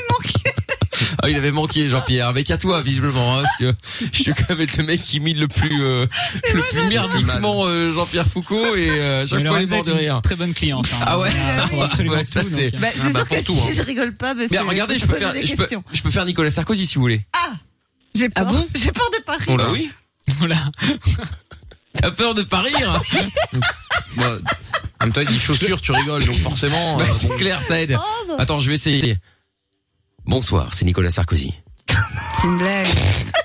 Ah, il avait manqué, Jean-Pierre. Mais qu'à toi, visiblement, hein, parce que je suis quand même être le mec qui mine le plus, euh, le plus merdiquement euh, Jean-Pierre Foucault et euh, à chaque Mais fois il est Lorenza mort de est une rire. Très bonne cliente. hein. Ah ouais, Pour absolument Ouais, ça tout, c'est. donc, euh. Bah, Ah, c'est bah, sûr pour que tout, si hein. je rigole pas, mais Mais c'est- regardez, je me peux pose faire, des je peux, questions. Ah, je peux faire Nicolas Sarkozy si vous voulez. J'ai peur. Ah bon J'ai peur de Paris. Oh là oui. T'as peur de Paris hein Bah, en même temps, il dit chaussures, tu rigoles, donc forcément. Bah, euh, c'est bon. clair, ça aide. Oh, bah. Attends, je vais essayer. Bonsoir, c'est Nicolas Sarkozy. C'est une blague.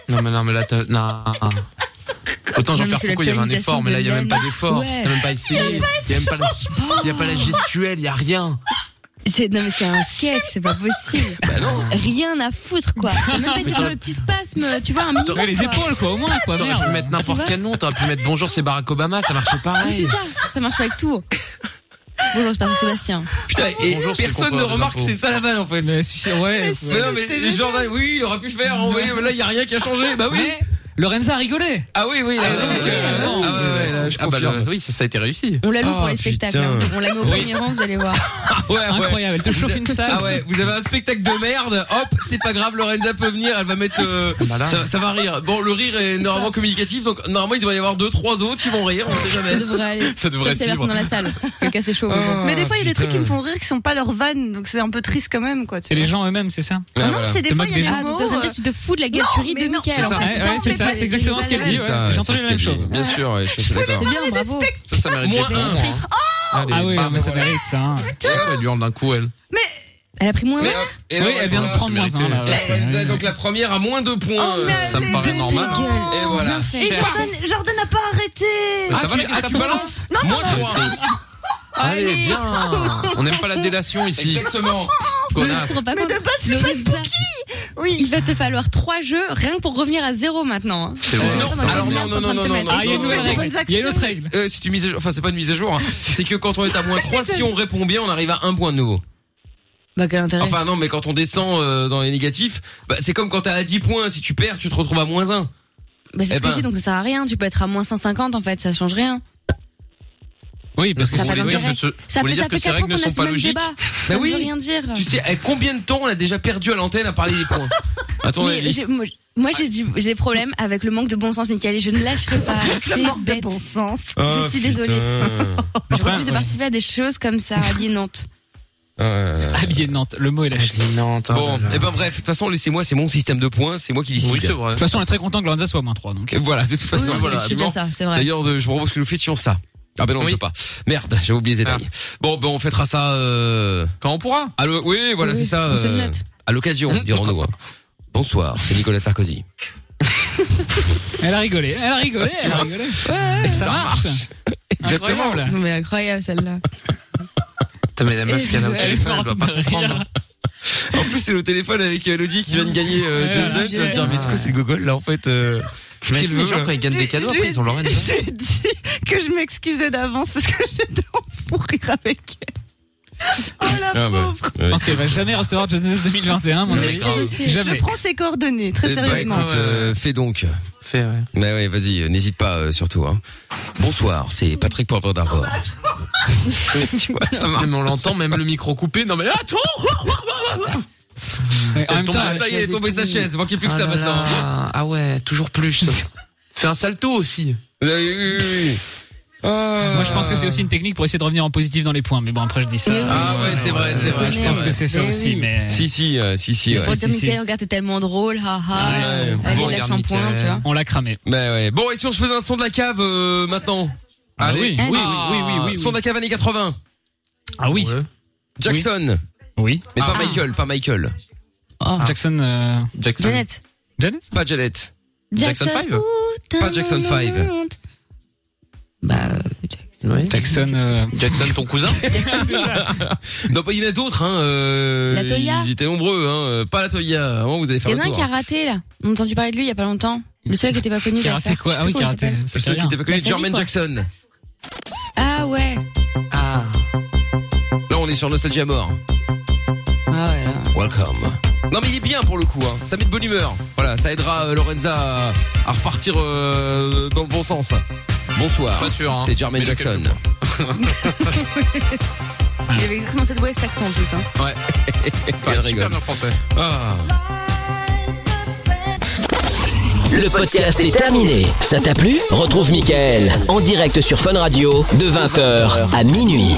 Non, mais non, mais là, t'as- non. Autant Non, mais Jean-Pierre c'est la Foucault, il y avait un validation effort, mais là, il y a de même pas Lana. d'effort. Ouais. T'as même pas essayé. Il y a pas Il y a même pas la, il y a pas la gestuelle, il y a rien. C'est- Non mais c'est un sketch, c'est pas possible. Rien à foutre quoi. Même pas essayer de faire le petit spasme, tu vois un minimum. quoi. quoi, au moins, quoi, T'aurais merde. pu mettre Tu n'importe vois quel nom, t'aurais pu mettre bonjour, c'est Barack Obama, ça marchait Ah, mais pareil. c'est ça, ça marche pas avec tout. Bonjour, j'espère que Sébastien. Putain, et Bonjour, c'est le personne ne comptoir des remarque, impôts. c'est ça la vanne en fait. Mais si, ouais. Mais non, mais Jordan, oui, il aurait pu faire, on voyait, mais là, il y a rien qui a changé. Bah oui. Mais Lorenza a rigolé. Ah oui, oui. là, donc, euh, ah ouais, ouais, là, je Ah bah, confirme. le- oui, ça, ça a été réussi. On la loue pour les putain. spectacles. hein. On la met au Oui. premier rang, vous allez voir. Ouais, ouais. Incroyable, elle te Vous chauffe a- une salle. Ah ouais, vous avez un spectacle de merde, hop, c'est pas grave, Lorenza peut venir, elle va mettre, euh, là. ça, ça va rire. Bon, le rire est normalement communicatif, donc normalement il doit y avoir deux, trois autres qui vont rire, on sait Ça jamais. devrait aller. Ça devrait Sauf s'il y a suivre. personne dans la salle. Le cas c'est chaud. mais bon. Mais des fois, il y a des putain. trucs qui me font rire qui sont pas leur vanne, donc c'est un peu triste quand même, quoi. tu C'est les vois. gens eux-mêmes, c'est ça Ah non, c'est des Te fois, moques il y a gens. des euh, Ah, t'es en train de dire que tu te fous de la gueule, tu ris de mais non, Michael. c'est en ça. fait. Ouais, ça, ouais, on c'est fait ça, pas c'est des- exactement des ce qu'elle dit. balages. ouais. J'ai entendu la même chose. Bien sûr, ouais, je suis assez d'accord. C'est bien, bravo. Ça, ça mérite Moins des un. points, hein. Allez, Ah oui, bam, mais ça voilà. mérite ça. hein. bah, Ouais, Elle lui en d'un coup, elle. Elle a pris moins. Mais, un et Oui, Lorenza- elle vient de prendre c'est moins un là. mérité. ouais. Lorenza, donc la première à moins deux points. euh, Oh, mais- Ça me paraît normal. Ta gueule. Et voilà. Bien fait. Et Jordan, Jordan n'a pas arrêté. Mais Ah, ça va, tu- les gars, ah, t'as tu pas balances Moins trois. Allez, bien. On n'aime pas la délation ici. Exactement. Tu te Connasse. rends pas compte Lorenza, Oui. il va te falloir trois jeux rien que pour revenir à zéro maintenant. hein. C'est vrai. Non, Dans quelle alors non, non, merde t'es en train non, de te non, mettre non, Ah, il y a une nouvelle Bonnes règle. Il y a une autre actions. règle. Euh, c'est une mise à jour, enfin c'est pas une mise à jour, hein. c'est que quand on est à moins 3, si on répond bien, on arrive à un point de nouveau. Bah quel intérêt Enfin non, mais quand on descend euh, dans les négatifs, bah, c'est comme quand t'es à 10 points, si tu perds, tu te retrouves à moins 1. Bah eh c'est ce ben. que je dis, donc ça sert à rien. Tu peux être à moins 150 en fait, ça change rien. Oui, parce que Ça Vous n'a voulez pas dire d'intérêt. que ce- Ça vous fait voulez ça dire que fait ces 4 ans règles qu'on ne a sont ce pas même logiques débat. Ça Bah ne oui. veut rien dire. Tu sais, eh, combien de temps on a déjà perdu à l'antenne à parler des points À ton Mais avis j'ai- moi, moi, j'ai du- j'ai des problèmes avec le manque de bon sens, Michael, et je ne lâcherai pas. C'est Manque de bête. bon sens. Ah, je suis désolée. putain. Je refuse de Ouais. participer à des choses comme ça aliénantes. Ah, là, là, là. Aliénante, le mot est lâché. De Bon, et ben bref, de toute façon, laissez-moi, c'est mon système de points, c'est moi qui décide. Oui, c'est vrai. toute façon, on est très content que Lorenza soit moins 3. Donc. Et voilà, de toute façon, oui, voilà. c'est bon. déjà ça, c'est vrai. D'ailleurs, de- je vous propose que nous fêtions ça. Ah ben non, on Oui. Ah. peut pas. Merde, j'avais oublié les détails. Bon, ben on fêtera ça. Euh... Quand on pourra. Allô, oui, voilà, Oui, c'est ça. on se le euh, note. À l'occasion, Mmh. dirons-nous. hein. Bonsoir, c'est Nicolas Sarkozy. Elle a rigolé, elle a rigolé, elle a rigolé. Ouais, ouais. Ça marche. Exactement. Incroyable. Non, mais incroyable celle-là. Putain, mais la meuf qui en a au Ouais. téléphone, elle doit pas comprendre. En plus, c'est le téléphone avec euh, Elodie qui vient de gagner euh, Ouais, Just ouais, Dance. Tu vas te dire, mais c'est quoi, c'est le gogol là en fait euh, qu'est-ce qu'elle T'imagines les veut, gens là quand ils gagnent hein. des cadeaux, après ils ont hein. Lorenza. Je lui ai dit que je m'excusais d'avance parce que j'étais en fou rire avec elle. Oh la Ah, bah, pauvre. Je ouais. pense qu'elle va jamais recevoir de Business 2021, mon Ouais, avis. grave. Jamais. Je prends ses coordonnées, très Eh ben, sérieusement. écoute, euh, fais donc. Fait, ouais. Mais ouais, vas-y, euh, n'hésite pas euh, surtout. Hein. Bonsoir, c'est Patrick Poivre d'Arvor. tu vois, ça marche. Mais on l'entend, même le micro coupé. Non, mais attends! Ouais, en Elle même tombe temps, dans Ah, ça y est, elle est tombée de sa chaise. Manquait Oh plus que ça Ah là maintenant. là. Ah ouais, toujours plus. Fais un salto aussi. Oui, oui, oui. Ah. moi je pense que c'est aussi une technique pour essayer de revenir en positif dans les points. Mais bon, après je dis ça. Mais oui. Ah ouais, c'est vrai, c'est vrai, Eh Je c'est pense vrai. que c'est ça Mais aussi, oui. mais. Si, si, euh, si, si. Pour Ouais. dire, si, si. Oh, Michael, regarde, t'es tellement drôle, haha. Ouais. Allez, Bon, lâche regarde, un point, Michael. tu vois. On l'a cramé. Mais ouais. Bon, et si on se faisait un son de la cave euh, maintenant Ah Allez. oui, oui, oui, oui, oui, oui, oui. Son de la cave années 80. Ah oui, Ouais. Jackson. oui. Mais pas Ah. Michael, pas Michael. Ah, Jackson, euh... Jackson. Janet. Janet Pas Janet. Jackson five ouh, Pas Jackson ta- five. Bah, Ouais. Jackson, euh... Jackson, ton cousin? Non, pas il y en a d'autres. Hein, euh, La Toya. Ils étaient nombreux. Hein, euh, pas la Toya. Avant, vous allez faire il y le en a un tour. qui a raté, là. On a entendu parler de lui il y a pas longtemps. Le seul qui était pas connu. qui a raté d'affaire. quoi Ah oui, Je qui sais a pas raté. comment il Ceux Ça qui fait Bah, rien. n'étaient pas connus, Bah, ça dit, Jermaine quoi. Jackson. s'appelle. Ah ouais. Ah. est sur Nostalgie à mort. Ah ouais, là. Welcome. Non mais il est bien pour le coup, hein. ça met de bonne humeur. Voilà, ça aidera euh, Lorenza à, à repartir euh, dans le bon sens. Bonsoir. Pas sûr, hein. C'est Jermaine Mais lequel Jackson. Il avait exactement cette voix et cet accent en plus. Hein. Ouais. Elle super rigole. bien français. Ah. Le podcast est terminé. Ça t'a plu Retrouve Mickaël en direct sur Fun Radio de 20h à minuit.